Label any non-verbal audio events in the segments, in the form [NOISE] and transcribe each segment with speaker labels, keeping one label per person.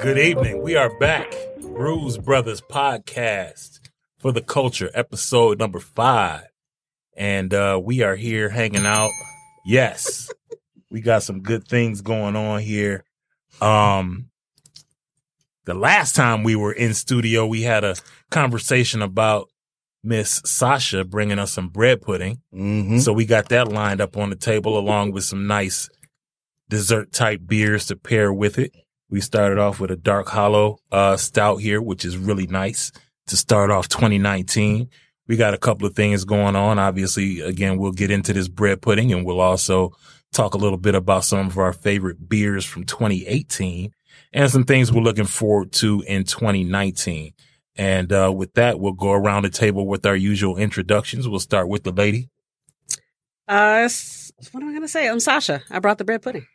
Speaker 1: Good evening. We are back. Bruise Brothers podcast for the culture, episode number five. And uh, we are here hanging out. Yes, we got some good things going on here. Um, the last time we were in studio, we had a conversation about Miss Sasha bringing us some bread pudding.
Speaker 2: Mm-hmm.
Speaker 1: So we got that lined up on the table along with some nice dessert type beers to pair with it. We started off with a dark hollow uh, stout here, which is really nice to start off 2019. We got a couple of things going on. Obviously, again, we'll get into this bread pudding and we'll also talk a little bit about some of our favorite beers from 2018 and some things we're looking forward to in 2019. And uh, with that, we'll go around the table with our usual introductions. We'll start with the lady.
Speaker 3: Uh, s- what am I gonna say? I'm Sasha. I brought the bread pudding.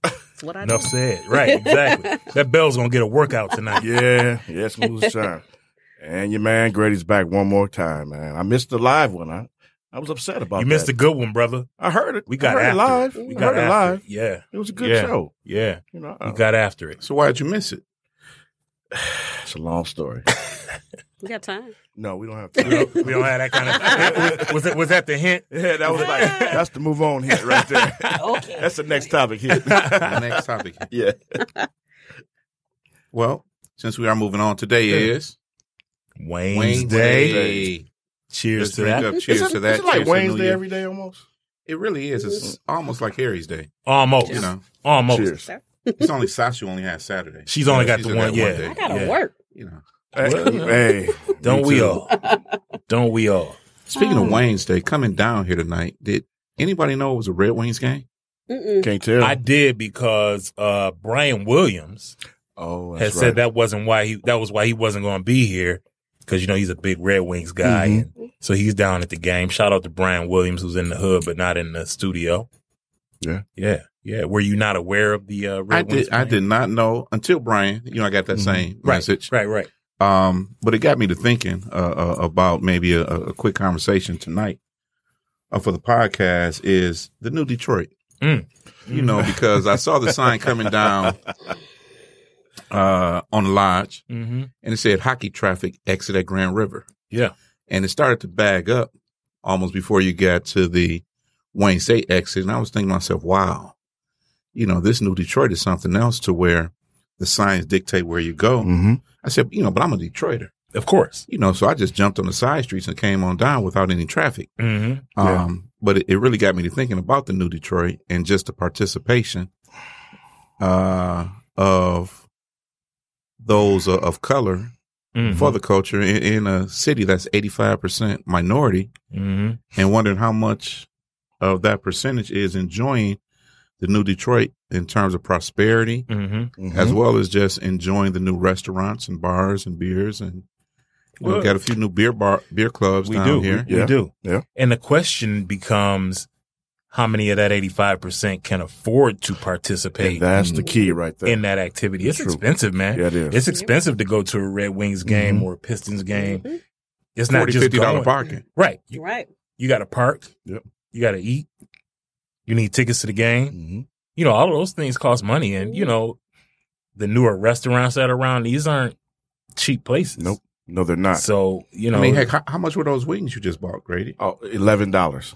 Speaker 3: That's what I do.
Speaker 1: Enough said. Right, exactly. [LAUGHS] that bell's gonna get a workout
Speaker 2: [LAUGHS]
Speaker 1: tonight.
Speaker 2: Yeah, yeah, smooth as shine. And your man Grady's back one more time, man. I missed the live one. I, I was upset about
Speaker 1: You missed
Speaker 2: that.
Speaker 1: a good one, brother.
Speaker 2: I heard it.
Speaker 1: We got
Speaker 2: I heard
Speaker 1: after
Speaker 2: it live.
Speaker 1: We
Speaker 2: I
Speaker 1: got
Speaker 2: heard it
Speaker 1: after
Speaker 2: live.
Speaker 1: It. Yeah,
Speaker 2: It was a good
Speaker 1: Yeah.
Speaker 2: show.
Speaker 1: yeah.
Speaker 2: You know, uh,
Speaker 1: We got after it.
Speaker 4: So why'd you miss it?
Speaker 2: it's a long
Speaker 1: [LAUGHS]
Speaker 2: story.
Speaker 3: [LAUGHS] We got time.
Speaker 2: No, we don't have
Speaker 1: We
Speaker 2: to.
Speaker 1: don't, we don't have that
Speaker 2: [LAUGHS]
Speaker 1: kind of. was it? Was that the hint?
Speaker 2: yeah, that
Speaker 1: [LAUGHS]
Speaker 2: was like that's the move on hit right there.
Speaker 3: Okay.
Speaker 2: That's the next
Speaker 1: [LAUGHS]
Speaker 2: topic here.
Speaker 4: Next topic.
Speaker 2: yeah.
Speaker 4: Well, since we are moving on, today is
Speaker 1: Wayne's,
Speaker 4: Wayne's
Speaker 1: Day.
Speaker 4: Day.
Speaker 1: Cheers
Speaker 4: Let's
Speaker 1: to
Speaker 4: drink
Speaker 1: that.
Speaker 4: up. Cheers
Speaker 2: It's
Speaker 4: to that.
Speaker 2: It's like
Speaker 4: Cheers to New
Speaker 2: Wednesday
Speaker 4: Year.
Speaker 2: every day almost.
Speaker 4: It really is. It's almost like Harry's Day.
Speaker 1: Almost.
Speaker 4: You know,
Speaker 1: Almost.
Speaker 2: Cheers.
Speaker 4: it's [LAUGHS] only Sasha only has Saturday.
Speaker 1: She's only got the
Speaker 4: got
Speaker 1: one-
Speaker 4: that
Speaker 1: yeah.
Speaker 4: day.
Speaker 3: I gotta
Speaker 1: Yeah.
Speaker 3: work.
Speaker 4: You know.
Speaker 2: Hey, hey,
Speaker 1: Don't
Speaker 2: me
Speaker 1: we
Speaker 2: too.
Speaker 1: all? Don't we all?
Speaker 4: Speaking
Speaker 3: Oh.
Speaker 4: of Wayne's Day, coming down here tonight, did anybody know it was a Red Wings game?
Speaker 3: Mm-mm.
Speaker 2: Can't tell.
Speaker 1: I did because uh, Brian Williams
Speaker 2: oh,
Speaker 1: had said that wasn't why he. That was why he wasn't going to be here because you know he's a big Red Wings guy,
Speaker 2: Mhm.
Speaker 4: Mm-hmm.
Speaker 1: and so he's down at the game. Shout out to Brian Williams who's in the hood but not in the studio.
Speaker 2: Yeah.
Speaker 1: yeah, yeah. Were you not aware of the uh, Red
Speaker 4: I
Speaker 1: Wings?
Speaker 4: did. I
Speaker 1: game? Mm-hmm.
Speaker 4: did not know until Brian. You know, I got that
Speaker 2: Mhm.
Speaker 4: same
Speaker 1: Right,
Speaker 4: message.
Speaker 1: right, right.
Speaker 4: Um, but it got me to thinking uh, uh, about maybe a, a quick conversation tonight uh, for the podcast is the new Detroit.
Speaker 1: Mm.
Speaker 4: You know, because I saw the sign coming down uh, on the lodge,
Speaker 1: Mm-hmm.
Speaker 4: and it said hockey traffic exit at Grand River.
Speaker 1: Yeah.
Speaker 4: and it started to bag up almost before you got to the Wayne State exit, and I was thinking to myself, wow, you know, this new Detroit is something else to where the signs dictate where you go.
Speaker 2: Mm-hmm.
Speaker 4: I said, you know, but I'm a Detroiter
Speaker 1: Of course.
Speaker 4: you know, so I just jumped on the side streets and came on down without any traffic.
Speaker 1: Mm-hmm.
Speaker 2: Yeah.
Speaker 4: Um, but it, it really got me to thinking about the new Detroit and just the participation uh, of those uh, of color
Speaker 1: Mm-hmm.
Speaker 4: for the culture in, in a city that's 85% minority
Speaker 1: mm-hmm.
Speaker 4: and wondering how much of that percentage is enjoying the new Detroit in terms of prosperity,
Speaker 1: Mm-hmm.
Speaker 4: as well as just enjoying the new restaurants and bars and beers and you know,
Speaker 1: Well-
Speaker 4: got a few new beer bar beer clubs
Speaker 1: We
Speaker 4: down
Speaker 1: do.
Speaker 4: here.
Speaker 1: We,
Speaker 2: Yeah.
Speaker 1: do.
Speaker 2: Yeah.
Speaker 1: And the question becomes how many of that 85% can afford to participate
Speaker 2: And that's the key right there.
Speaker 1: in that activity? It's
Speaker 2: True.
Speaker 1: expensive, man.
Speaker 2: yeah, it is.
Speaker 1: It's expensive to go to a Red Wings game
Speaker 2: Mhm.
Speaker 1: or a Pistons game.
Speaker 4: Mm-hmm.
Speaker 3: Mhm.
Speaker 1: It's not
Speaker 4: $40,
Speaker 1: just
Speaker 4: $50
Speaker 1: going.
Speaker 4: parking.
Speaker 1: Right. You,
Speaker 3: Right.
Speaker 1: you got to park.
Speaker 2: Yep.
Speaker 1: You got to eat. You need tickets to the game.
Speaker 2: Mhm.
Speaker 1: You know, all of those things cost money. And,
Speaker 4: Mm-hmm.
Speaker 1: you know, the newer restaurants that are around, these aren't cheap places.
Speaker 2: Nope. No, they're not.
Speaker 1: So, you know,
Speaker 4: I mean, heck, how, how much were those wings you just bought, Grady?
Speaker 2: Oh, eleven dollars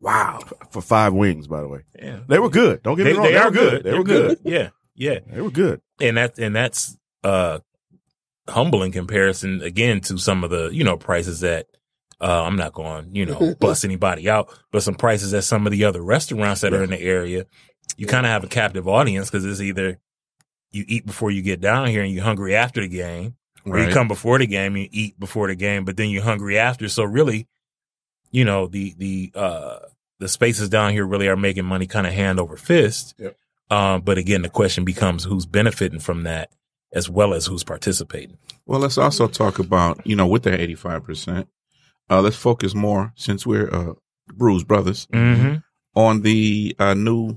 Speaker 4: Wow.
Speaker 2: for five wings. By the way,
Speaker 1: yeah.
Speaker 2: they were good. Don't get
Speaker 1: they,
Speaker 2: me wrong.
Speaker 1: they are good.
Speaker 2: [LAUGHS] They were good.
Speaker 1: Yeah, yeah,
Speaker 2: They were good.
Speaker 1: and that and that's uh humble in comparison again to some of the you know prices that uh, I'm not going you know bust anybody out, but some prices at some of the other restaurants that are in the area. You kind of have a captive audience because it's either you eat before you get down here and you're hungry after the game, or you
Speaker 4: Right.
Speaker 1: come before the game and you eat before the game, but then you're hungry after. So really, you know the the uh, the spaces down here really are making money kind of hand over fist.
Speaker 2: Yep.
Speaker 1: Um, but again, the question becomes who's benefiting from that as well as who's participating.
Speaker 4: Well, let's also talk about, you know, with that 85%, uh, let's focus more since we're uh, Brews Brothers
Speaker 1: Mm-hmm.
Speaker 4: on the uh, new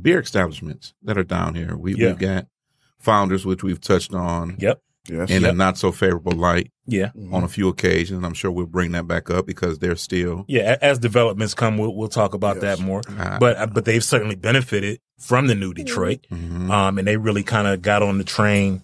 Speaker 4: beer establishments that are down here. We,
Speaker 1: Yeah.
Speaker 4: We've got Founders, which we've touched on
Speaker 1: Yep.
Speaker 2: Yes.
Speaker 4: in a not so favorable light
Speaker 1: Yeah.
Speaker 4: on a few occasions. I'm sure we'll bring that back up because they're still.
Speaker 1: Yeah. a- As developments come, we'll, we'll talk about
Speaker 2: Yes.
Speaker 1: that more.
Speaker 4: Uh,
Speaker 1: But uh, but they've certainly benefited from the new Detroit.
Speaker 4: mhm.
Speaker 1: um, and they really kind of got on the train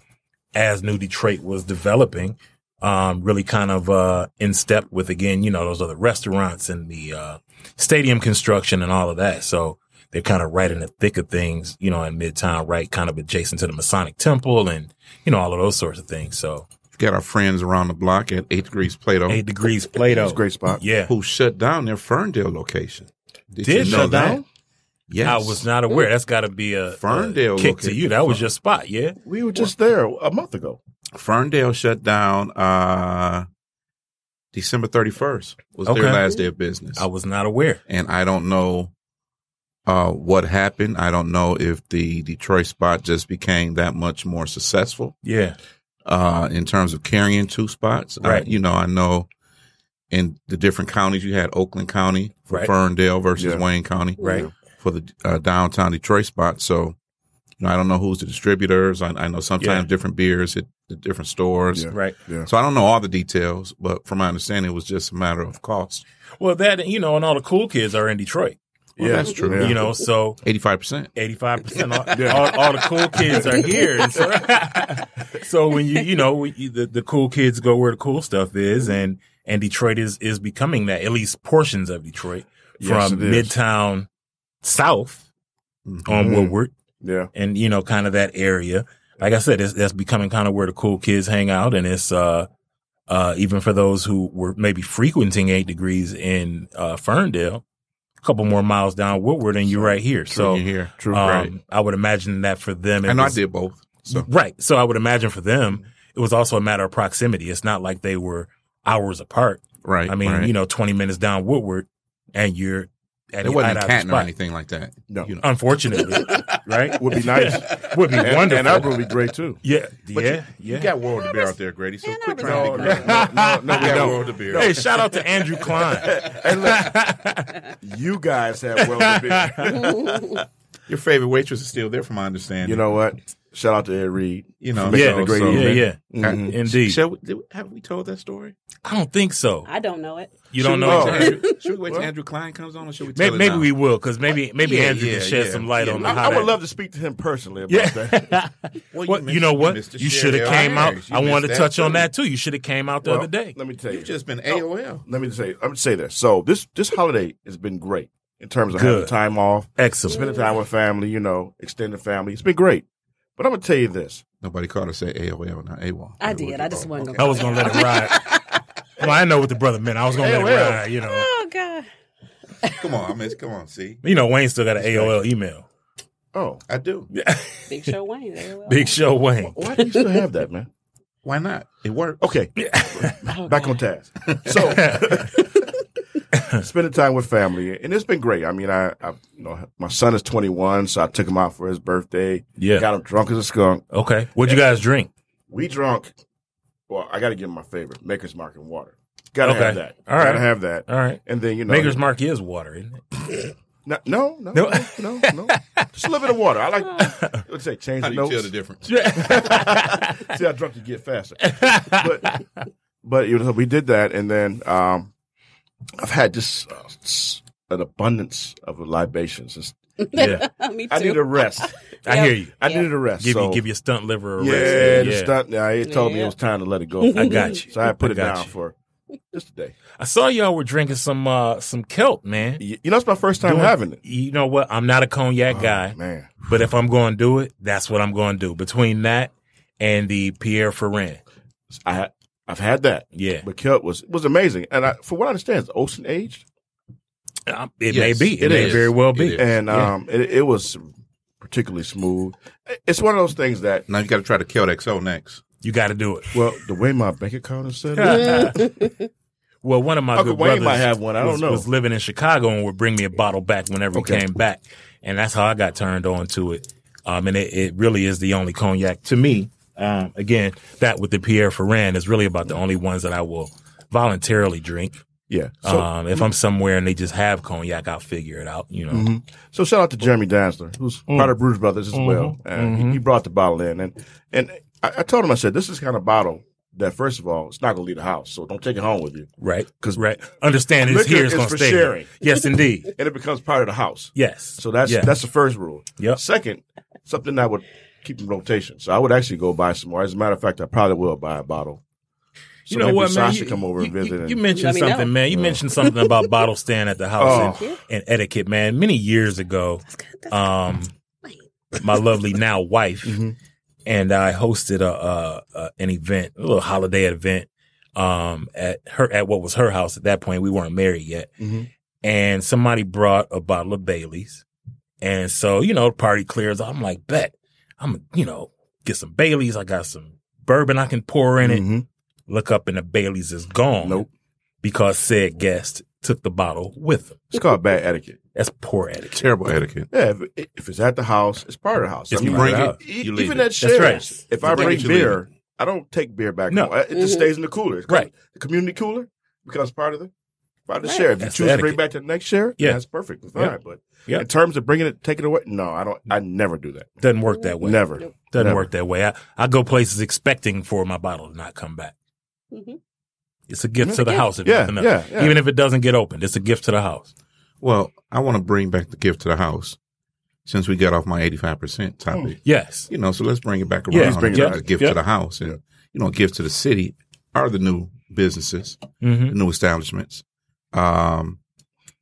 Speaker 1: as New Detroit was developing. Um, really kind of uh, in step with again, you know, those other restaurants and the uh, stadium construction and all of that. So they're kind of right in the thick of things, you know, in Midtown, right, kind of adjacent to the Masonic Temple and you know all of those sorts of things. So
Speaker 4: got our friends around the block at 8 Degrees Plato
Speaker 1: eight degrees Plato,
Speaker 2: It's a great spot.
Speaker 1: yeah.
Speaker 4: who shut down their Ferndale location. Did,
Speaker 1: Did shut
Speaker 4: that?
Speaker 1: down?
Speaker 4: Yes.
Speaker 1: I was not aware. That's got to be a a
Speaker 4: Ferndale
Speaker 1: kick to
Speaker 4: located.
Speaker 1: you. That was your spot, yeah.
Speaker 2: We were just there a month ago.
Speaker 4: Ferndale shut down uh December 31st was
Speaker 1: Okay.
Speaker 4: their last day of business.
Speaker 1: I was not aware.
Speaker 4: and I don't know uh what happened. I don't know if the Detroit spot just became that much more successful
Speaker 1: Yeah,
Speaker 4: uh in terms of carrying two spots. I-
Speaker 1: Right.
Speaker 4: you know, I know in the different counties you had Oakland County for
Speaker 1: Right.
Speaker 4: Ferndale versus
Speaker 2: Yeah.
Speaker 4: Wayne County
Speaker 1: right.
Speaker 4: for the uh, downtown Detroit spot. So, you know, I don't know who's the distributors. I, I know sometimes
Speaker 1: Yeah.
Speaker 4: different beers hit the different stores.
Speaker 2: Yeah.
Speaker 1: Right.
Speaker 4: So I don't know all the details, but from my understanding, it was just a matter of cost.
Speaker 1: Well, that you know, and all the cool kids are in Detroit.
Speaker 4: Well,
Speaker 2: yeah,
Speaker 4: that's true.
Speaker 2: Yeah.
Speaker 1: You know, so
Speaker 4: Eighty-five percent.
Speaker 1: eighty five
Speaker 4: [LAUGHS]
Speaker 1: percent, all
Speaker 2: Yeah.
Speaker 1: all the cool kids are here. [LAUGHS] And So, so when you you know when you, the the cool kids go where the cool stuff is,
Speaker 2: Mm-hmm.
Speaker 1: and and Detroit is is becoming that at least portions of Detroit
Speaker 2: Yes,
Speaker 1: from
Speaker 2: it is.
Speaker 1: Midtown South on
Speaker 2: Mhm.
Speaker 1: Woodward,
Speaker 2: Yeah.
Speaker 1: and you know, kind of that area. Like I said, it's, that's becoming kind of where the cool kids hang out, and it's uh, uh, even for those who were maybe frequenting Eight Degrees in uh, Ferndale, a couple more miles down Woodward, and you're right here. So
Speaker 4: So you here,
Speaker 2: True.
Speaker 1: um,
Speaker 4: right.
Speaker 1: I would imagine that for them, it
Speaker 4: I know I
Speaker 1: was-
Speaker 4: did both. So Mm-hmm.
Speaker 1: right. So I would imagine for them, it was also a matter of proximity. It's not like they were hours apart.
Speaker 4: right.
Speaker 1: I mean,
Speaker 4: right.
Speaker 1: you know, 20 minutes down Woodward, and you're at
Speaker 4: it wasn't
Speaker 1: at
Speaker 4: a
Speaker 1: a
Speaker 4: Canton or
Speaker 1: spot.
Speaker 4: anything like that.
Speaker 2: No.
Speaker 4: You know. [LAUGHS]
Speaker 1: Unfortunately, right?
Speaker 2: Would be nice.
Speaker 1: [LAUGHS] Would be
Speaker 2: and,
Speaker 1: wonderful.
Speaker 2: and that would be great too.
Speaker 1: Yeah,
Speaker 4: But
Speaker 1: yeah,
Speaker 4: You
Speaker 1: yeah.
Speaker 4: got world to beer out there, Grady. So
Speaker 3: And I
Speaker 4: quit
Speaker 3: was-
Speaker 4: trying to be
Speaker 2: No,
Speaker 4: great.
Speaker 2: no, no, no,
Speaker 4: You
Speaker 2: we
Speaker 4: got
Speaker 2: don't.
Speaker 4: world to beer.
Speaker 1: hey, shout out to Andrew
Speaker 2: [LAUGHS]
Speaker 1: Klein.
Speaker 2: You guys have well
Speaker 1: [LAUGHS]
Speaker 2: been.
Speaker 4: Your favorite waitress is still there, from my understanding.
Speaker 2: You know what? Shout out to Ed Reed.
Speaker 4: You know.
Speaker 2: for making
Speaker 1: Yeah,
Speaker 2: a great
Speaker 4: so-
Speaker 1: yeah,
Speaker 2: event.
Speaker 1: yeah. Mm-hmm.
Speaker 2: Mhm.
Speaker 1: Indeed.
Speaker 4: Shall we, did, have we told
Speaker 1: [LAUGHS]
Speaker 4: that story?
Speaker 1: I don't think so.
Speaker 3: I don't know it.
Speaker 1: You don't
Speaker 4: Should
Speaker 1: know.
Speaker 4: we wait
Speaker 1: exactly.
Speaker 4: till Andrew- should we wait till Andrew Klein comes on, or should we? Tell
Speaker 1: Maybe,
Speaker 4: it
Speaker 1: maybe
Speaker 4: now?
Speaker 1: we will, because maybe maybe
Speaker 4: Yeah,
Speaker 1: Andrew
Speaker 4: yeah,
Speaker 1: can shed
Speaker 4: yeah.
Speaker 1: some light
Speaker 4: Yeah.
Speaker 1: on the
Speaker 2: I,
Speaker 1: how
Speaker 2: I would
Speaker 1: that-
Speaker 2: love to speak to him personally about that.
Speaker 1: [LAUGHS] Yeah.
Speaker 4: Well,
Speaker 1: Well, you know what? You should have came out. I wanted to touch on that too. You should have came out the
Speaker 2: Well,
Speaker 1: other day.
Speaker 2: Let me tell you.
Speaker 4: You've just been
Speaker 3: Oh,
Speaker 4: AOL.
Speaker 2: let me just say. I'm gonna say this. So this this holiday has been great in terms of having
Speaker 1: Good.
Speaker 2: time off,
Speaker 1: Excellent.
Speaker 2: spending time with family. You know, extended family. It's been great. But I'm gonna tell you this.
Speaker 4: Nobody called to say AOL, not AWOL.
Speaker 3: I did. I just wasn't
Speaker 1: I
Speaker 3: gonna.
Speaker 1: was gonna let
Speaker 3: [LAUGHS]
Speaker 1: it ride. well, I know what the brother meant. I was gonna let
Speaker 2: AOL.
Speaker 1: it ride. You know,
Speaker 3: Oh god.
Speaker 4: Come on, I miss. Come on, see,
Speaker 1: you know, Wayne still got an AOL email.
Speaker 2: Oh,
Speaker 4: I do.
Speaker 3: Big Show Wayne. there we are.
Speaker 1: Big Show Wayne.
Speaker 2: why do you still have that, man?
Speaker 4: Why not? It worked.
Speaker 2: Okay,
Speaker 3: Oh,
Speaker 2: [LAUGHS] back
Speaker 3: God.
Speaker 2: on task. So, [LAUGHS] spending time with family, and it's been great. I mean, I, I you know, my son is 21, so I took him out for his birthday.
Speaker 1: Yeah.
Speaker 2: got him drunk as a skunk.
Speaker 1: Okay. What'd you guys drink?
Speaker 2: We drunk. Well, I got to give him my favorite, Maker's Mark and water. Got to
Speaker 1: Okay.
Speaker 2: have that.
Speaker 1: All right.
Speaker 2: Got to have that.
Speaker 1: All right.
Speaker 2: And then you know,
Speaker 1: Maker's Mark is water, isn't it?
Speaker 4: [LAUGHS]
Speaker 2: No, no, no, no, no, no. Just a little bit of water.
Speaker 4: [LAUGHS]
Speaker 2: I like. Let's say change
Speaker 4: How
Speaker 2: the
Speaker 4: do you
Speaker 2: notes.
Speaker 4: tell the difference?
Speaker 2: [LAUGHS] See how drunk you
Speaker 4: [LAUGHS]
Speaker 2: get faster. but but you know, we did that, and then um, I've had just uh, s- an abundance of libations. It's-
Speaker 1: [LAUGHS]
Speaker 3: [LAUGHS]
Speaker 1: Yeah.
Speaker 3: Me too.
Speaker 2: I need a rest.
Speaker 1: I
Speaker 3: Yep.
Speaker 1: hear you.
Speaker 2: I
Speaker 3: Yeah.
Speaker 2: needed a rest.
Speaker 1: Give
Speaker 2: so,
Speaker 1: you give your stunt liver a
Speaker 2: yeah,
Speaker 1: rest.
Speaker 2: the stunt. Yeah, it told me it
Speaker 3: Yeah.
Speaker 2: was time to let it go.
Speaker 3: [LAUGHS]
Speaker 1: I got you.
Speaker 2: So I put it
Speaker 1: got
Speaker 2: down
Speaker 1: you.
Speaker 2: for just a day.
Speaker 1: I saw y'all were drinking some uh some kelp, man.
Speaker 2: You you know, it's my first time having it. Oh,
Speaker 1: You know what? I'm not a cognac guy,
Speaker 2: Man,
Speaker 1: but if I'm going to do it, that's what I'm going to do. Between that and the Pierre Ferrand,
Speaker 2: I had, I've had that.
Speaker 1: Yeah.
Speaker 2: But kelp was was amazing, and I, for what I understand, it's ocean aged,
Speaker 1: Um, It
Speaker 4: Yes,
Speaker 1: may be. It,
Speaker 4: it
Speaker 1: may
Speaker 4: is.
Speaker 1: very well be.
Speaker 4: It is.
Speaker 2: and um, it, it was particularly smooth. It's one of those things that
Speaker 4: Now you got to try the Keldex next.
Speaker 1: You got to do it.
Speaker 2: well, the way my bank account is set
Speaker 1: [LAUGHS]
Speaker 2: up,
Speaker 1: Well, one of my
Speaker 2: Uncle
Speaker 1: good
Speaker 2: Wayne
Speaker 1: brothers
Speaker 2: might have one. I don't
Speaker 1: was,
Speaker 2: know.
Speaker 1: was living in Chicago and would bring me a bottle back whenever
Speaker 2: Okay.
Speaker 1: he came back, and that's how I got turned on to it. Um, and it, it really is the only cognac to me. Um, again, that with the Pierre Ferrand is really about the only ones that I will voluntarily drink.
Speaker 2: yeah. So,
Speaker 1: um, if I'm somewhere and they just have cognac, I'll figure it out. You know,
Speaker 2: Mm-hmm.
Speaker 1: Mm.
Speaker 2: So shout out to Jeremy Dansler, who's part of Bruce Brothers as well.
Speaker 1: Mm-hmm.
Speaker 2: And he, he brought the bottle in, and and I, I told him I said this is the kind of bottle that first of all it's not going to leave the house, so don't take it home with you,
Speaker 1: right?
Speaker 2: 'Cause
Speaker 1: right, understand it's
Speaker 2: liquor
Speaker 1: here, it's
Speaker 2: is
Speaker 1: gonna
Speaker 2: for
Speaker 1: stay. here.
Speaker 2: sharing.
Speaker 1: Yes, indeed.
Speaker 2: [LAUGHS] and it becomes part of the house.
Speaker 1: Yes.
Speaker 2: So that's
Speaker 1: Yeah.
Speaker 2: that's the first rule.
Speaker 1: Yep.
Speaker 2: Second, something that would keep in rotation. So I would actually go buy some more. As a matter of fact, I probably will buy a bottle. So
Speaker 1: you know
Speaker 2: maybe
Speaker 1: what, man?
Speaker 2: Sasha come over and visit.
Speaker 1: You,
Speaker 2: and,
Speaker 1: you mentioned
Speaker 3: Let me know.
Speaker 1: something, man. You mentioned something about bottle stand at the house and, and etiquette, man. Many years ago, um, my lovely now wife and I hosted a, a, a an event, a little holiday event, um, at her at what was her house at that point. We weren't married yet,
Speaker 2: Mm-hmm.
Speaker 1: and somebody brought a bottle of Bailey's, and so you know, the party clears. out. I'm like, bet I'm you know get some Bailey's. I got some bourbon I can pour in it.
Speaker 2: Mhm.
Speaker 1: Look up and the Bailey's is gone.
Speaker 2: Nope.
Speaker 1: Because said guest took the bottle with him.
Speaker 2: It's called bad etiquette.
Speaker 1: That's poor etiquette.
Speaker 4: Terrible etiquette.
Speaker 2: Yeah, if, if it's at the house, it's part of the house.
Speaker 1: If
Speaker 2: I
Speaker 1: you
Speaker 2: mean,
Speaker 1: bring
Speaker 4: it,
Speaker 2: e-
Speaker 4: you leave
Speaker 2: even
Speaker 4: it.
Speaker 2: at
Speaker 1: That's right.
Speaker 2: shares, if I
Speaker 4: You bring
Speaker 2: bring
Speaker 4: it, you leave
Speaker 2: beer, I don't take beer back.
Speaker 1: No.
Speaker 2: home. it
Speaker 4: Mm-hmm.
Speaker 2: just stays in the cooler. It's
Speaker 1: Right.
Speaker 2: The community cooler becomes part of the part of the share. If you
Speaker 1: That's
Speaker 2: choose to bring
Speaker 1: etiquette.
Speaker 2: back to the next share,
Speaker 1: Yeah.
Speaker 2: yeah, that's perfect. Fine,
Speaker 1: Yeah.
Speaker 2: but
Speaker 1: Yeah.
Speaker 2: in terms of bringing it, taking it away, no, I don't. I never do that.
Speaker 1: Doesn't work that way.
Speaker 2: Never.
Speaker 1: Doesn't
Speaker 2: Never.
Speaker 1: work that way. I, I go places expecting for my bottle to not come back.
Speaker 5: Mm-hmm.
Speaker 3: Mhm.
Speaker 1: It's a gift to the house. If
Speaker 2: Yeah,
Speaker 1: nothing else.
Speaker 2: yeah, yeah.
Speaker 1: Even if it doesn't get opened, it's a gift to the house.
Speaker 4: Well, I want to bring back the gift to the house since we got off my 85% topic.
Speaker 1: Yes.
Speaker 4: You know, so let's bring it back around.
Speaker 1: Yeah, let's
Speaker 2: bring it
Speaker 4: It's
Speaker 2: back.
Speaker 4: a gift
Speaker 1: Yeah.
Speaker 4: to the house and, you know, gifts to the city are the new businesses,
Speaker 1: hmm
Speaker 4: the new establishments. Um,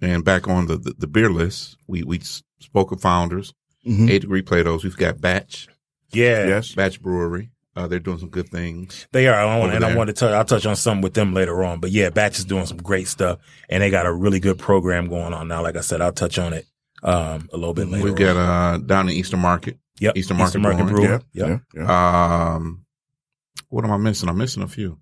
Speaker 4: and back on the, the, the beer list, we, we spoke of founders,
Speaker 2: Mhm.
Speaker 4: eight degree Plato's. We've got Batch,
Speaker 1: Yeah.
Speaker 2: Yes.
Speaker 4: Batch Brewery. Uh, they're doing some good things.
Speaker 1: They are, I want,
Speaker 4: Over
Speaker 1: and I
Speaker 4: there.
Speaker 1: want to touch. I'll touch on something with them later on. But yeah, Batch is doing some great stuff, and they got a really good program going on now. Like I said, I'll touch on it um, a little bit later.
Speaker 4: We've
Speaker 1: on.
Speaker 4: got uh, down in Eastern Market.
Speaker 1: yep,
Speaker 4: Eastern Market Brewing.
Speaker 1: Brewery.
Speaker 2: Yeah.
Speaker 1: Yep.
Speaker 2: Yeah. yeah.
Speaker 4: Um, what am I missing? I'm missing a few.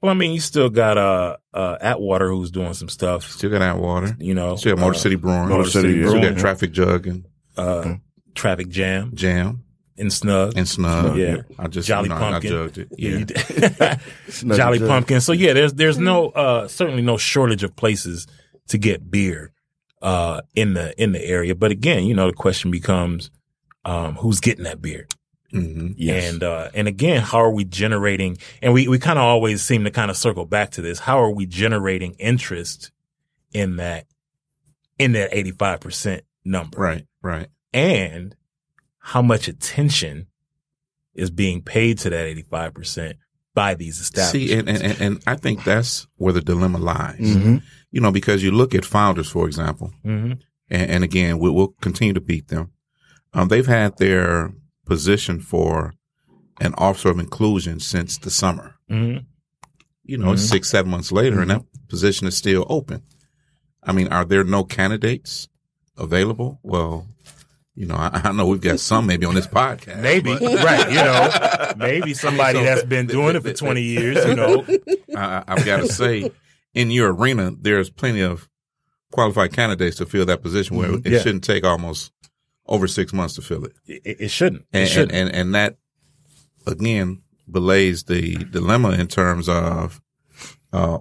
Speaker 1: Well, I mean, you still got uh, uh Atwater who's doing some stuff.
Speaker 4: Still got Atwater.
Speaker 1: You know,
Speaker 4: Still got Motor
Speaker 1: uh,
Speaker 4: City Brewing.
Speaker 2: Motor City, yeah. Mm-hmm.
Speaker 4: Still
Speaker 1: Brewing,
Speaker 4: got Traffic Jug and
Speaker 1: uh, Traffic Jam
Speaker 4: Jam
Speaker 1: and Snug.
Speaker 4: and Snug.
Speaker 1: Yeah.
Speaker 4: I just
Speaker 1: Jolly
Speaker 4: you know,
Speaker 1: Pumpkin.
Speaker 4: I jugged it.
Speaker 1: yeah,
Speaker 4: Yeah.
Speaker 1: you did. [LAUGHS]
Speaker 2: Nothing
Speaker 1: Jolly
Speaker 2: to-
Speaker 1: Pumpkin. So yeah, there's there's no uh certainly no shortage of places to get beer uh in the in the area. But again, you know, the question becomes um who's getting that beer?
Speaker 4: Mhm.
Speaker 2: Yes.
Speaker 1: And uh and again, how are we generating and we we kind of always seem to kind of circle back to this. How are we generating interest in that in that 85% number?
Speaker 4: Right. Right.
Speaker 1: and how much attention is being paid to that 85% by these establishments.
Speaker 4: See, and, and, and, and I think that's where the dilemma lies.
Speaker 2: Mhm.
Speaker 4: You know, because you look at founders, for example,
Speaker 1: Mhm.
Speaker 4: and, and again, we, we'll continue to beat them. Um, they've had their position for an officer of inclusion since the summer.
Speaker 1: Mhm.
Speaker 4: Mm-hmm. you
Speaker 1: Mm-hmm.
Speaker 4: know, it's six, seven months later,
Speaker 2: Mm-hmm.
Speaker 4: and that position is still open. I mean, are there no candidates available? Well, you know, I, [LAUGHS] I know we've got some maybe on this podcast.
Speaker 1: Maybe, right, you
Speaker 4: [LAUGHS]
Speaker 1: know, maybe somebody
Speaker 4: so-
Speaker 1: that's been doing it for 20 years, you know.
Speaker 4: but [LAUGHS] I, I've got to say, in your arena, there's plenty of qualified candidates to fill that position where it
Speaker 1: Mm-hmm. Yeah.
Speaker 4: shouldn't take almost over six months to fill it.
Speaker 1: It, it shouldn't. It
Speaker 4: And, and,
Speaker 1: shouldn't.
Speaker 4: and, and that, again, belays the dilemma in terms of uh,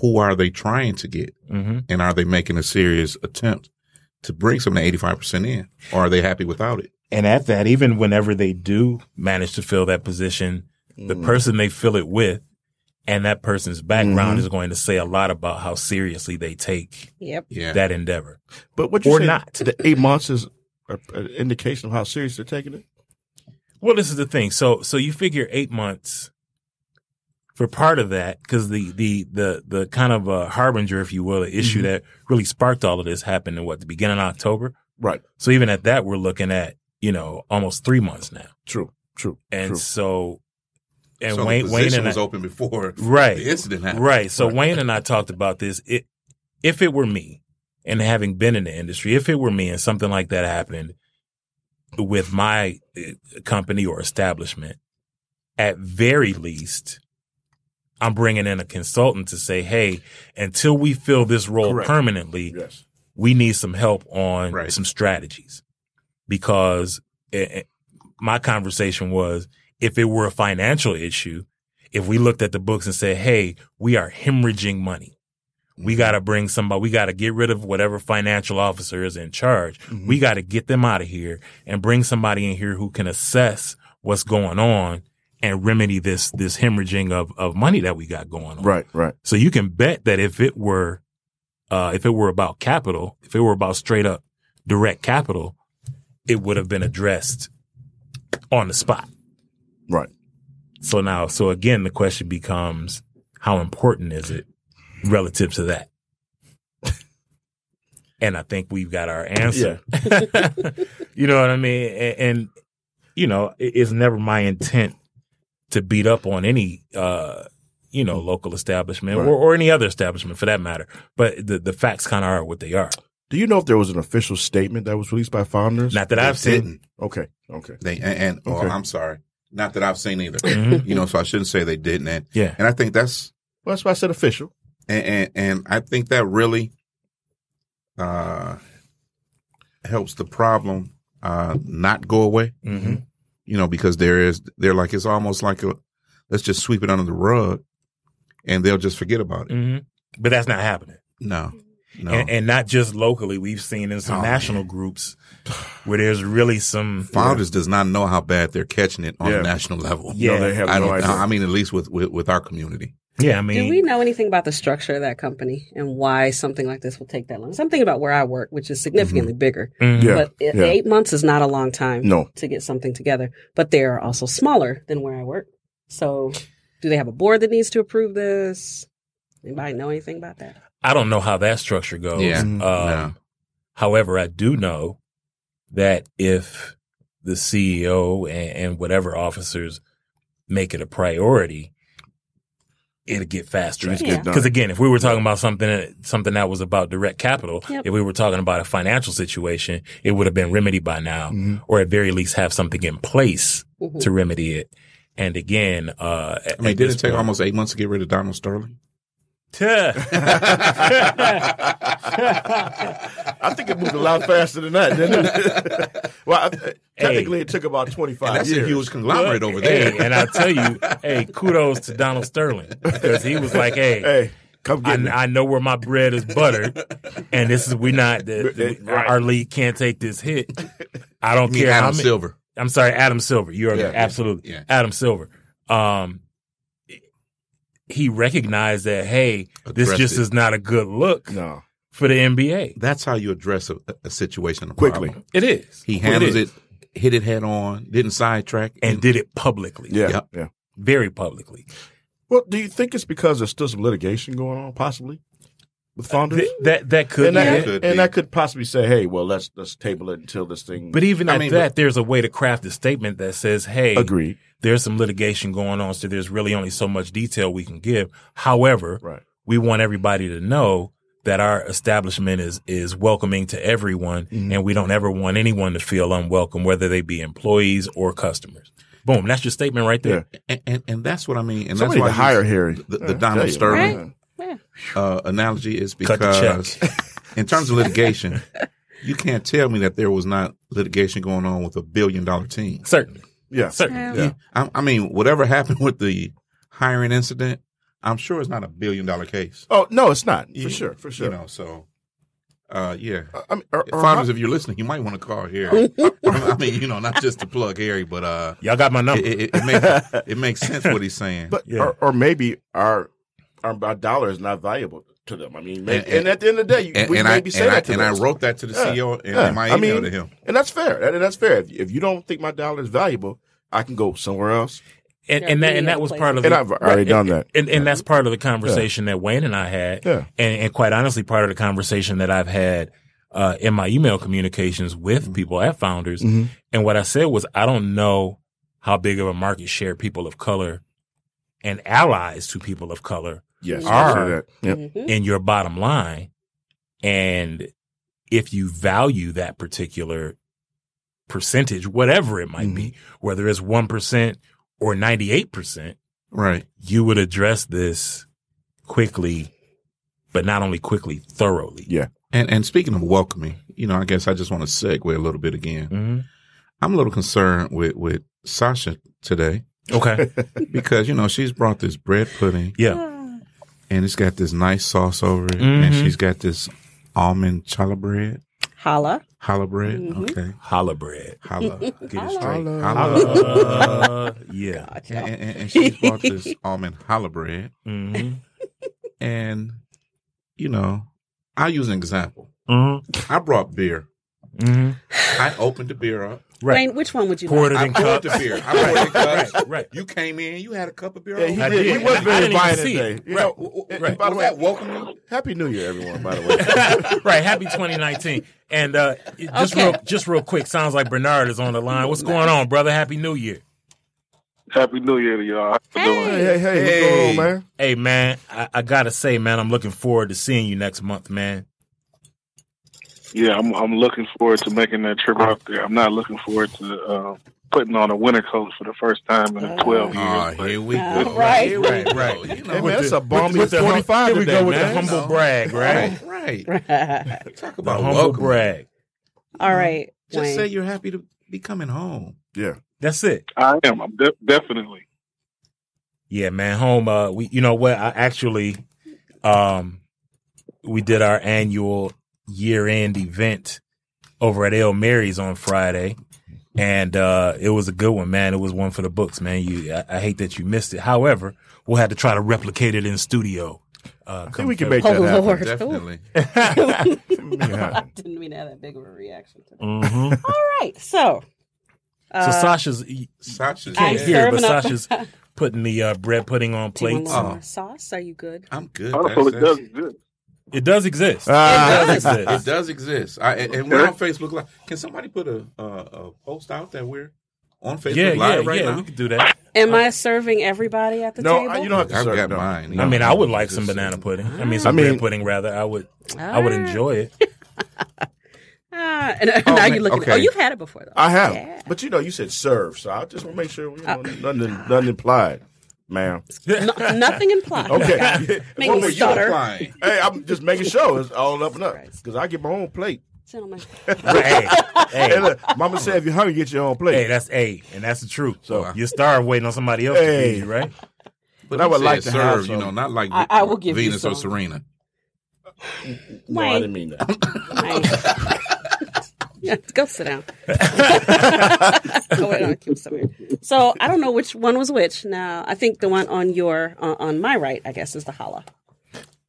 Speaker 4: who are they trying to get?
Speaker 1: hmm
Speaker 4: and are they making a serious attempt to bring some of the 85% in or are they happy without it
Speaker 1: and at that, even whenever they do manage to fill that position, the person they fill it with and that person's background is going to say a lot about how seriously they take
Speaker 3: Yep.
Speaker 4: yeah
Speaker 1: that endeavor.
Speaker 2: But what you
Speaker 1: Or
Speaker 2: say,
Speaker 1: not.
Speaker 2: The eight months is a- an indication of how serious they're taking it.
Speaker 1: Well, this is the thing. So, so you figure eight months for part of that, because the the the the kind of uh, harbinger, if you will, the issue
Speaker 2: Mm-hmm.
Speaker 1: that really sparked all of this happened in what the beginning of October.
Speaker 2: Right.
Speaker 1: So even at that, we're looking at you know almost three months now,
Speaker 2: True. True.
Speaker 1: and
Speaker 2: true.
Speaker 1: so and
Speaker 4: so
Speaker 1: Wayne
Speaker 4: the
Speaker 1: Wayne
Speaker 4: position
Speaker 1: and I,
Speaker 4: was open before
Speaker 1: Right.
Speaker 4: the incident happened.
Speaker 1: Right. So Wayne and I talked about this. It, if it were me, and having been in the industry, if it were me and something like that happened with my eh, company or establishment, at very least, I'm bringing in a consultant to say, "Hey, until we fill this role
Speaker 2: Correct.
Speaker 1: permanently,
Speaker 2: Yes.
Speaker 1: we need some help on
Speaker 4: Right.
Speaker 1: some strategies because eh, eh, my conversation was if it were a financial issue if we looked at the books and said hey we are hemorrhaging money
Speaker 2: Mm-hmm.
Speaker 1: we got to bring somebody we got to get rid of whatever financial officer is in charge
Speaker 2: Mm-hmm.
Speaker 1: we got to get them out of here and bring somebody in here who can assess what's going on and remedy this this hemorrhaging of of money that we got going on
Speaker 2: Right. Right.
Speaker 1: so you can bet that if it were, uh, if it were about capital, if it were about straight up direct capital, it would have been addressed on the spot.
Speaker 2: Right.
Speaker 1: So now, so again, the question becomes, how important is it relative to that? [LAUGHS] And I think we've got our answer. [LAUGHS] you know what I mean? And, and you know, it, it's never my intent to beat up on any, uh, you know, local establishment or, or any other establishment for that matter. But the, the facts kind of are what they are.
Speaker 2: Do you know if there was an official statement that was released by founders?
Speaker 1: Not that I've seen.
Speaker 4: didn't.
Speaker 2: Okay. Okay.
Speaker 4: They and, and oh,
Speaker 2: Okay. Mm-hmm.
Speaker 4: I'm sorry, not that I've seen either.
Speaker 1: Mhm.
Speaker 4: You know, so I shouldn't say they didn't. And,
Speaker 1: Yeah.
Speaker 4: and I think that's
Speaker 2: Well, that's why I said official.
Speaker 4: and and, and I think that really uh, helps the problem uh, not go away.
Speaker 1: Mm-hmm.
Speaker 4: You know, because there is they're like it's almost like a let's just sweep it under the rug, and they'll just forget about it.
Speaker 1: Mm-hmm. But that's not happening.
Speaker 4: No, no.
Speaker 1: And, and not just locally. We've seen in some
Speaker 4: Oh,
Speaker 1: national groups where there's really some
Speaker 4: Founders does not know how bad they're catching it on
Speaker 2: Yeah.
Speaker 4: a national level.
Speaker 1: Yeah.
Speaker 2: No, they have
Speaker 4: I
Speaker 2: no
Speaker 4: don't.
Speaker 2: idea.
Speaker 4: I mean, at least with with, with our community.
Speaker 1: Yeah, I
Speaker 3: Do
Speaker 1: mean,
Speaker 3: we know anything about the structure of that company and why something like this will take that long? Something about where I work, which is significantly bigger,
Speaker 1: Mhm.
Speaker 2: Yeah.
Speaker 3: but i-
Speaker 2: yeah.
Speaker 3: eight months is not a long time
Speaker 2: No.
Speaker 3: to get something together. But they are also smaller than where I work. So, do they have a board that needs to approve this? Anybody know anything about that?
Speaker 1: I don't know how that structure goes.
Speaker 4: Yeah,
Speaker 3: Mm-hmm.
Speaker 1: Um,
Speaker 4: no.
Speaker 1: However, I do know that if the CEO and, and whatever officers make it a priority, it'll get faster.
Speaker 2: Things
Speaker 3: Yeah.
Speaker 2: get done.
Speaker 1: Because again, if we were talking about something that- something that was about direct capital,
Speaker 3: Yep.
Speaker 1: if we were talking about a financial situation, it would have been remedied by now,
Speaker 3: Mm-hmm.
Speaker 1: or at very least have something in place
Speaker 3: Mhm.
Speaker 1: to remedy it. And again, uh, at-
Speaker 4: I mean,
Speaker 1: at
Speaker 4: did
Speaker 1: this
Speaker 4: it take
Speaker 1: point-
Speaker 4: almost eight months to get rid of Donald Sterling?
Speaker 2: [LAUGHS] I think it moved a lot faster than that, didn't it? [LAUGHS] well, I, technically, it took about 25
Speaker 4: And that's
Speaker 2: years.
Speaker 4: a huge conglomerate over there.
Speaker 1: Hey, and I tell
Speaker 4: [LAUGHS]
Speaker 1: you, hey, kudos to Donald Sterling because he was like, hey.
Speaker 2: hey, come
Speaker 1: I,
Speaker 2: get me.
Speaker 1: I know where my bread is buttered, and this is we not
Speaker 2: Right.
Speaker 1: the, our league can't take this hit. I don't
Speaker 4: I mean,
Speaker 1: care how
Speaker 4: Adam
Speaker 1: many,
Speaker 4: Silver.
Speaker 1: I'm sorry, Adam Silver. You are
Speaker 2: Yeah.
Speaker 1: absolutely
Speaker 4: Yeah.
Speaker 1: Adam Silver. Um, he recognized that hey, this
Speaker 4: Addressed
Speaker 1: just
Speaker 4: it.
Speaker 1: is not a good look
Speaker 2: no.
Speaker 1: for the NBA.
Speaker 4: That's how you address a, a situation a
Speaker 2: Quickly.
Speaker 4: problem.
Speaker 1: It is.
Speaker 4: He handles
Speaker 1: is.
Speaker 4: it, hit it head on, didn't sidetrack,
Speaker 1: and did it publicly,
Speaker 2: Yeah.
Speaker 4: Yep.
Speaker 2: Yeah.
Speaker 1: very publicly.
Speaker 2: Well, do you think it's because there's still some litigation going on, possibly, with founders?
Speaker 1: Th- that that could
Speaker 2: and,
Speaker 1: be
Speaker 2: Uh, that,
Speaker 1: it.
Speaker 4: could
Speaker 2: could
Speaker 4: be.
Speaker 2: and that could possibly say, hey, well, let's let's table it until this thing.
Speaker 1: But even
Speaker 4: I
Speaker 1: at
Speaker 4: mean,
Speaker 1: that, there's a way to craft a statement that says, "Hey,
Speaker 2: agreed.
Speaker 1: there's some litigation going on, so there's really only so much detail we can give. However,
Speaker 2: Right.
Speaker 1: we want everybody to know that our establishment is is welcoming to everyone,
Speaker 2: Mm-hmm.
Speaker 1: and we don't ever want anyone to feel unwelcome, whether they be employees or customers. Boom, that's your statement right there.
Speaker 4: and, and and that's what I mean. And
Speaker 2: Somebody
Speaker 4: that's why
Speaker 2: to hire
Speaker 4: you-
Speaker 2: Harry.
Speaker 4: the- the
Speaker 2: Yeah,
Speaker 4: Donald
Speaker 2: tell you.
Speaker 4: Sterling.
Speaker 3: Right. Yeah.
Speaker 4: uh, analogy is
Speaker 1: Cut the
Speaker 4: because [LAUGHS] in terms of litigation, you can't tell me that there was not litigation going on with a billion dollar team.
Speaker 1: Certainly,
Speaker 2: Yeah.
Speaker 1: certainly.
Speaker 3: Yeah.
Speaker 4: You- I, I mean, whatever happened with the hiring incident, I'm sure it's not a billion dollar case.
Speaker 2: Oh no, it's not for
Speaker 4: You-
Speaker 2: sure. For sure.
Speaker 4: You know, so uh, yeah.
Speaker 2: I mean, or, or
Speaker 4: Fathers,
Speaker 2: how-
Speaker 4: if you're listening, you might want to call Harry.
Speaker 1: [LAUGHS]
Speaker 4: I mean, you know, not just to plug Harry, but uh,
Speaker 1: Y'all got my number.
Speaker 4: it, it, it, makes, it makes sense what he's saying.
Speaker 2: but
Speaker 1: Yeah.
Speaker 2: or, or maybe our, our our dollar is not valuable to them. I mean, maybe, and,
Speaker 4: And- and-
Speaker 2: at the end of the day, you,
Speaker 4: and,
Speaker 2: we
Speaker 4: and I
Speaker 2: maybe say
Speaker 4: and
Speaker 2: that
Speaker 4: I,
Speaker 2: to
Speaker 4: and I
Speaker 2: them.
Speaker 4: wrote that to the CEO and in my
Speaker 2: I
Speaker 4: email
Speaker 2: mean,
Speaker 4: to him.
Speaker 2: and that's fair. That, that's fair. If, if you don't think my dollar is valuable, I can go somewhere else.
Speaker 1: and
Speaker 3: There are
Speaker 1: and that
Speaker 3: many
Speaker 1: and that
Speaker 3: other
Speaker 1: was part of
Speaker 2: And
Speaker 1: the,
Speaker 2: I've already done that.
Speaker 1: and and that's part of the conversation that Wayne and I had,
Speaker 2: Yeah.
Speaker 1: and and quite honestly, part of the conversation that I've had uh, in my email communications with people
Speaker 6: Mm-hmm.
Speaker 1: at Mm-hmm. Founders. And what I said was, I don't know how big of a market share people of color and allies to people of color
Speaker 2: Yes,
Speaker 1: Are.
Speaker 2: I see that. Yep.
Speaker 3: Mhm.
Speaker 1: in your bottom line. And if you value that particular percentage, whatever it might be,
Speaker 2: Mm-hmm.
Speaker 1: whether it's 1% or 98%,
Speaker 4: Right.
Speaker 1: you would address this quickly, but not only quickly, thoroughly.
Speaker 2: Yeah.
Speaker 4: And and speaking of welcoming, you know, I guess I just want to segue a little bit again.
Speaker 1: Mhm.
Speaker 4: I'm a little concerned with with Sasha today
Speaker 1: Okay.
Speaker 4: [LAUGHS] because you know she's brought this bread pudding
Speaker 1: Yeah.
Speaker 4: and it's got this nice sauce over it, and
Speaker 1: Mhm.
Speaker 4: she's got this almond challah bread,
Speaker 3: Holla.
Speaker 4: challah bread.
Speaker 3: Mhm.
Speaker 4: Okay,
Speaker 1: Holla bread.
Speaker 3: [LAUGHS]
Speaker 4: challah, get it
Speaker 3: Challah.
Speaker 4: straight,
Speaker 7: Challah.
Speaker 4: challah.
Speaker 3: [LAUGHS]
Speaker 1: Uh, yeah.
Speaker 4: And,
Speaker 3: Gotcha.
Speaker 4: and, and she's
Speaker 3: [LAUGHS]
Speaker 4: brought this almond challah bread,
Speaker 1: hmm
Speaker 4: and you know, I use an example.
Speaker 1: hmm
Speaker 4: I brought beer.
Speaker 1: hmm
Speaker 4: I opened the beer up.
Speaker 1: Right.
Speaker 3: Wayne, which one would you
Speaker 1: Poured
Speaker 3: like?
Speaker 1: it
Speaker 4: I
Speaker 1: in cup.
Speaker 4: poured the beer. I poured it in cups.
Speaker 1: Right, right.
Speaker 4: You came in. You had a cup of beer.
Speaker 2: Yeah, [LAUGHS] he
Speaker 4: over.
Speaker 2: did. He
Speaker 1: I
Speaker 2: was
Speaker 1: didn't
Speaker 2: very
Speaker 1: even
Speaker 2: invited
Speaker 1: see
Speaker 2: today.
Speaker 1: it.
Speaker 2: You
Speaker 1: Right.
Speaker 2: know, w- w-
Speaker 1: Right.
Speaker 2: By the
Speaker 4: Was
Speaker 2: way,
Speaker 4: that welcome you?
Speaker 2: Happy New Year, everyone. By the way,
Speaker 1: [LAUGHS] right. Happy 2019. And uh, just
Speaker 3: Okay.
Speaker 1: real, just real quick. Sounds like Bernard is on the line. What's going on, brother? Happy New Year.
Speaker 5: Happy New Year to y'all. How you doing?
Speaker 2: hey, hey, hey, what's going on, man?
Speaker 1: Hey, man. I, I gotta say, man, I'm looking forward to seeing you next month, man.
Speaker 5: Yeah, I'm I'm looking forward to making that trip out there. I'm not looking forward to uh, putting on a winter coat for the first time in
Speaker 3: Uh,
Speaker 5: 12
Speaker 4: Oh,
Speaker 5: years. but-
Speaker 4: here we
Speaker 3: All
Speaker 4: go.
Speaker 3: right.
Speaker 4: Here we go. You know,
Speaker 2: Hey, man,
Speaker 1: With
Speaker 2: that's
Speaker 1: the-
Speaker 2: a balmy
Speaker 1: with the hum-
Speaker 2: 45
Speaker 1: Here we
Speaker 2: today,
Speaker 1: go with
Speaker 2: man.
Speaker 1: the humble brag, right?
Speaker 3: [LAUGHS]
Speaker 4: right, right. Talk
Speaker 1: The
Speaker 4: about
Speaker 1: humble
Speaker 4: welcome.
Speaker 1: brag.
Speaker 3: All right,
Speaker 4: Just
Speaker 3: Wayne.
Speaker 4: say you're happy to be coming home.
Speaker 2: Yeah,
Speaker 1: That's it.
Speaker 5: I am. I'm de- definitely.
Speaker 1: Yeah, man. Home. Uh, we. You know what? I actually, um, we did our annual year-end event over at El Mary's on Friday, and uh, it was a good one, man. It was one for the books, man. You. I, I hate that you missed it. However, we'll have to try to replicate it in studio. Uh,
Speaker 2: I
Speaker 1: come
Speaker 2: think we can
Speaker 1: February.
Speaker 2: make
Speaker 3: Oh
Speaker 2: that happen.
Speaker 3: Lord,
Speaker 1: [LAUGHS]
Speaker 4: Definitely.
Speaker 3: [LAUGHS]
Speaker 2: [LAUGHS]
Speaker 3: I didn't mean to have that big of a reaction. To that.
Speaker 2: Mm-hmm.
Speaker 1: Mhm.
Speaker 3: All right, so
Speaker 1: So
Speaker 3: uh,
Speaker 1: Sasha's e-
Speaker 4: Sasha's
Speaker 1: can't
Speaker 3: I'm
Speaker 4: dead.
Speaker 1: hear, but
Speaker 3: serving up- [LAUGHS]
Speaker 1: Sasha's putting the uh, bread pudding on
Speaker 3: do you want a
Speaker 1: plates.
Speaker 3: little
Speaker 4: Oh.
Speaker 3: more sauce? Are you good?
Speaker 4: I'm good.
Speaker 5: Oh,
Speaker 4: That's-
Speaker 5: so it
Speaker 4: that's-
Speaker 5: does exist.
Speaker 1: It does exist.
Speaker 2: Ah.
Speaker 1: it does
Speaker 4: It
Speaker 1: exist.
Speaker 4: does exist. I, and, and we're on Facebook Live. Can somebody put a, a, a post out that we're on Facebook
Speaker 1: yeah, yeah,
Speaker 4: Live right
Speaker 1: yeah.
Speaker 4: now?
Speaker 1: We could do that.
Speaker 3: Am I serving everybody at the
Speaker 2: no,
Speaker 3: table?
Speaker 2: I- you don't have to
Speaker 4: I've
Speaker 2: serve
Speaker 4: got
Speaker 2: no.
Speaker 4: mine.
Speaker 1: I mean, I would like some banana pudding. I mean, some
Speaker 2: I mean-
Speaker 1: bread pudding rather. I would, I would enjoy it.
Speaker 3: Ah, and, [LAUGHS] and
Speaker 4: Oh,
Speaker 3: now
Speaker 4: man,
Speaker 3: you're looking.
Speaker 4: okay.
Speaker 3: Oh, you've had it before, though.
Speaker 2: I have,
Speaker 3: Yeah. Oh.
Speaker 2: but you know, you said serve, so I just want to make sure you know, nothing, nothing implied, ma'am.
Speaker 3: [LAUGHS] No- nothing implied.
Speaker 2: [LAUGHS] Okay,
Speaker 3: Make
Speaker 2: What
Speaker 3: me
Speaker 2: were you-
Speaker 3: stutter.
Speaker 4: Fine.
Speaker 2: Hey, I'm just making sure it's all up and up because I get my own plate. [LAUGHS]
Speaker 3: Gentlemen,
Speaker 1: hey,
Speaker 2: [LAUGHS] Hey,
Speaker 1: hey,
Speaker 2: look, Mama said if you're hungry, get your own
Speaker 1: hey,
Speaker 2: plate.
Speaker 1: that's hey, and that's the truth. So
Speaker 4: So-
Speaker 1: you starve waiting on somebody else to
Speaker 2: Hey.
Speaker 1: feed you, right?
Speaker 4: But
Speaker 2: I would
Speaker 4: said
Speaker 2: like to have
Speaker 4: serve, you
Speaker 2: some.
Speaker 4: know, not like
Speaker 3: I- I will give you
Speaker 4: Venus
Speaker 3: some.
Speaker 4: or Serena.
Speaker 2: no, I didn't mean that.
Speaker 3: [LAUGHS] Yeah, go sit down. Go wait on Kim somewhere. So I don't know which one was which. Now I think the one on your uh, on my right, I guess, is the challah.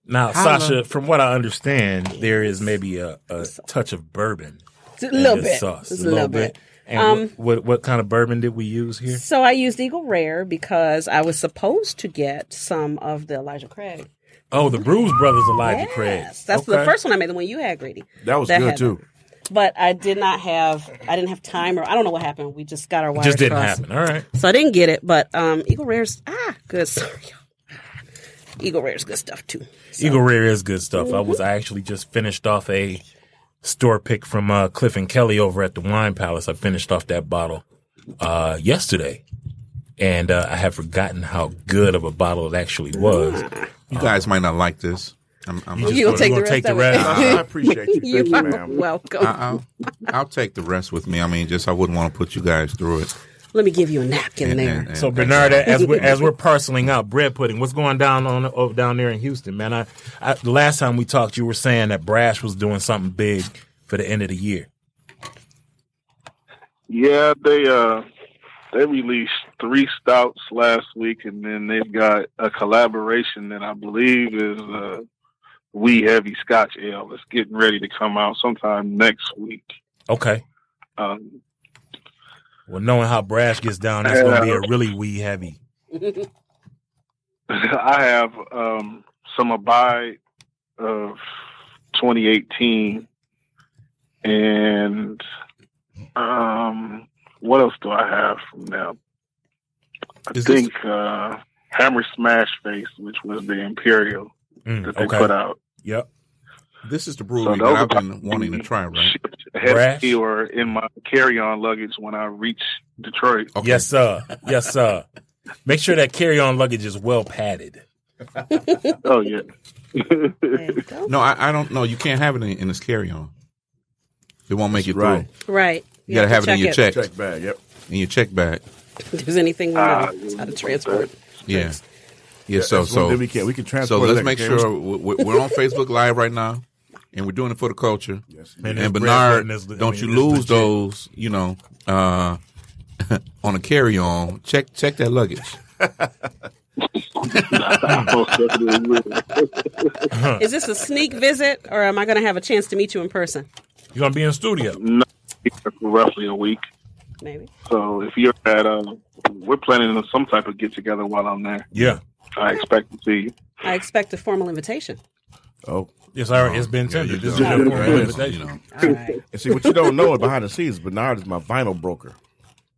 Speaker 1: Now,
Speaker 4: Holla.
Speaker 1: Sasha, from what I understand, there is maybe a, a touch of bourbon
Speaker 3: It's a
Speaker 1: in
Speaker 3: little
Speaker 1: this
Speaker 3: bit.
Speaker 1: sauce,
Speaker 3: It's a little bit. Um,
Speaker 1: And what, what what kind of bourbon did we use here?
Speaker 3: So I used Eagle Rare because I was supposed to get some of the Elijah Craig.
Speaker 1: Oh, the Bruise Brothers Elijah Craig.
Speaker 3: Yes, that's the
Speaker 1: Okay.
Speaker 3: first one I made. The one you had, Grady.
Speaker 2: That was good
Speaker 3: had
Speaker 2: too.
Speaker 3: But I did not have. I didn't have time, or I don't know what happened. We just got our wires
Speaker 1: Just didn't
Speaker 3: crossed.
Speaker 1: happen. All right.
Speaker 3: So I didn't get it, but um, Eagle Rare's ah good. Sorry, y'all. Eagle Rare's good stuff too.
Speaker 1: Eagle Rare is good stuff. I was
Speaker 3: Mm-hmm.
Speaker 1: I actually just finished off a store pick from uh, Cliff and Kelly over at the Wine Palace. I finished off that bottle uh, yesterday, and uh, I had forgotten how good of a bottle it actually was.
Speaker 4: You guys might not like this. [LAUGHS] I'm, I'm
Speaker 1: You
Speaker 4: just
Speaker 3: You gonna
Speaker 1: gonna-
Speaker 3: take the
Speaker 1: you gonna
Speaker 3: rest? of
Speaker 1: take the rest?
Speaker 3: It?
Speaker 2: Uh-huh. I
Speaker 3: [LAUGHS]
Speaker 2: appreciate you. Thank
Speaker 3: you
Speaker 2: you,
Speaker 3: are
Speaker 2: ma'am.
Speaker 3: welcome.
Speaker 4: I- I'll, I'll take the rest with me. I mean, just I wouldn't want to put you guys through it.
Speaker 3: Let me give you a napkin
Speaker 4: And-
Speaker 3: there.
Speaker 4: and- and-
Speaker 1: So Bernard, as we're as we're parceling out bread pudding, what's going down on over down there in Houston, man? I, I the last time we talked, you were saying that Brash was doing something big for the end of the year.
Speaker 5: Yeah, they uh they released three stouts last week, and then they've got a collaboration that I believe is uh, Wee Heavy Scotch Ale that's getting ready to come out sometime next week.
Speaker 1: Okay.
Speaker 5: Um,
Speaker 1: Well, knowing how Brash gets down, that's going to be a really wee heavy.
Speaker 5: [LAUGHS] I have um, some Abide of 2018, and um, what else do I have from them? I
Speaker 4: Is this-
Speaker 5: think uh, Hammer Smash Face, which was the Imperial
Speaker 1: Mm,
Speaker 5: that they
Speaker 1: okay.
Speaker 5: put out.
Speaker 1: Yep.
Speaker 4: This is the
Speaker 5: So
Speaker 4: brewery
Speaker 5: those
Speaker 4: that I've
Speaker 5: are
Speaker 4: been wanting to try,
Speaker 5: [LAUGHS]
Speaker 4: right?
Speaker 5: shipped ahead
Speaker 1: Brass?
Speaker 5: of me or in my carry-on luggage when I reach Detroit.
Speaker 4: Okay.
Speaker 1: Yes, sir. Yes, sir. Make sure that carry-on luggage is well padded.
Speaker 5: Oh yeah.
Speaker 3: There
Speaker 4: [LAUGHS]
Speaker 3: you go.
Speaker 4: No, I, I don't know. You can't have it in, in this carry on. It won't make it
Speaker 2: [LAUGHS] Right.
Speaker 4: through.
Speaker 3: Right.
Speaker 4: You, gotta have
Speaker 3: to
Speaker 4: it in your check,
Speaker 2: Check bag. Yep.
Speaker 4: in your check bag.
Speaker 3: If there's anything
Speaker 5: Ah,
Speaker 3: wrong, it's out of
Speaker 1: [LAUGHS]
Speaker 3: transport.
Speaker 4: Yeah, yeah. So
Speaker 2: That's one
Speaker 4: so
Speaker 2: thing we can we can
Speaker 4: so
Speaker 2: transport. it
Speaker 4: let's
Speaker 2: like
Speaker 4: make
Speaker 2: a-
Speaker 4: sure we- we- we're on Facebook Live right now, and we're doing it for the culture.
Speaker 2: Yes.
Speaker 1: Man,
Speaker 4: and
Speaker 1: this bread
Speaker 4: Bernard,
Speaker 1: button is- I
Speaker 4: don't
Speaker 1: mean,
Speaker 4: you
Speaker 1: it's
Speaker 4: lose
Speaker 1: legit.
Speaker 4: those? You know, uh, [LAUGHS] on a carry on. Check check
Speaker 1: [LAUGHS]
Speaker 4: that
Speaker 2: [LAUGHS]
Speaker 4: luggage.
Speaker 5: I most definitely will.
Speaker 3: Is this a sneak visit, or am I going to have a chance to meet you in person?
Speaker 1: You're gonna be in studio.
Speaker 5: For roughly a week.
Speaker 3: Maybe.
Speaker 5: So if you're at, uh, we're planning on some type of get together while I'm there.
Speaker 1: Yeah.
Speaker 5: I expect to see you.
Speaker 3: I expect a formal
Speaker 1: [LAUGHS]
Speaker 3: invitation.
Speaker 2: Oh,
Speaker 1: It's already. It's been
Speaker 4: Yeah,
Speaker 1: tendered.
Speaker 4: you
Speaker 1: This is
Speaker 4: don't.
Speaker 1: a
Speaker 4: Yeah,
Speaker 1: formal
Speaker 4: you
Speaker 1: invitation.
Speaker 4: know.
Speaker 3: All right.
Speaker 2: and see what you don't know is behind the scenes. Bernard is my vinyl broker.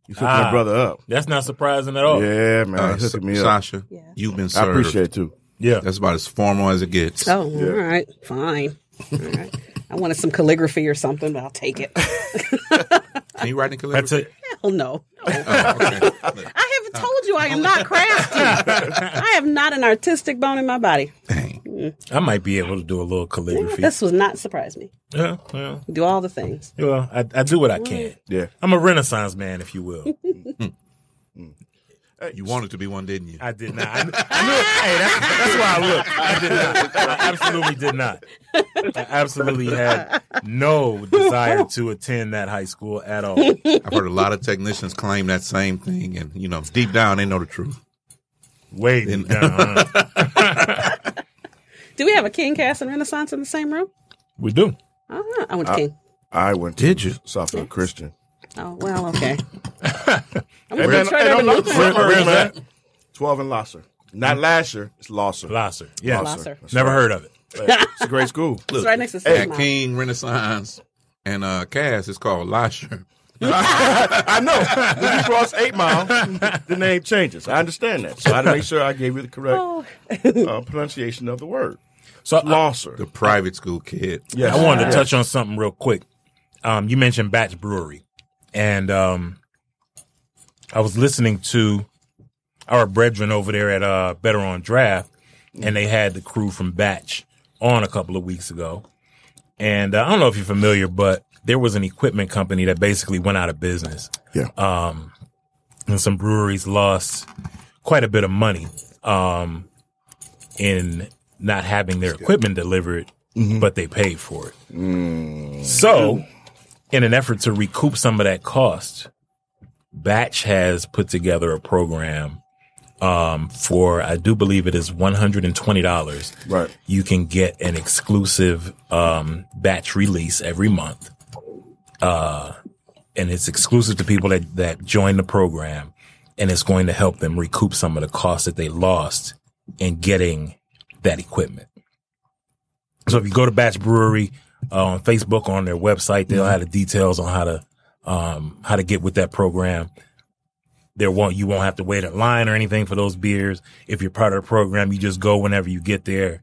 Speaker 2: He's hooking
Speaker 1: Ah.
Speaker 2: my brother up.
Speaker 1: That's not surprising at all. Yeah.
Speaker 2: Yeah, man,
Speaker 4: Uh,
Speaker 2: he's hooking me up.
Speaker 4: Sasha,
Speaker 3: Yeah.
Speaker 4: you've been served.
Speaker 2: I appreciate it too.
Speaker 4: That's about as formal as it gets.
Speaker 3: Oh, all right. Fine. All right. I wanted some calligraphy or something, but I'll take it.
Speaker 4: Can you write in
Speaker 1: That's
Speaker 4: calligraphy?
Speaker 1: it.
Speaker 3: Hell
Speaker 1: [LAUGHS]
Speaker 3: no.
Speaker 4: Oh, okay.
Speaker 3: I haven't told you I am not crafty. I have not an artistic bone in my body.
Speaker 4: Dang.
Speaker 1: I might be able to do a little calligraphy.
Speaker 3: This was not surprise me.
Speaker 1: Yeah, yeah.
Speaker 3: Do all the things.
Speaker 1: Well, I, I do what I can.
Speaker 2: Yeah.
Speaker 1: I'm a Renaissance man, if you will.
Speaker 4: You wanted to be one, didn't you?
Speaker 1: I did not. I, kn-
Speaker 4: [LAUGHS]
Speaker 1: I knew, hey, that's, that's why I look. I did not. [LAUGHS] I absolutely did not. I absolutely had no desire to attend that high school at all. [LAUGHS]
Speaker 4: I've heard a lot of technicians claim that same thing, and you know, deep down, they know the truth.
Speaker 1: Way
Speaker 4: Didn't-
Speaker 1: down.
Speaker 4: [LAUGHS]
Speaker 2: [LAUGHS]
Speaker 3: Do we have a King, Cass, and Renaissance in the same room?
Speaker 1: We do.
Speaker 3: Uh-huh. I
Speaker 1: Uh,
Speaker 3: went to King.
Speaker 2: I went.
Speaker 4: Did you?
Speaker 2: Southfield Christian?
Speaker 3: Oh, well,
Speaker 1: [LAUGHS]
Speaker 3: okay. I'm
Speaker 2: Hey,
Speaker 3: going to
Speaker 2: man,
Speaker 3: try
Speaker 2: hey,
Speaker 3: to
Speaker 2: don't knock
Speaker 3: look
Speaker 2: the
Speaker 1: Where- Mm-hmm.
Speaker 2: suburbs,
Speaker 1: where's
Speaker 2: man.
Speaker 1: that?
Speaker 2: Twelve and Losser. Not Lasher. It's Losser. [LAUGHS]
Speaker 1: Blosser. Yeah.
Speaker 3: Blosser.
Speaker 1: Never heard of it.
Speaker 3: [LAUGHS]
Speaker 2: It's a great school.
Speaker 3: It's right next to
Speaker 4: At
Speaker 3: Sigma.
Speaker 4: King Renaissance and uh Cass is called Lasher.
Speaker 1: [LAUGHS]
Speaker 2: I know. When you cross Eight Mile,
Speaker 1: [LAUGHS]
Speaker 2: the name changes. I understand that. So I had to make sure I gave you the correct
Speaker 3: Oh,
Speaker 2: uh, pronunciation of the word.
Speaker 1: So uh, I,
Speaker 2: Losser.
Speaker 4: The private school kid.
Speaker 2: Yes.
Speaker 1: I wanted to
Speaker 2: Yes.
Speaker 1: touch on something real quick. Um, you mentioned Batch Brewery, and um, I was listening to our brethren over there at uh, Better on Draft, and they had the crew from Batch on a couple of weeks ago. And uh, I don't know if you're familiar, but there was an equipment company that basically went out of business.
Speaker 2: Yeah.
Speaker 1: Um, and some breweries lost quite a bit of money um, in not having their equipment delivered, but they paid for it. So, in an effort to recoup some of that cost, Batch has put together a program um, for, I do believe it is $120.
Speaker 2: Right.
Speaker 1: You can get an exclusive um, batch release every month Uh, and it's exclusive to people that, that join the program and it's going to help them recoup some of the costs that they lost in getting that equipment. So if you go to Batch Brewery uh, on Facebook on their website, they'll have the details on how to um, how to get with that program. There won't you won't have to wait in line or anything for those beers. If you're part of the program, you just go whenever you get there,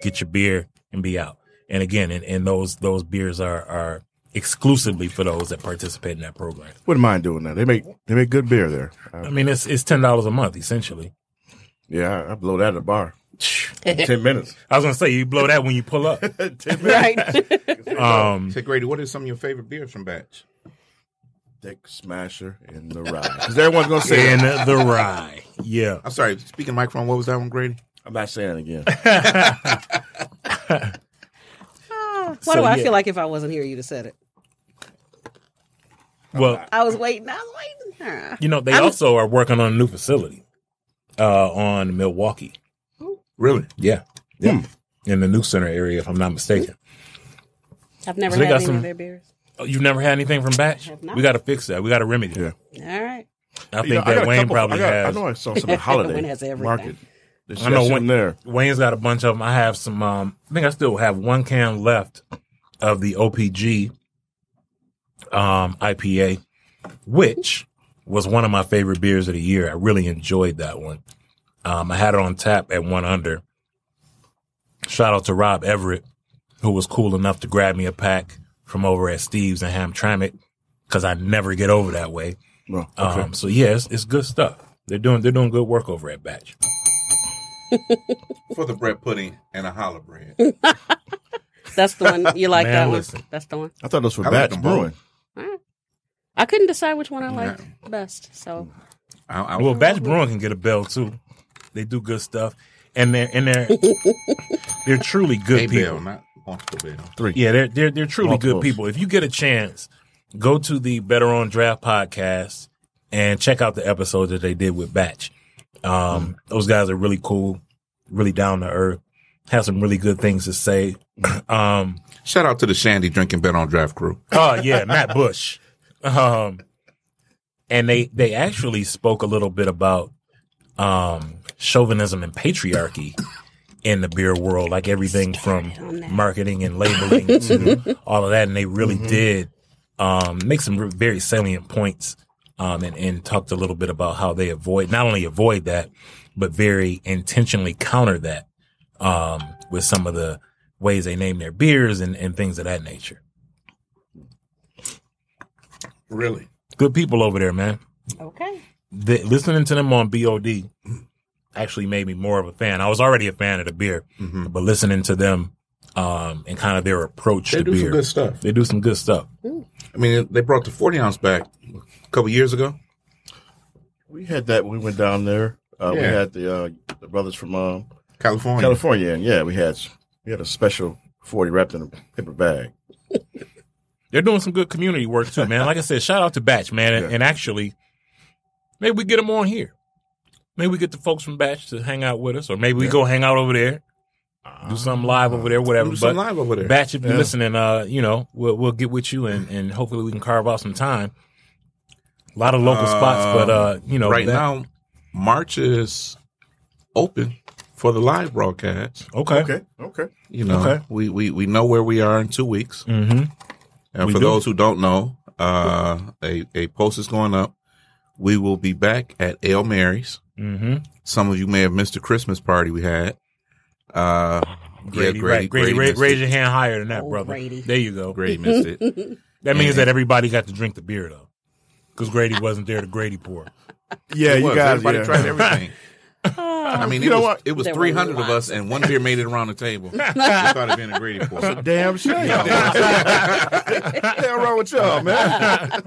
Speaker 1: get your beer and be out. And again, and, and those those beers are are exclusively for those that participate in that program.
Speaker 2: Wouldn't mind doing that. They make they make good beer there.
Speaker 1: I
Speaker 2: I,
Speaker 1: mean, it's it's ten dollars a month essentially.
Speaker 2: yeah, I, I blow that at a bar.
Speaker 1: [LAUGHS]
Speaker 2: Ten minutes.
Speaker 1: I was gonna say you blow that when you pull
Speaker 2: [LAUGHS]
Speaker 1: up.
Speaker 2: Ten minutes.
Speaker 3: right.
Speaker 1: Um,
Speaker 4: Say, Grady, what are some of your favorite beers from Batch?
Speaker 2: Dick Smasher in the ride. Because everyone's gonna say
Speaker 1: in
Speaker 2: it.
Speaker 1: the rye, yeah.
Speaker 4: I'm sorry, speaking of microphone, what was that one, Grady?
Speaker 2: I'm not saying
Speaker 1: [LAUGHS]
Speaker 2: it again.
Speaker 3: Ah, Why
Speaker 1: So,
Speaker 3: do I
Speaker 1: yeah.
Speaker 3: feel like if I wasn't here, you'd have said it?
Speaker 1: Well,
Speaker 3: I was waiting. I was waiting. Ah.
Speaker 1: you know they also are working on a new facility uh, on Milwaukee.
Speaker 4: Really?
Speaker 1: Yeah, yeah, in the new center area, if I'm not mistaken.
Speaker 3: I've never
Speaker 1: So they
Speaker 3: had
Speaker 1: got
Speaker 3: any
Speaker 1: some-
Speaker 3: of their beers.
Speaker 1: Oh, You've never had anything from Batch?
Speaker 3: have not.
Speaker 1: We got to fix that. We got to remedy that.
Speaker 2: Yeah.
Speaker 3: All right.
Speaker 1: I think
Speaker 2: You know,
Speaker 1: that
Speaker 2: got a
Speaker 1: Wayne
Speaker 2: couple-
Speaker 1: probably
Speaker 2: I got-
Speaker 1: has.
Speaker 2: I know I saw some at
Speaker 3: [LAUGHS]
Speaker 2: holiday
Speaker 3: Everyone has everything.
Speaker 2: market.
Speaker 1: I know
Speaker 2: one
Speaker 1: Wayne-
Speaker 2: there.
Speaker 1: Wayne's got a bunch of them. I have some. Um, I think I still have one can left of the OPG um, IPA, which was one of my favorite beers of the year. I really enjoyed that one. Um, I had it on tap at one under. Shout out to Rob Everett, who was cool enough to grab me a pack from over at Steve's in Hamtramck because I never get over that way.
Speaker 2: Well, okay.
Speaker 1: Um, so yeah, it's, it's good stuff. They're doing they're doing good work over at Batch.
Speaker 4: For the bread pudding and a challah bread.
Speaker 3: That's the one you
Speaker 4: [LAUGHS]
Speaker 3: like.
Speaker 1: Man,
Speaker 3: that one.
Speaker 1: listen.
Speaker 3: That's the one.
Speaker 2: I thought those were
Speaker 4: I like
Speaker 2: Batch
Speaker 4: them both.
Speaker 2: Brewing.
Speaker 3: I couldn't decide which one I liked best. So
Speaker 4: Hmm, I, I,
Speaker 1: Well, Batch Brewing can get a bell too. They do good stuff, and they're and
Speaker 3: [LAUGHS]
Speaker 1: they're they're truly good
Speaker 4: a
Speaker 1: people.
Speaker 4: bell, not multiple bell.
Speaker 2: Three.
Speaker 1: Yeah, they're they're they're truly
Speaker 2: Multiples.
Speaker 1: good people. If you get a chance, go to the Better on Draft podcast and check out the episode that they did with Batch.
Speaker 2: Mm.
Speaker 1: Um, Those guys are really cool, really down to earth. Have some really good things to say. [CLEARS THROAT] um,
Speaker 4: Shout out to the Shandy Drinking Bet on Draft crew.
Speaker 1: oh yeah, Matt Bush. Um, and they they actually spoke a little bit about um, chauvinism and patriarchy in the beer world, like everything from
Speaker 3: on that.
Speaker 1: marketing and labeling to all of that. And they really did um, make some re- very salient points. Um, and, and talked a little bit about how they avoid not only avoid that, but very intentionally counter that um, with some of the ways they name their beers and, and things of that nature.
Speaker 4: Really?
Speaker 1: Good people over there, man.
Speaker 3: okay,
Speaker 1: The, listening to them on BOD actually made me more of a fan. I was already a fan of the beer,
Speaker 4: Mm-hmm.
Speaker 1: but listening to them um, and kind of their approach
Speaker 4: They
Speaker 1: to
Speaker 4: do
Speaker 1: beer,
Speaker 4: some good stuff.
Speaker 1: they do some good stuff.
Speaker 4: I mean, they brought the 40 ounce back a couple years ago.
Speaker 2: We had that when we went down there. Uh, We
Speaker 4: Yeah.
Speaker 2: had the uh, the brothers from um,
Speaker 4: California.
Speaker 2: California, and yeah, we had we had a special forty wrapped in a paper bag.
Speaker 1: They're doing some good community work too, man. Like I said, shout out to Batch, man. And, and actually, maybe we get them on here. Maybe we get the folks from Batch to hang out with us, or maybe we go hang out over there, do something live over there, whatever.
Speaker 4: Ah, Do some
Speaker 1: But-
Speaker 4: live over there.
Speaker 1: Batch, if you're listening, uh, you know, we'll we'll get with you and, and hopefully we can carve out some time. A lot of local spots, but uh, you know,
Speaker 4: Um, right
Speaker 1: that-
Speaker 4: now, March is open for the live broadcast.
Speaker 1: Okay.
Speaker 2: okay.
Speaker 4: You know,
Speaker 1: Okay.
Speaker 4: we, we, we know where we are in two weeks.
Speaker 1: Mm-hmm.
Speaker 4: And
Speaker 1: We
Speaker 4: for
Speaker 1: do.
Speaker 4: those who don't know, uh, a, a post is going up. We will be back at Ale Mary's.
Speaker 1: Mm-hmm.
Speaker 4: Some of you may have missed the Christmas party we had. Uh,
Speaker 1: Grady,
Speaker 4: yeah, Grady,
Speaker 1: right. Grady, ra-
Speaker 4: missed
Speaker 1: raise
Speaker 4: it.
Speaker 1: your hand higher than that,
Speaker 3: Oh,
Speaker 1: brother.
Speaker 3: Grady.
Speaker 1: There you go.
Speaker 4: Grady
Speaker 3: [LAUGHS]
Speaker 4: missed it.
Speaker 1: That means
Speaker 4: Yeah.
Speaker 1: that everybody got to drink the beer though, because Grady wasn't there to Grady pour.
Speaker 2: Yeah,
Speaker 4: It
Speaker 2: you
Speaker 4: was.
Speaker 2: guys.
Speaker 4: Everybody
Speaker 2: yeah.
Speaker 4: tried
Speaker 1: [LAUGHS]
Speaker 4: everything. I mean, it
Speaker 2: know
Speaker 4: was,
Speaker 2: what?
Speaker 4: it was
Speaker 3: There were
Speaker 4: 300 of
Speaker 3: lots
Speaker 4: us, and one beer made it around
Speaker 1: [LAUGHS]
Speaker 4: the table. We thought it being a Grady pour.
Speaker 2: Damn shame. [LAUGHS] Damn wrong with y'all, man.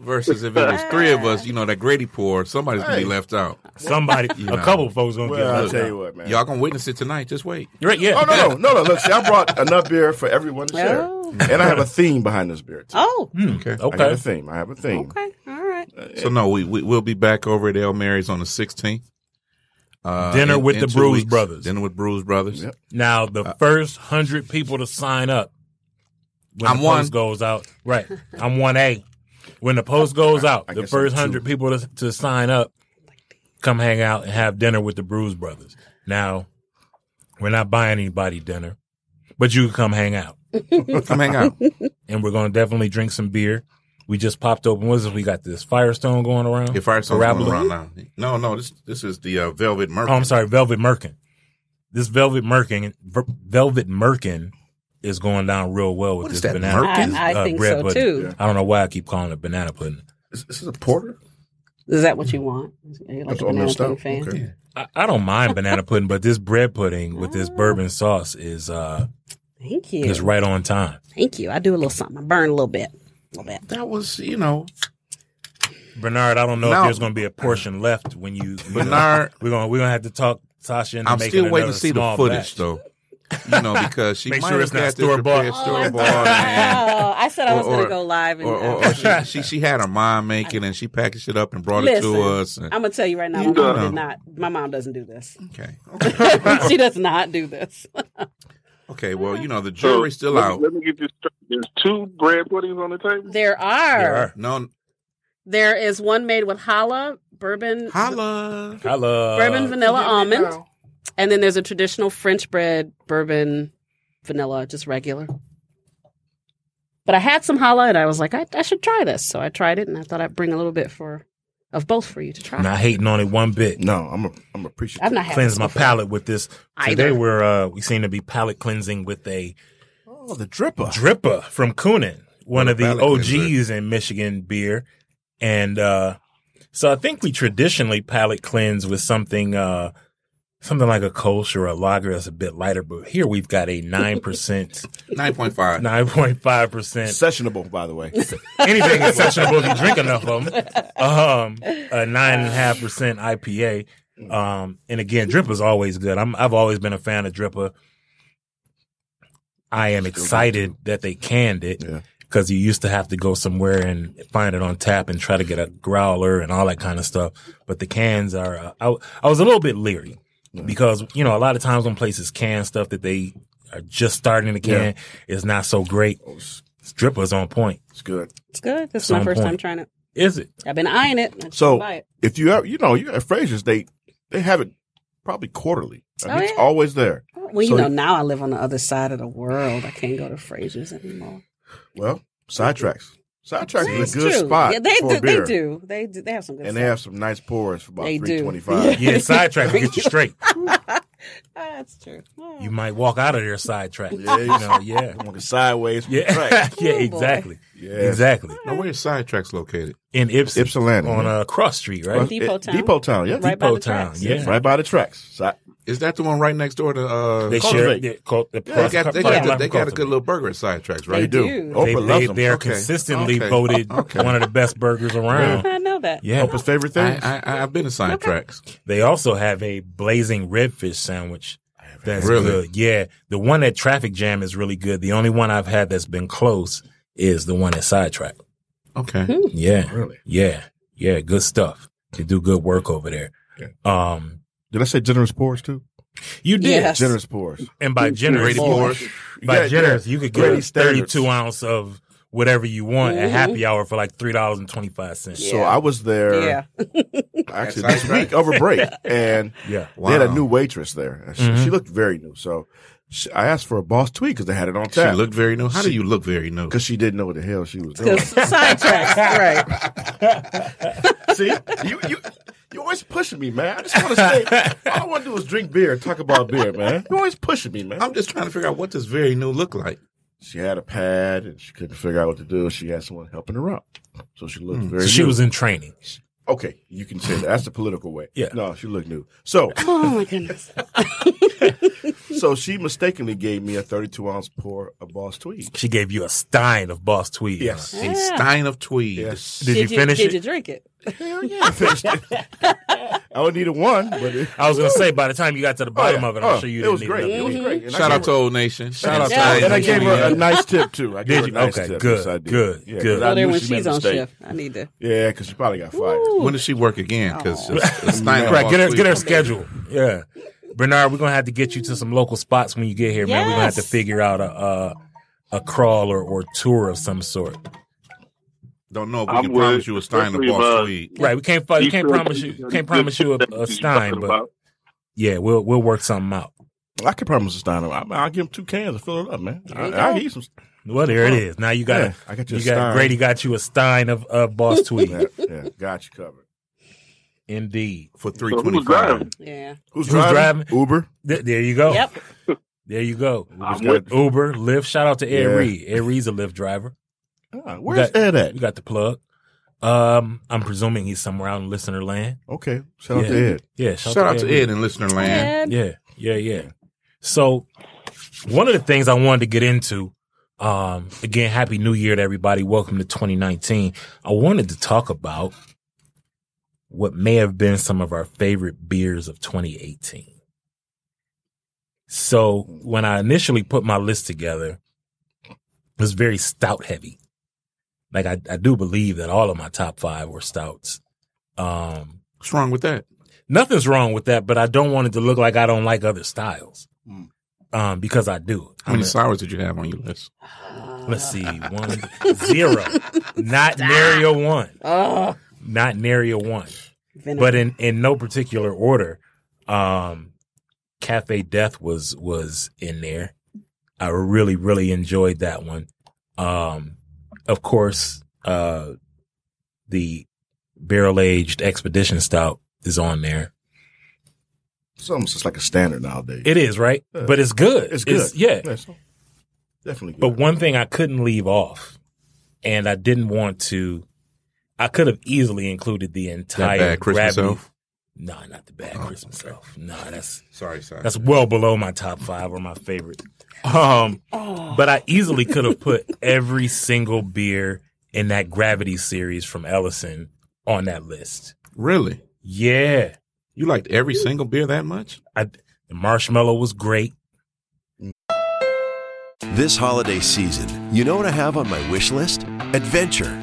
Speaker 4: Versus if it was three of us, you know, that Grady pour, somebody's going to
Speaker 2: Hey.
Speaker 4: be left out. [LAUGHS]
Speaker 1: Somebody, a
Speaker 4: know.
Speaker 1: couple folks gonna
Speaker 2: Well, I'll
Speaker 1: get
Speaker 2: tell
Speaker 1: it.
Speaker 2: you what, man.
Speaker 4: Y'all going to witness it tonight. Just wait.
Speaker 1: Right? Yeah.
Speaker 2: Oh no, no, no, no. Look, see, I brought enough beer for everyone to share,
Speaker 3: Oh.
Speaker 2: and I have a theme behind this beer. Too.
Speaker 3: Oh,
Speaker 4: Hmm, Okay.
Speaker 2: I got a
Speaker 1: Hmm, Okay.
Speaker 2: theme. I have a theme. Uh,
Speaker 3: okay, all right.
Speaker 4: So, no, we, we, we'll be back over at El Mary's on the 16th. Uh,
Speaker 1: Dinner with the
Speaker 4: two
Speaker 1: Brews
Speaker 4: weeks.
Speaker 1: Brothers.
Speaker 4: Dinner with Brews Brothers.
Speaker 2: Yep. Uh,
Speaker 1: Now the first hundred people to sign up when
Speaker 4: I'm
Speaker 1: the post
Speaker 4: one.
Speaker 1: goes out. Right. I'm one A. When the post goes out,
Speaker 2: I
Speaker 1: the
Speaker 2: guess I'm
Speaker 1: first
Speaker 2: two.
Speaker 1: hundred people to, to sign up, come hang out and have dinner with the Bruise Brothers. Now, we're not buying anybody dinner, but you can come hang out,
Speaker 4: [LAUGHS] Come hang out.
Speaker 1: and we're going to definitely drink some beer. We just popped open. What is this? We got this Firestone going around.
Speaker 4: If our song's going
Speaker 1: Parabola.
Speaker 4: around now. No, no, this this is the uh, Velvet Murphy.
Speaker 1: Oh, I'm sorry, Velvet Merkin. This Velvet Merkin, Ver- Velvet Merkin, is going down real well with
Speaker 4: What
Speaker 1: this
Speaker 4: is that,
Speaker 1: banana.
Speaker 4: Merkin?
Speaker 1: uh,
Speaker 3: I, I think
Speaker 1: bread
Speaker 3: so
Speaker 1: pudding.
Speaker 3: too.
Speaker 1: I don't know why I keep calling it banana pudding.
Speaker 2: Is, is this a porter?
Speaker 3: Is that what you want? Are you like
Speaker 2: That's
Speaker 3: a
Speaker 2: all
Speaker 3: banana
Speaker 2: messed
Speaker 3: pudding
Speaker 2: up.
Speaker 3: fan?
Speaker 2: Okay.
Speaker 1: I, I don't mind banana pudding, but this bread pudding with
Speaker 3: Ah.
Speaker 1: this bourbon sauce is uh
Speaker 3: Thank
Speaker 1: is
Speaker 3: you,
Speaker 1: right on time.
Speaker 3: thank you. I do a little something. I burn a little bit, a little bit.
Speaker 4: That was, you know,
Speaker 1: Bernard, I don't know
Speaker 4: No.
Speaker 1: if there's going to be a portion left when you, you know,
Speaker 4: Bernard-
Speaker 1: we're going we're going to have to talk Sasha into
Speaker 4: I'm
Speaker 1: making
Speaker 4: still waiting
Speaker 1: another
Speaker 4: to see the
Speaker 1: small
Speaker 4: footage
Speaker 1: batch.
Speaker 4: though. You know, because
Speaker 1: [LAUGHS]
Speaker 4: she
Speaker 1: Make
Speaker 4: might
Speaker 1: sure
Speaker 4: have
Speaker 1: it's not
Speaker 4: got this
Speaker 1: store-bought.
Speaker 4: prepared
Speaker 1: Oh,
Speaker 4: store bought, and
Speaker 3: Oh, I said I was
Speaker 4: Or-
Speaker 3: going
Speaker 4: or-
Speaker 3: to go live and. uh,
Speaker 4: or, or, or
Speaker 3: [LAUGHS]
Speaker 4: she, she she had her mom make it and she packaged it up and brought it to us.
Speaker 3: Listen,
Speaker 4: And,
Speaker 3: I'm gonna tell you right now, my
Speaker 5: You
Speaker 3: mom
Speaker 5: know.
Speaker 3: did not. My mom doesn't do this. [LAUGHS]
Speaker 4: okay, okay,
Speaker 3: she does not do this. [LAUGHS]
Speaker 4: okay. Well, you know the
Speaker 5: So,
Speaker 4: jury's still
Speaker 5: let me-
Speaker 4: out.
Speaker 5: Let me get this straight. There's two bread puddings on the table.
Speaker 3: There are.
Speaker 1: There are.
Speaker 4: No,
Speaker 3: There is one made with challah, bourbon,
Speaker 4: holla.
Speaker 1: I love
Speaker 2: Uh,
Speaker 3: bourbon vanilla almond, and then there's a traditional French bread bourbon vanilla, just regular. But I had some challah, and I was like, I, I should try this. So I tried it, and I thought I'd bring a little bit for of both for you to try.
Speaker 1: Not hating on it one bit.
Speaker 2: No, I'm a, I'm appreciative.
Speaker 3: I've not had
Speaker 1: Cleanse
Speaker 3: this
Speaker 1: my
Speaker 3: before.
Speaker 1: palate with this.
Speaker 3: Either.
Speaker 1: Today we're uh we seem to be palate cleansing with a
Speaker 2: oh, the dripper.
Speaker 1: dripper from Coonan, one of the
Speaker 4: Palate
Speaker 1: OGs
Speaker 4: cleanser.
Speaker 1: in Michigan beer. And uh so I think we traditionally palate cleanse with something uh something like a Kolsch or a lager that's a bit lighter, but here we've got a nine percent
Speaker 4: [LAUGHS] Nine point five.
Speaker 1: nine point five percent
Speaker 2: Sessionable, by
Speaker 1: [LAUGHS]
Speaker 2: the way.
Speaker 1: anything is sessionable if you drink enough of them. Um, a nine and a half percent IPA. Um, and again, Dripper's always good. I'm, I've always been a fan of Dripper. I am excited that they canned it
Speaker 2: Yeah.
Speaker 1: because you used to have to go somewhere and find it on tap and try to get a growler and all that kind of stuff. But the cans are, uh, I, I was a little bit leery because, you know, a lot of times when places can stuff that they are just starting to can is not so great. Dripper's on point.
Speaker 2: Oh, It's good.
Speaker 3: It's good. This is
Speaker 1: Some
Speaker 3: my first
Speaker 1: point.
Speaker 3: time trying it.
Speaker 1: Is it?
Speaker 3: I've been eyeing it. I just
Speaker 2: So-
Speaker 3: didn't buy it.
Speaker 2: If you have, you know, you at Fraser's, they they have it probably quarterly. I
Speaker 3: Oh,
Speaker 2: think It's
Speaker 3: yeah. Oh.
Speaker 2: always there.
Speaker 3: well, you
Speaker 2: so-
Speaker 3: know, now I live on the other side of the world. I can't go to Frazier's anymore.
Speaker 2: Well, sidetracks. Sidetracks is
Speaker 3: That's
Speaker 2: a good
Speaker 3: true.
Speaker 2: spot
Speaker 3: Yeah, they
Speaker 2: for
Speaker 3: do.
Speaker 2: a beer,
Speaker 3: They do. They do. They have some good.
Speaker 2: and
Speaker 3: stuff.
Speaker 2: they have some nice pours for about
Speaker 3: They do.
Speaker 2: three twenty five.
Speaker 1: Yeah, sidetrack
Speaker 3: [LAUGHS]
Speaker 1: will get you straight.
Speaker 3: That's true. Oh.
Speaker 1: You might walk out of there sidetracked.
Speaker 2: Yeah,
Speaker 1: you know, yeah.
Speaker 2: sideways.
Speaker 1: [LAUGHS]
Speaker 2: From
Speaker 1: Yeah,
Speaker 2: The track.
Speaker 1: yeah,
Speaker 3: Oh, boy.
Speaker 1: exactly.
Speaker 2: Yes.
Speaker 1: Exactly.
Speaker 4: Now where's sidetracks located?
Speaker 1: In Ipsy.
Speaker 2: Ypsilanti,
Speaker 1: On
Speaker 2: yeah.
Speaker 1: uh, Cross Street, right?
Speaker 2: Well,
Speaker 3: Depot
Speaker 2: it-
Speaker 3: Town.
Speaker 2: Depot Town. Yeah.
Speaker 3: Right by
Speaker 1: Depot
Speaker 3: the
Speaker 1: Town,
Speaker 3: tracks.
Speaker 1: yeah.
Speaker 2: Right by the tracks. Si-
Speaker 4: Is that the one right next door to? Uh,
Speaker 1: They
Speaker 4: Cultivate?
Speaker 1: share they, called the
Speaker 4: They got, they, got,
Speaker 1: Parking lot
Speaker 4: they got a
Speaker 1: Cross
Speaker 4: good little burger at sidetracks,
Speaker 3: They
Speaker 4: right?
Speaker 3: do.
Speaker 1: Street.
Speaker 2: Oprah
Speaker 1: They,
Speaker 2: loves
Speaker 1: they,
Speaker 2: them.
Speaker 1: they're
Speaker 4: Okay.
Speaker 1: consistently
Speaker 4: Okay.
Speaker 2: [LAUGHS]
Speaker 1: voted
Speaker 4: Okay.
Speaker 1: one of the best burgers around.
Speaker 3: I know that.
Speaker 1: Yeah.
Speaker 2: Oprah's favorite thing.
Speaker 4: I, I, I've been to sidetracks.
Speaker 1: They also have a blazing redfish sandwich. That's
Speaker 4: Really?
Speaker 1: good. Yeah. The one at Traffic Jam is really good. The only one I've had that's been close is the one at Sidetrack.
Speaker 4: Okay.
Speaker 3: Hmm.
Speaker 1: Yeah.
Speaker 2: Really?
Speaker 1: Yeah. Yeah. Good stuff. They do good work over there. Um,
Speaker 2: Did I say generous pours too?
Speaker 1: you did.
Speaker 3: Yes.
Speaker 2: Generous pours.
Speaker 1: And by generous,
Speaker 4: Rated Porsche.
Speaker 1: by
Speaker 2: Yeah,
Speaker 1: generous,
Speaker 2: yeah.
Speaker 1: you could get
Speaker 2: Grady
Speaker 1: a
Speaker 2: standards.
Speaker 1: 32 ounce of whatever you want at happy hour for like $3.25.
Speaker 2: So I was there
Speaker 3: Mm-hmm. Yeah.
Speaker 2: [LAUGHS] actually
Speaker 4: That's
Speaker 2: this
Speaker 4: right.
Speaker 2: week
Speaker 3: [LAUGHS]
Speaker 2: over break, and
Speaker 1: Yeah. Mm-hmm.
Speaker 2: they had a
Speaker 4: Wow.
Speaker 2: new waitress there. and She, she looked very new, so she, I asked for a boss tweet because they had it on
Speaker 4: She
Speaker 2: tap.
Speaker 4: looked very new. How do you look very new?
Speaker 2: because she didn't know what the hell she was doing.
Speaker 3: Because sidetracks,
Speaker 2: [LAUGHS]
Speaker 3: right?
Speaker 2: See, you you you always pushing me, man. I just want to say all I want to do is drink beer and talk about beer, man. You always pushing me, man.
Speaker 4: I'm just trying to figure out what does very new look like.
Speaker 2: She had a pad and she couldn't figure out what to do. She had someone helping her out, so she
Speaker 4: Hmm.
Speaker 2: looked very.
Speaker 1: So she
Speaker 2: new.
Speaker 1: was in training.
Speaker 2: okay. You can say that. That's the political way.
Speaker 1: Yeah.
Speaker 2: No, she looked new. So
Speaker 3: Oh my goodness.
Speaker 2: so she mistakenly gave me a 32 ounce pour of Boss Tweed.
Speaker 1: She gave you a stein of Boss Tweed.
Speaker 2: Yes.
Speaker 4: A stein of tweed.
Speaker 1: Did, you, finish
Speaker 3: Ah. did
Speaker 1: it?
Speaker 3: you drink it?
Speaker 2: I finished it. I only needed one, but it,
Speaker 1: I was going to say, by the time you got to the bottom of it, I'm
Speaker 2: Oh,
Speaker 1: sure you
Speaker 2: it
Speaker 1: didn't
Speaker 2: was
Speaker 1: need
Speaker 2: great.
Speaker 1: another
Speaker 2: It was
Speaker 3: Mm-hmm.
Speaker 1: one.
Speaker 2: great. And I
Speaker 4: Shout
Speaker 2: gave
Speaker 4: out to
Speaker 2: her-
Speaker 4: Old Nation.
Speaker 1: Shout out to
Speaker 3: Yeah.
Speaker 1: Old
Speaker 2: and I gave her a
Speaker 1: Nation.
Speaker 2: nice tip too. I gave
Speaker 1: Did
Speaker 2: her a
Speaker 1: you?
Speaker 2: nice
Speaker 1: Okay,
Speaker 2: tip.
Speaker 1: good,
Speaker 2: Yes, I did.
Speaker 1: good,
Speaker 2: Yeah, 'cause
Speaker 1: good.
Speaker 2: I
Speaker 3: Go there
Speaker 2: knew
Speaker 3: when
Speaker 2: she made
Speaker 3: she's
Speaker 2: a
Speaker 3: on
Speaker 2: mistake.
Speaker 3: shift. I need to.
Speaker 2: Yeah, because she probably got fired.
Speaker 4: When does she work again? Because a stein of
Speaker 1: Right, get her,
Speaker 4: tweed.
Speaker 1: get her schedule. Yeah. Bernard, we're going to have to get you to some local spots when you get here, man. We're going to have to
Speaker 3: Yes.
Speaker 1: figure out a, a, a crawler or tour of some sort.
Speaker 4: Don't know if we
Speaker 5: I'm
Speaker 4: can
Speaker 5: with-
Speaker 4: promise you a stein of
Speaker 5: definitely
Speaker 4: boss
Speaker 5: about-
Speaker 4: tweed.
Speaker 1: Right, we can't fi- we can't
Speaker 5: Easter
Speaker 1: promise
Speaker 5: eggs
Speaker 1: you
Speaker 5: and
Speaker 1: can't promise you a, a
Speaker 5: different
Speaker 1: stein,
Speaker 5: stuff
Speaker 1: but
Speaker 5: about-
Speaker 1: Yeah, we'll we'll work something out.
Speaker 2: I can promise a Steiner. I, I'll give him two cans and fill it up, man. I,
Speaker 3: you
Speaker 2: I,
Speaker 3: go.
Speaker 2: eat some.
Speaker 1: Well, there it is. Now you got
Speaker 2: Yeah, I got you
Speaker 1: you
Speaker 2: a
Speaker 1: got
Speaker 2: stein.
Speaker 1: Grady got you a stein of, of
Speaker 2: [LAUGHS]
Speaker 1: Boss Tweed.
Speaker 2: Yeah, yeah, got you covered.
Speaker 1: Indeed.
Speaker 4: For three
Speaker 5: So
Speaker 4: twenty
Speaker 5: who's
Speaker 4: five.
Speaker 5: driving?
Speaker 3: Yeah.
Speaker 2: Who's,
Speaker 1: driving?
Speaker 2: Uber.
Speaker 1: Th- there you go.
Speaker 3: Yep.
Speaker 1: There you go.
Speaker 5: I'm
Speaker 2: got-
Speaker 5: with
Speaker 1: Uber, Lyft. Shout out to Air
Speaker 2: Yeah.
Speaker 1: Reed. Air Reed's a Lyft driver.
Speaker 2: Ah, where's Ed at?
Speaker 1: You got the plug. Um, I'm presuming he's somewhere out in listener land.
Speaker 2: Okay, shout out
Speaker 1: Yeah.
Speaker 2: to Ed.
Speaker 1: Yeah.
Speaker 4: Shout out to
Speaker 1: Reed.
Speaker 4: Ed and Listener Land.
Speaker 3: And
Speaker 1: Yeah, yeah, yeah. So one of the things I wanted to get into, um, again, happy new year to everybody. Welcome to 2019. I wanted to talk about what may have been some of our favorite beers of 2018. So when I initially put my list together, it was very stout heavy. Like I, I do believe that all of my top five were stouts. Um,
Speaker 4: What's wrong with that?
Speaker 1: nothing's wrong with that, but I don't want it to look like I don't like other styles. Um, because I do.
Speaker 4: How
Speaker 1: I'm
Speaker 4: many
Speaker 1: a-
Speaker 4: sours did you have on your list?
Speaker 1: let's see, one zero. Not nary a one.
Speaker 3: oh,
Speaker 1: Not nary a one.
Speaker 3: venom.
Speaker 1: But in, in no particular order, um, Cafe Death was was in there. I really, really enjoyed that one. Um, of course, uh, the barrel aged expedition stout is on there.
Speaker 2: It's almost just like a standard nowadays.
Speaker 1: It is right, Uh, but it's good.
Speaker 2: it's good.
Speaker 1: yeah.
Speaker 2: so definitely good.
Speaker 1: But one thing I couldn't leave off, and I didn't want to. I could have easily included the entire
Speaker 4: bad Christmas
Speaker 1: Gravity-
Speaker 4: elf?
Speaker 1: Nah, not the bad Christmas elf. Nah, that's
Speaker 4: Sorry, sorry.
Speaker 1: that's well below my top five or my favorite. Um, but I easily could have put every single beer in that Gravity series from Ellison on that list.
Speaker 4: really?
Speaker 1: Yeah,
Speaker 4: You liked every single beer that much?
Speaker 1: I, the marshmallow was great.
Speaker 8: This holiday season, you know what I have on my wish list? Adventure.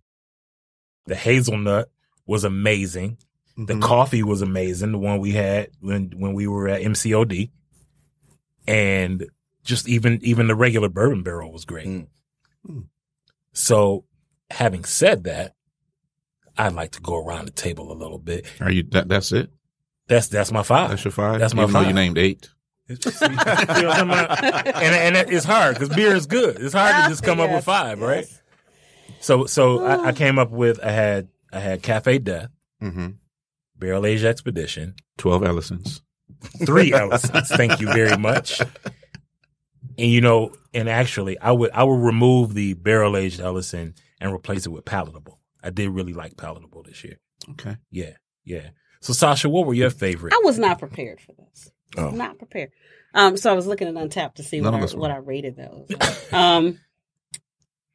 Speaker 1: The hazelnut was amazing. The coffee was amazing, the one we had when when we were at MCOD. And just even even the regular bourbon barrel was great. Hmm. So having said that, I'd like to go around the table a little bit.
Speaker 4: Are you? That, that's it.
Speaker 1: That's that's my five.
Speaker 4: That's your five.
Speaker 1: That's my
Speaker 4: Even
Speaker 1: five.
Speaker 4: Though you named eight.
Speaker 1: It's just- [LAUGHS] you know what I'm talking about? and, and it's hard because beer is good. It's hard to just come up with
Speaker 3: Yes,
Speaker 1: five, right?
Speaker 3: yes.
Speaker 1: So so I, I came up with I had I had Cafe Death,
Speaker 4: Mm-hmm.
Speaker 1: Barrel Age Expedition,
Speaker 4: Twelve Ellisons.
Speaker 1: three Ellisons. Thank you very much. And you know, and actually, I would I would remove the barrel aged Ellison and replace it with palatable. I did really like palatable this year.
Speaker 4: Okay.
Speaker 1: Yeah, yeah. So Sasha, what were your favorite?
Speaker 3: I was not prepared for this.
Speaker 2: Oh.
Speaker 3: Not prepared. Um, so I was looking at Untapped to see
Speaker 4: None
Speaker 3: what
Speaker 4: of us
Speaker 3: I,
Speaker 4: were.
Speaker 3: what I rated those. um,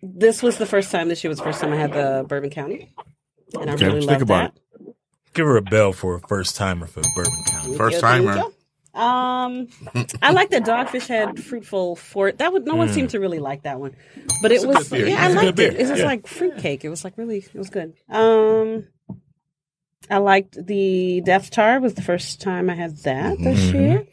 Speaker 3: this was the first time. This year was the first time I had the Bourbon County, and I
Speaker 2: Okay,
Speaker 3: really
Speaker 2: let's think
Speaker 3: loved
Speaker 2: about
Speaker 3: that.
Speaker 1: Give her a bell for a first timer for Bourbon County.
Speaker 4: First
Speaker 3: Thank you,
Speaker 4: timer.
Speaker 3: thank you. Um, I like that Dogfish had fruitful fort. That would no one seemed to really like that one, but it was
Speaker 4: beer.
Speaker 3: yeah, I
Speaker 1: Mm. It's a good
Speaker 3: liked it.
Speaker 1: beer.
Speaker 3: It was
Speaker 1: Yeah.
Speaker 3: like fruitcake. It was like really, it was good. Um, I liked the Death Tar. Was the first time I had that this
Speaker 1: Mm-hmm.
Speaker 3: year.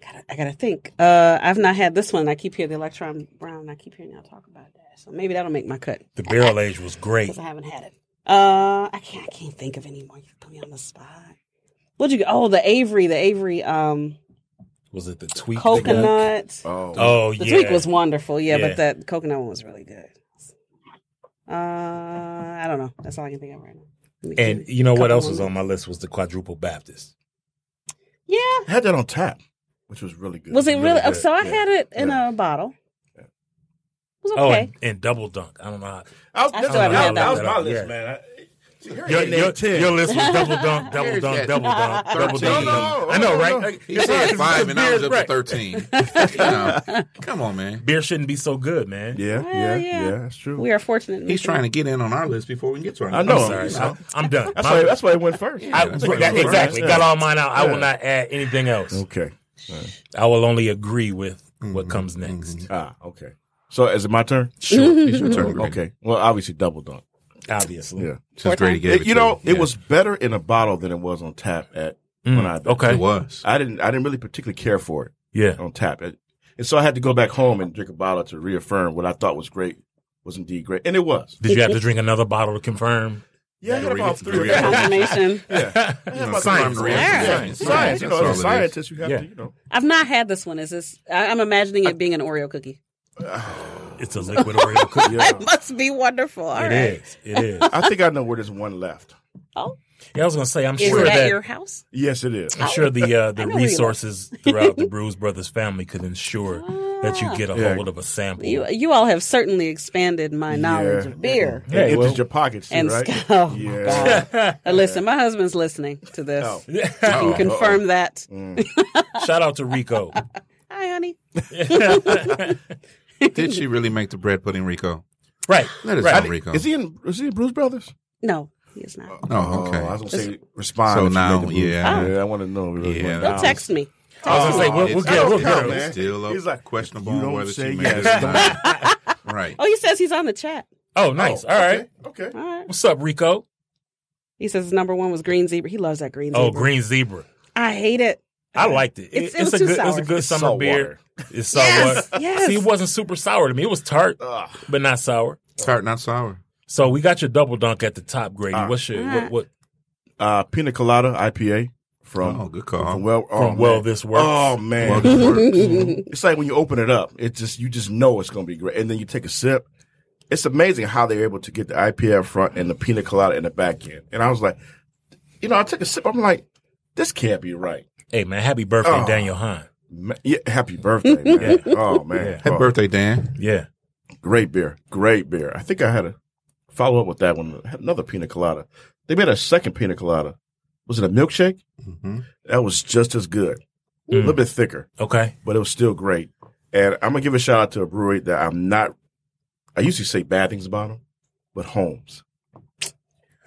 Speaker 3: I gotta, I gotta think. Uh, I've not had this one. I keep hearing the Electron Brown. and I keep hearing y'all talk about that, so maybe that'll make my cut
Speaker 1: The barrel age was great.
Speaker 3: because I haven't had it. Uh, I can't. I can't think of any more. You put me on the spot. What'd you? get? Oh, the Avery. The Avery. Um,
Speaker 1: Was it the tweak? that got-
Speaker 3: coconut.
Speaker 2: oh,
Speaker 1: Oh
Speaker 3: The
Speaker 1: yeah.
Speaker 3: tweak was wonderful. Yeah,
Speaker 1: Yeah.
Speaker 3: but that coconut one was really good. Uh, I don't know. That's all I can think of right now. Let me
Speaker 1: and
Speaker 3: think.
Speaker 1: you know what
Speaker 3: Couple
Speaker 1: else was
Speaker 3: more
Speaker 1: on my list was the quadruple Baptist.
Speaker 3: Yeah.
Speaker 2: I had that on tap, which was really good.
Speaker 3: Was it really? oh,
Speaker 1: good.
Speaker 3: so I
Speaker 2: Yeah.
Speaker 3: had it in
Speaker 2: Yeah.
Speaker 3: a bottle. It was
Speaker 1: Oh,
Speaker 3: okay.
Speaker 1: and, and double dunk. I don't know. How,
Speaker 2: I was,
Speaker 3: I
Speaker 2: that's-
Speaker 3: still haven't
Speaker 2: that,
Speaker 3: had that
Speaker 2: was
Speaker 1: one.
Speaker 2: my list,
Speaker 1: Yeah.
Speaker 2: man. I, See, here
Speaker 1: your,
Speaker 2: it is,
Speaker 1: your, [LAUGHS]
Speaker 2: 10.
Speaker 1: your list was double dunk, double
Speaker 4: Here's
Speaker 1: dunk,
Speaker 4: that.
Speaker 1: double [LAUGHS] dunk, double dunk.
Speaker 4: Thirteen.
Speaker 1: double- I know, right? Like,
Speaker 4: He said
Speaker 1: it's
Speaker 4: five, and I was
Speaker 1: beer,
Speaker 4: up
Speaker 1: right.
Speaker 4: to
Speaker 1: [LAUGHS]
Speaker 4: thirteen. You know, come on, man.
Speaker 1: Beer shouldn't be so good, man.
Speaker 2: yeah,
Speaker 3: Well,
Speaker 2: yeah,
Speaker 3: yeah.
Speaker 2: yeah, that's true.
Speaker 3: We are fortunate. in
Speaker 4: He's
Speaker 3: Michigan.
Speaker 4: trying to get in on our list before we can get to our.
Speaker 2: I
Speaker 4: list.
Speaker 2: know.
Speaker 1: Sorry,
Speaker 4: I'm you
Speaker 1: I,
Speaker 4: know.
Speaker 1: I'm done.
Speaker 2: That's
Speaker 1: My- [LAUGHS]
Speaker 2: why, that's why it went first.
Speaker 1: I-
Speaker 2: That's why it
Speaker 1: that-
Speaker 2: went first.
Speaker 1: exactly. Got all mine out. I will
Speaker 2: Yeah.
Speaker 1: not add anything else.
Speaker 2: Okay.
Speaker 1: I will only agree with
Speaker 4: Mm-hmm.
Speaker 1: what comes next.
Speaker 2: Ah, okay. So is it my turn? Mm-hmm.
Speaker 4: Sure, it's your turn. Grady.
Speaker 2: Okay. Well, obviously double dunk.
Speaker 1: Obviously.
Speaker 2: Yeah.
Speaker 4: Since Grady gave
Speaker 2: It-
Speaker 4: it,
Speaker 2: you
Speaker 4: to
Speaker 2: know,
Speaker 4: you.
Speaker 2: it
Speaker 4: Yeah.
Speaker 2: was better in a bottle than it was on tap at when I
Speaker 1: Mm, okay.
Speaker 4: It was.
Speaker 2: I didn't I didn't really particularly care for it
Speaker 1: Yeah.
Speaker 2: on tap. It- and so I had to go back home and drink a bottle to reaffirm what I thought was great was indeed great. And it was.
Speaker 1: Did you have to drink another bottle to confirm?
Speaker 2: Yeah, I had
Speaker 4: Re-
Speaker 2: about
Speaker 4: re-
Speaker 2: three or
Speaker 4: re-
Speaker 2: four.
Speaker 3: confirmation.
Speaker 2: [LAUGHS] Yeah. I had about three or
Speaker 1: Science.
Speaker 2: four.
Speaker 1: Yeah.
Speaker 2: Science. Science. You know, as
Speaker 4: That's
Speaker 2: a
Speaker 4: all it is.
Speaker 2: scientist, you have
Speaker 1: Yeah.
Speaker 2: to, you know.
Speaker 3: I've not had this one. Is this? I, I'm imagining it being an Oreo cookie.
Speaker 1: It's a
Speaker 3: [LAUGHS]
Speaker 1: liquid
Speaker 2: [LAUGHS]
Speaker 1: Oreo cookie.
Speaker 2: Yeah.
Speaker 3: It must be wonderful. All
Speaker 1: It
Speaker 3: right.
Speaker 1: is. It is.
Speaker 2: I think I know where there's one left.
Speaker 3: Oh,
Speaker 1: Yeah, I was gonna say I'm
Speaker 3: Is
Speaker 1: sure
Speaker 3: it at
Speaker 1: that
Speaker 3: your house?
Speaker 2: Yes, it is.
Speaker 1: I'm sure the
Speaker 3: [LAUGHS]
Speaker 1: uh,
Speaker 3: I
Speaker 1: the
Speaker 3: know where you live.
Speaker 1: resources throughout the Bruise Brothers family could ensure that you get a
Speaker 2: Yeah.
Speaker 1: hold of a sample.
Speaker 3: You you all have certainly expanded my knowledge
Speaker 2: Yeah.
Speaker 3: of beer.
Speaker 2: It enters
Speaker 1: well-
Speaker 2: your pockets, too,
Speaker 3: And
Speaker 2: right?
Speaker 3: sc- [LAUGHS] oh my
Speaker 2: yeah.
Speaker 3: Uh, listen, my husband's listening to this.
Speaker 2: Oh.
Speaker 3: He can confirm that.
Speaker 4: Mm.
Speaker 1: Shout out to Rico.
Speaker 3: Hi, honey.
Speaker 4: [LAUGHS] Did she really make the bread pudding, Rico?
Speaker 1: right.
Speaker 4: Let us
Speaker 1: Right.
Speaker 4: know, Rico.
Speaker 2: Is he in? Is he in Bruce Brothers?
Speaker 3: No, he is not.
Speaker 4: oh, okay.
Speaker 2: I was gonna say respond.
Speaker 4: So
Speaker 2: if you
Speaker 4: now,
Speaker 2: make the Bruce
Speaker 4: yeah.
Speaker 2: Brothers. yeah, I want to know. Really
Speaker 3: He'll
Speaker 4: Yeah. Don't
Speaker 3: text me.
Speaker 1: I was gonna say we'll, we'll
Speaker 4: It's-
Speaker 1: get we'll
Speaker 4: it's
Speaker 1: get
Speaker 2: man.
Speaker 4: Still
Speaker 2: He's like,
Speaker 4: questionable
Speaker 2: "You
Speaker 4: on
Speaker 2: don't
Speaker 4: whether
Speaker 2: say
Speaker 4: she made it
Speaker 2: yes,
Speaker 4: or not.
Speaker 2: [LAUGHS]
Speaker 4: Right.
Speaker 3: [LAUGHS] Oh, he says he's on the chat.
Speaker 1: Oh, nice. All right.
Speaker 2: Okay. okay.
Speaker 3: All right.
Speaker 1: What's up, Rico?
Speaker 3: He says his number one was Green Zebra. He loves that Green Zebra.
Speaker 1: Oh, Green Zebra.
Speaker 3: I hate it.
Speaker 1: I liked it.
Speaker 3: It's- it was
Speaker 1: a
Speaker 3: too
Speaker 1: good it's
Speaker 3: sour.
Speaker 1: a good
Speaker 2: It's
Speaker 1: summer
Speaker 2: salt
Speaker 1: beer.
Speaker 2: water.
Speaker 1: It's sour.
Speaker 3: Yes, yes.
Speaker 1: See, it wasn't super sour to me. It was tart,
Speaker 2: Ugh.
Speaker 1: but not sour.
Speaker 4: Tart, not sour.
Speaker 1: So we got your double dunk at the top, Grady.
Speaker 2: Ah.
Speaker 1: What's your what, what
Speaker 2: Uh, Pina Colada IPA from
Speaker 4: Oh, good call.
Speaker 2: From well, oh,
Speaker 1: from Well
Speaker 2: man.
Speaker 1: This Works?
Speaker 2: Oh man,
Speaker 4: Well, this works.
Speaker 2: it's like when you open it up, it just you just know it's going to be great, and then you take a sip. It's amazing how they're able to get the IPA up front and the pina colada in the back end. And I was like, you know, I took a sip. I'm like, this can't be right.
Speaker 1: Hey man, happy birthday,
Speaker 2: Oh.
Speaker 1: Daniel Hahn.
Speaker 2: Ma- yeah, happy birthday, man! Oh man,
Speaker 1: [LAUGHS] Yeah.
Speaker 4: Happy
Speaker 2: Oh,
Speaker 4: birthday, Dan.
Speaker 1: Yeah.
Speaker 2: Great beer, great beer. I think I had a follow up with that one. I had another pina colada. They made a second pina colada. Was it a milkshake?
Speaker 4: Mhm.
Speaker 2: That was just as good, a little bit thicker.
Speaker 1: Mm. Okay.
Speaker 2: but it was still great. And I'm gonna give a shout out to a brewery that I'm not. I usually say bad things about them, but Holmes.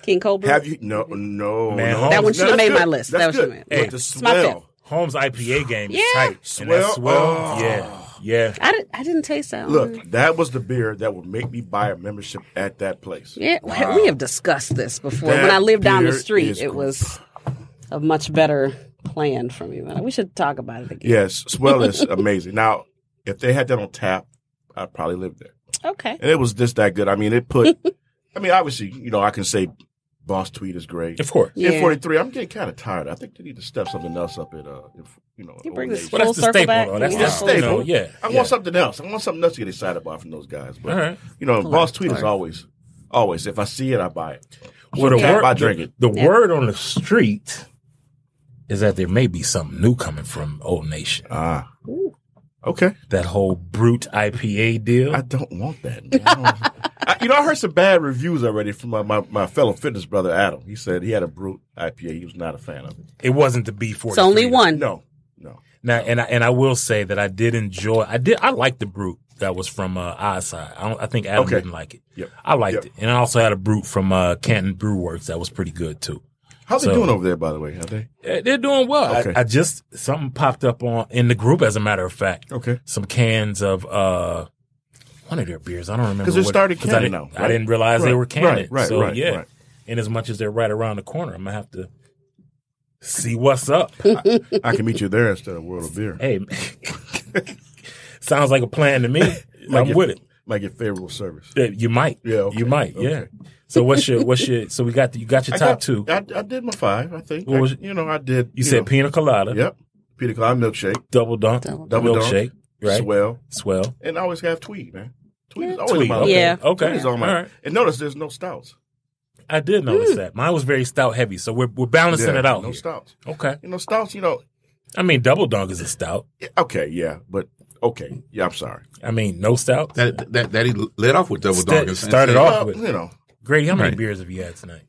Speaker 3: King Cobra.
Speaker 2: Have you? No, no,
Speaker 1: Man,
Speaker 2: no.
Speaker 1: Holmes- That one
Speaker 3: shoulda
Speaker 2: That's
Speaker 3: made my
Speaker 2: good.
Speaker 3: list.
Speaker 2: That's
Speaker 3: That one shoulda
Speaker 2: good.
Speaker 3: made-
Speaker 2: But
Speaker 1: Hey.
Speaker 2: the
Speaker 3: It's my fifth.
Speaker 2: smell.
Speaker 1: Holmes IPA game
Speaker 3: Yeah.
Speaker 1: is tight. And that
Speaker 2: Swell.
Speaker 1: swell.
Speaker 2: Oh.
Speaker 1: Yeah. Yeah.
Speaker 3: I, didn't, I didn't taste that one.
Speaker 2: Look, that was the beer that would make me buy a membership at that place.
Speaker 3: Yeah, we- we have discussed this before.
Speaker 2: That
Speaker 3: when I lived down the
Speaker 2: beer
Speaker 3: street,
Speaker 2: is
Speaker 3: it
Speaker 2: gr-
Speaker 3: was a much better plan for me. But We should talk about it again.
Speaker 2: Yes,
Speaker 3: [LAUGHS]
Speaker 2: Swell is amazing. Now, if they had that on tap, I'd probably live there.
Speaker 3: Okay.
Speaker 2: And it was just that good. I mean,
Speaker 3: [LAUGHS]
Speaker 2: it put. I mean, obviously, you know, I can say Boss Tweet is great.
Speaker 1: Of course.
Speaker 3: Yeah.
Speaker 2: In 43, I'm getting kind of tired. I think they need to step something else up at, uh, if, you know,
Speaker 3: You bring
Speaker 2: Old
Speaker 3: this
Speaker 2: Navy.
Speaker 1: Well, that's
Speaker 3: Full
Speaker 1: the
Speaker 3: circle
Speaker 1: staple.
Speaker 3: back.
Speaker 1: though. That's
Speaker 3: Yeah.
Speaker 1: the
Speaker 2: That's stable.
Speaker 1: You know, yeah.
Speaker 2: I
Speaker 1: yeah.
Speaker 2: want something else. I want something else to get excited about from those guys. But
Speaker 1: All right.
Speaker 2: you know, Boss Tweet is always, always. If I see it, I buy it.
Speaker 1: Well, the
Speaker 2: Can't
Speaker 1: word,
Speaker 2: buy
Speaker 1: the-
Speaker 2: drink it.
Speaker 1: the word on the street is that there may be something new coming from Old Nation.
Speaker 2: Ah, okay.
Speaker 1: that whole brute IPA deal.
Speaker 2: I don't want that. man. I don't- I- you know, I heard some bad reviews already from my, my, my fellow fitness brother Adam. He said he had a brute IPA. He was not a fan of it.
Speaker 1: it wasn't the B forty.
Speaker 3: It's only one.
Speaker 2: No, no.
Speaker 1: Now, and I, and I will say that I did enjoy. I did. I liked the brute that was from uh, Odside. I, don't, I think Adam
Speaker 2: Okay.
Speaker 1: didn't like it.
Speaker 2: Yep.
Speaker 1: I liked
Speaker 2: Yep.
Speaker 1: it, and I also had a brute from uh, Canton Brew Works that was pretty good too.
Speaker 2: How's
Speaker 1: So-
Speaker 2: it doing over there, by the way? Are they
Speaker 1: Eh, They're doing well. I-
Speaker 2: Okay.
Speaker 1: I, just something popped up on in the group, as a matter of fact.
Speaker 2: okay?
Speaker 1: Some cans of uh, one of their beers. I don't remember
Speaker 2: 'Cause they're
Speaker 1: what-
Speaker 2: starting
Speaker 1: 'cause I
Speaker 2: Canton
Speaker 1: didn't-
Speaker 2: now,
Speaker 1: I
Speaker 2: right?
Speaker 1: didn't realize they
Speaker 2: Right,
Speaker 1: were Cannon.
Speaker 2: right, right,
Speaker 1: so
Speaker 2: right,
Speaker 1: yeah,
Speaker 2: right.
Speaker 1: and as much as they're right around the corner, I'm gonna have to see what's up.
Speaker 2: [LAUGHS] I can meet you there instead of World of Beer.
Speaker 1: Hey, man. [LAUGHS] sounds like a plan
Speaker 2: [LAUGHS]
Speaker 1: to me.
Speaker 2: Might
Speaker 1: I'm
Speaker 2: get-
Speaker 1: with it.
Speaker 2: Might get favorable service.
Speaker 1: Uh, You might.
Speaker 2: Yeah, okay,
Speaker 1: You might. Yeah.
Speaker 2: okay.
Speaker 1: So what's your what's your so we got the, you got your
Speaker 2: I
Speaker 1: top
Speaker 2: got-
Speaker 1: two.
Speaker 2: I, I did my five. I think.
Speaker 1: What
Speaker 2: I-
Speaker 1: was it?
Speaker 2: you know, I did.
Speaker 1: you said
Speaker 2: know,
Speaker 1: pina colada,
Speaker 2: Yep. Peter Klein milkshake,
Speaker 1: double dunk,
Speaker 2: Double dunk.
Speaker 1: milkshake, right?
Speaker 2: swell,
Speaker 1: Swell.
Speaker 2: and I always have tweed, man. Tweed is always
Speaker 1: Tweed,
Speaker 2: my
Speaker 1: okay.
Speaker 3: Yeah.
Speaker 1: Okay.
Speaker 2: Tweed is on my.
Speaker 1: All right.
Speaker 2: And notice there's no stouts.
Speaker 1: I did notice that. Mine was very stout heavy, so we're we're balancing
Speaker 2: Mm. Yeah,
Speaker 1: it out.
Speaker 2: No
Speaker 1: here.
Speaker 2: stouts.
Speaker 1: Okay.
Speaker 2: You know stouts. You know.
Speaker 1: I mean, double dunk is a stout.
Speaker 2: yeah, Okay. Yeah. But okay. Yeah. I'm sorry.
Speaker 1: I mean, no stout.
Speaker 4: That that that he led off with double
Speaker 1: Sta-
Speaker 4: dog.
Speaker 1: started off-
Speaker 2: Well,
Speaker 1: with-
Speaker 2: you know.
Speaker 1: Grady, how many
Speaker 4: Right.
Speaker 1: beers have you had tonight?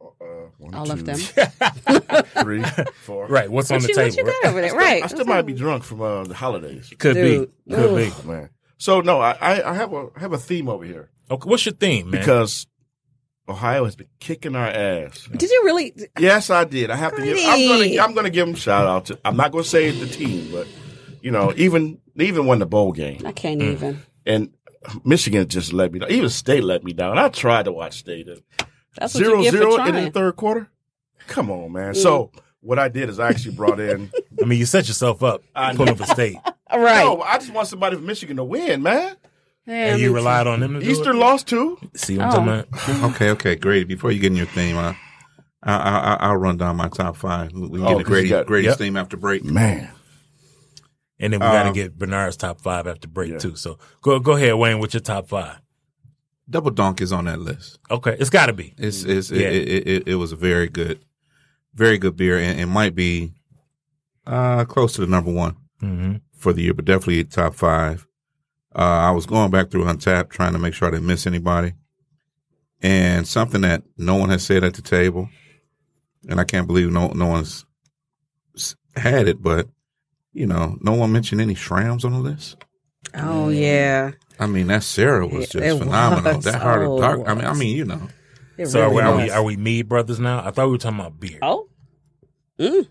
Speaker 2: Uh, one,
Speaker 3: All of
Speaker 2: two,
Speaker 3: them.
Speaker 4: [LAUGHS]
Speaker 1: [LAUGHS]
Speaker 3: [LAUGHS]
Speaker 2: Three, four.
Speaker 1: Right. What's on
Speaker 3: What
Speaker 1: the
Speaker 3: you, what you
Speaker 1: table?
Speaker 3: got
Speaker 1: Right?
Speaker 3: over there? Right.
Speaker 2: I still might be drunk from uh, the holidays,
Speaker 1: Could be.
Speaker 3: Dude.
Speaker 1: Could be.
Speaker 2: man. So no, I, I I have a I have a theme over here
Speaker 1: Okay. What's your theme, man?
Speaker 2: because Ohio has been kicking our ass.
Speaker 3: Did you really?
Speaker 2: Yes, I did. I have to give. I'm
Speaker 3: Great.
Speaker 2: gonna. I'm gonna give him shout out. To, I'm not gonna say the team, but you know, even they even won the bowl game,
Speaker 3: I can't
Speaker 1: Mm.
Speaker 3: even.
Speaker 2: and Michigan just let me down. Even State let me down. I tried to watch State. and
Speaker 3: That's what
Speaker 2: Zero
Speaker 3: you get
Speaker 2: zero
Speaker 3: for
Speaker 2: in the
Speaker 3: trying.
Speaker 2: third quarter. Come on, man. So what I did is I actually brought in.
Speaker 1: I mean, you set yourself up pulling for state,
Speaker 3: [LAUGHS] All right.
Speaker 2: no, I just want somebody from Michigan to win, man.
Speaker 3: Yeah,
Speaker 1: and you
Speaker 3: me
Speaker 1: relied on them. To do
Speaker 2: Eastern
Speaker 1: it?
Speaker 2: lost too.
Speaker 1: See what I'm talking about?
Speaker 4: Oh. [LAUGHS] Okay, okay, great. Before you get in your theme, I, I, I, I'll run down my top five. We we can
Speaker 2: Oh,
Speaker 4: get
Speaker 2: 'cause you
Speaker 4: the great,
Speaker 2: got-
Speaker 1: yep.
Speaker 4: greatest theme after Um, break. Uh,
Speaker 2: Man,
Speaker 1: And then we got to get Bernard's top five after break
Speaker 2: Yeah.
Speaker 1: too. So go go ahead, Wayne, with your top five.
Speaker 4: Double Donk is on that list.
Speaker 1: Okay, it's got to be.
Speaker 4: It's, it's
Speaker 1: Yeah.
Speaker 4: it, it, it, it was a very good, very good beer, and it might be uh, close to the number one
Speaker 2: [LAUGHS]
Speaker 1: Mm-hmm.
Speaker 4: for the year, but definitely top five. Uh, I was going back through Untapped trying to make sure I didn't miss anybody, and something that no one has said at the table, and I can't believe no no one's s- had it, but you know, no one mentioned any Shrams on the list. Mm-hmm.
Speaker 3: Oh yeah.
Speaker 4: I mean, that Sarah
Speaker 3: Yeah,
Speaker 4: was just
Speaker 3: it [LAUGHS]
Speaker 4: phenomenal.
Speaker 3: was.
Speaker 4: That Heart
Speaker 3: Oh,
Speaker 4: of
Speaker 3: it
Speaker 4: Dark. I mean, I
Speaker 3: was.
Speaker 4: mean, you know.
Speaker 3: It
Speaker 1: So are, we,
Speaker 3: really
Speaker 1: are we
Speaker 3: was.
Speaker 1: are we Mead brothers now? I thought we were talking about beer.
Speaker 3: Oh. Mm.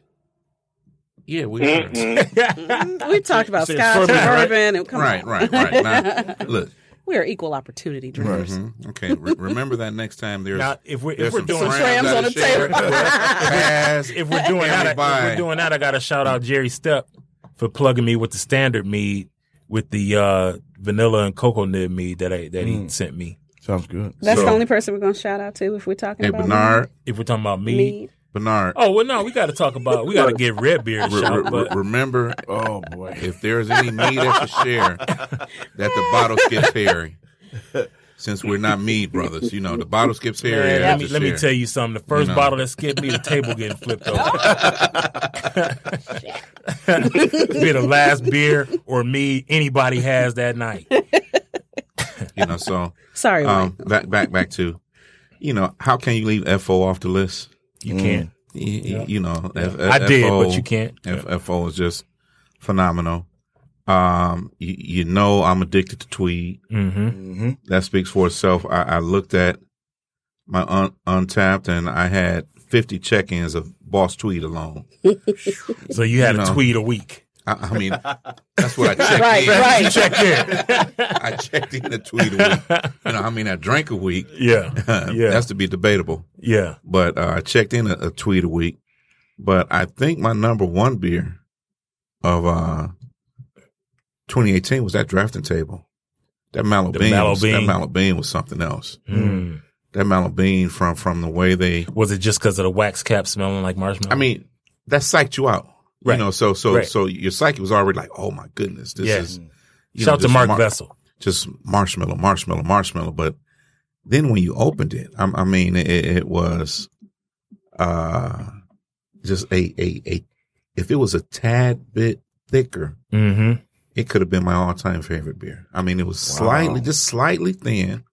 Speaker 4: Yeah, we sure.
Speaker 3: Mm. [LAUGHS] We talked
Speaker 4: [LAUGHS]
Speaker 3: about
Speaker 4: You said
Speaker 3: scotch and
Speaker 4: bourbon, right?
Speaker 3: bourbon. And, come
Speaker 4: Right,
Speaker 3: on.
Speaker 4: right, right.
Speaker 3: [LAUGHS]
Speaker 4: Now, look.
Speaker 3: we are equal opportunity drinkers.
Speaker 4: Mhm. Okay, re- remember that next time there's
Speaker 1: Now, if we're
Speaker 4: there's
Speaker 1: if we're
Speaker 4: some
Speaker 1: doing
Speaker 4: Shrams
Speaker 3: Shrams
Speaker 4: out
Speaker 3: on
Speaker 4: of
Speaker 3: the
Speaker 4: shape.
Speaker 1: [LAUGHS]
Speaker 3: table.
Speaker 4: Pass.
Speaker 1: if we're doing that, if
Speaker 4: Everybody.
Speaker 1: we're doing that, I got to shout out Jerry Step for plugging me with the standard mead with the uh, vanilla and cocoa nib mead that I, that he sent me.
Speaker 2: Mm. Sounds good.
Speaker 3: [LAUGHS] That's the
Speaker 1: So-
Speaker 3: only person we're gonna shout out to if we're talking
Speaker 4: Hey,
Speaker 3: about
Speaker 4: Bernard,
Speaker 1: If we're talking about mead,
Speaker 3: mead.
Speaker 4: Bernard.
Speaker 1: oh well, no, we got to talk about we got to get red beer a
Speaker 4: re-
Speaker 1: shout,
Speaker 4: re-
Speaker 1: [LAUGHS] but
Speaker 4: re- remember,
Speaker 2: Oh boy.
Speaker 4: if there's any mead that's a share, that the bottle skips Harry. Since we're not mead brothers, you know the bottle skips Harry.
Speaker 1: Man, let,
Speaker 4: as
Speaker 1: me,
Speaker 4: a
Speaker 1: let me
Speaker 4: share.
Speaker 1: tell you something. The first
Speaker 4: know.
Speaker 1: bottle that skipped me, the table getting flipped
Speaker 4: [LAUGHS]
Speaker 1: over. be the last beer or me anybody has that night.
Speaker 4: you know. So
Speaker 3: [LAUGHS] Sorry,
Speaker 4: um,
Speaker 3: Mike.
Speaker 4: back back back to, you know, how can you leave FO off the list?
Speaker 1: You can't.
Speaker 4: Y- y- You know, F-
Speaker 1: I did,
Speaker 4: FO
Speaker 1: but you can't.
Speaker 4: F- FO is just phenomenal. Um, you, you know, I'm addicted to Tweed.
Speaker 1: Mm-hmm.
Speaker 2: Mm-hmm.
Speaker 4: That speaks for itself. I, I looked at my un- untapped and I had 50 check ins of Boss Tweed alone.
Speaker 1: [LAUGHS] So you had
Speaker 4: You
Speaker 1: a
Speaker 4: know.
Speaker 1: tweet a week.
Speaker 4: I, I mean,
Speaker 1: [LAUGHS]
Speaker 4: that's what I checked
Speaker 3: Right,
Speaker 4: in.
Speaker 3: right.
Speaker 1: Check in. [LAUGHS]
Speaker 4: I checked in a tweet a week. You know, I mean, I drank a week.
Speaker 1: Yeah. Yeah.
Speaker 4: [LAUGHS] That's to be debatable.
Speaker 1: yeah.
Speaker 4: but uh, I checked in a, a tweet a week. But I think my number one beer of uh, 2018 was that drafting table. That Mallow
Speaker 1: The
Speaker 4: Bean,
Speaker 1: Mallow
Speaker 4: was, that
Speaker 1: Bean.
Speaker 4: Mallow Bean was something else.
Speaker 1: Mm.
Speaker 4: That Mallow Bean from from the way they,
Speaker 1: Was it just because of the wax cap smelling like marshmallow?
Speaker 4: I mean, that psyched you out.
Speaker 1: Right.
Speaker 4: You know, so so
Speaker 1: Right.
Speaker 4: so your psyche was already like, oh my goodness, this
Speaker 1: Yeah.
Speaker 4: is. you
Speaker 1: shout
Speaker 4: know,
Speaker 1: out to
Speaker 4: just
Speaker 1: Mark
Speaker 4: mar-
Speaker 1: Vessel.
Speaker 4: just marshmallow, marshmallow, marshmallow. But then when you opened it, I, I mean, it, it was uh, just a, a a if it was a tad bit thicker,
Speaker 1: Mm-hmm.
Speaker 4: it could have been my all time favorite beer. I mean, it was slightly, just slightly thin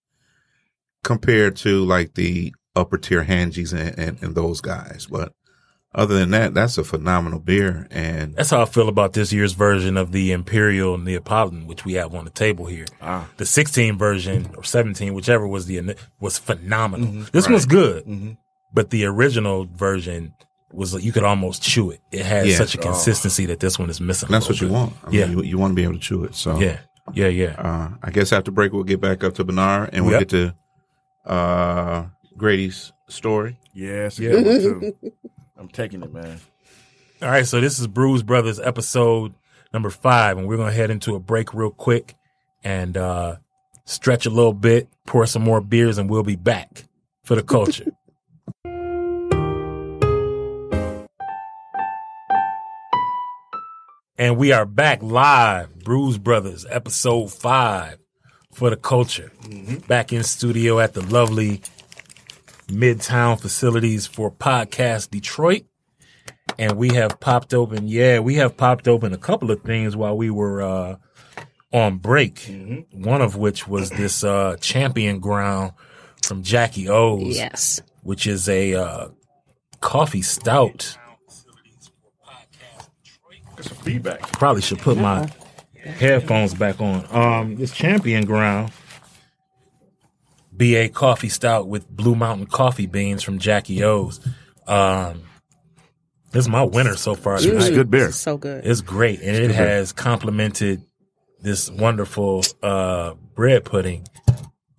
Speaker 4: compared to like the upper tier Hangies and, and and those guys. But other than that, that's a phenomenal beer, and
Speaker 1: That's how I feel about this year's version of the Imperial Neapolitan, which we have on the table here. The 16 version or 17, whichever was the ini- was phenomenal. This one's good, but the original version was like you could almost chew it. It had
Speaker 4: Yeah.
Speaker 1: such a consistency that this one is missing. a
Speaker 4: Oh. that's what
Speaker 1: little
Speaker 4: you want. I mean,
Speaker 1: Yeah.
Speaker 4: you, you want to be able to chew it. So
Speaker 1: bit. Yeah, yeah, yeah.
Speaker 4: Uh, I guess after break we'll get back up to Bernard and we'll
Speaker 1: Yep.
Speaker 4: get to uh, Grady's story.
Speaker 1: [LAUGHS]
Speaker 2: Yeah, it's a good
Speaker 4: [LAUGHS]
Speaker 2: one too. I'm taking it, man.
Speaker 1: All right, so this is Bruise Brothers episode number five, and we're gonna head into a break real quick and uh, stretch a little bit, pour some more beers, and we'll be back for the culture. and we are back live, Bruise Brothers episode five for the culture. Back in studio at the lovely Midtown facilities for Podcast Detroit and we have popped open. Yeah, we have popped open a couple of things while we were uh, on break. One of which was this uh, champion ground from Jackie O's,
Speaker 3: Yes.
Speaker 1: which is a uh, coffee stout.
Speaker 2: Feedback.
Speaker 1: Probably should put my headphones back on. Um, this champion ground. BA coffee stout with Blue Mountain coffee beans from Jackie O's. Um, this is my winner so far. tonight.
Speaker 2: It's good beer.
Speaker 3: So good.
Speaker 1: It's great, and it has complemented this wonderful uh, bread pudding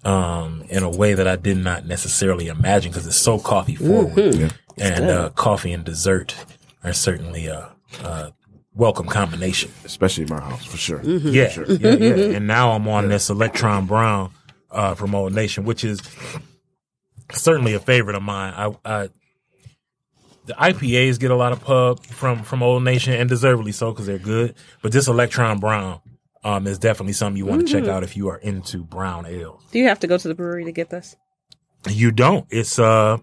Speaker 1: um, in a way that I did not necessarily imagine because it's so coffee forward,
Speaker 2: Mm-hmm.
Speaker 1: and uh, coffee and dessert are certainly uh, a, a welcome combination.
Speaker 2: Especially in my house, for sure.
Speaker 1: Yeah, yeah,
Speaker 2: [LAUGHS]
Speaker 1: yeah. And now I'm on this Electron Brown uh, from Old Nation, which is certainly a favorite of mine. I, I the IPAs get a lot of pub from from Old Nation, and deservedly so because they're good. But this Electron Brown um, is definitely something you want to check out if you are into brown ale.
Speaker 3: Do you have to go to the brewery to get this?
Speaker 1: You don't. It's uh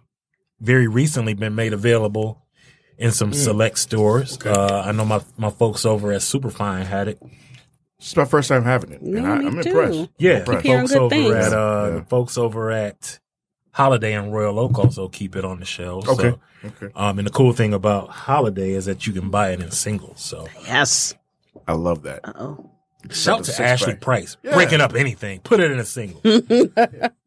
Speaker 1: very recently been made available in some select stores. Uh, I know my my folks over at Superfine had it.
Speaker 2: This is my first time having it, and
Speaker 3: Yeah,
Speaker 2: I,
Speaker 3: me
Speaker 2: I'm
Speaker 3: too.
Speaker 2: impressed.
Speaker 1: Yeah,
Speaker 2: Keep Right.
Speaker 3: hearing
Speaker 1: folks
Speaker 3: good
Speaker 1: over
Speaker 3: things.
Speaker 1: at uh,
Speaker 2: Yeah.
Speaker 1: the folks over at Holiday and Royal Oak also keep it on the shelves.
Speaker 2: Okay.
Speaker 1: So,
Speaker 2: Okay.
Speaker 1: um, and the cool thing about Holiday is that you can buy it in singles. So
Speaker 3: Yes.
Speaker 2: I love that.
Speaker 3: Uh oh.
Speaker 1: shout
Speaker 2: Six
Speaker 1: to Ashley
Speaker 2: pack.
Speaker 1: Price
Speaker 2: Yeah.
Speaker 1: breaking up anything. Put it in a single.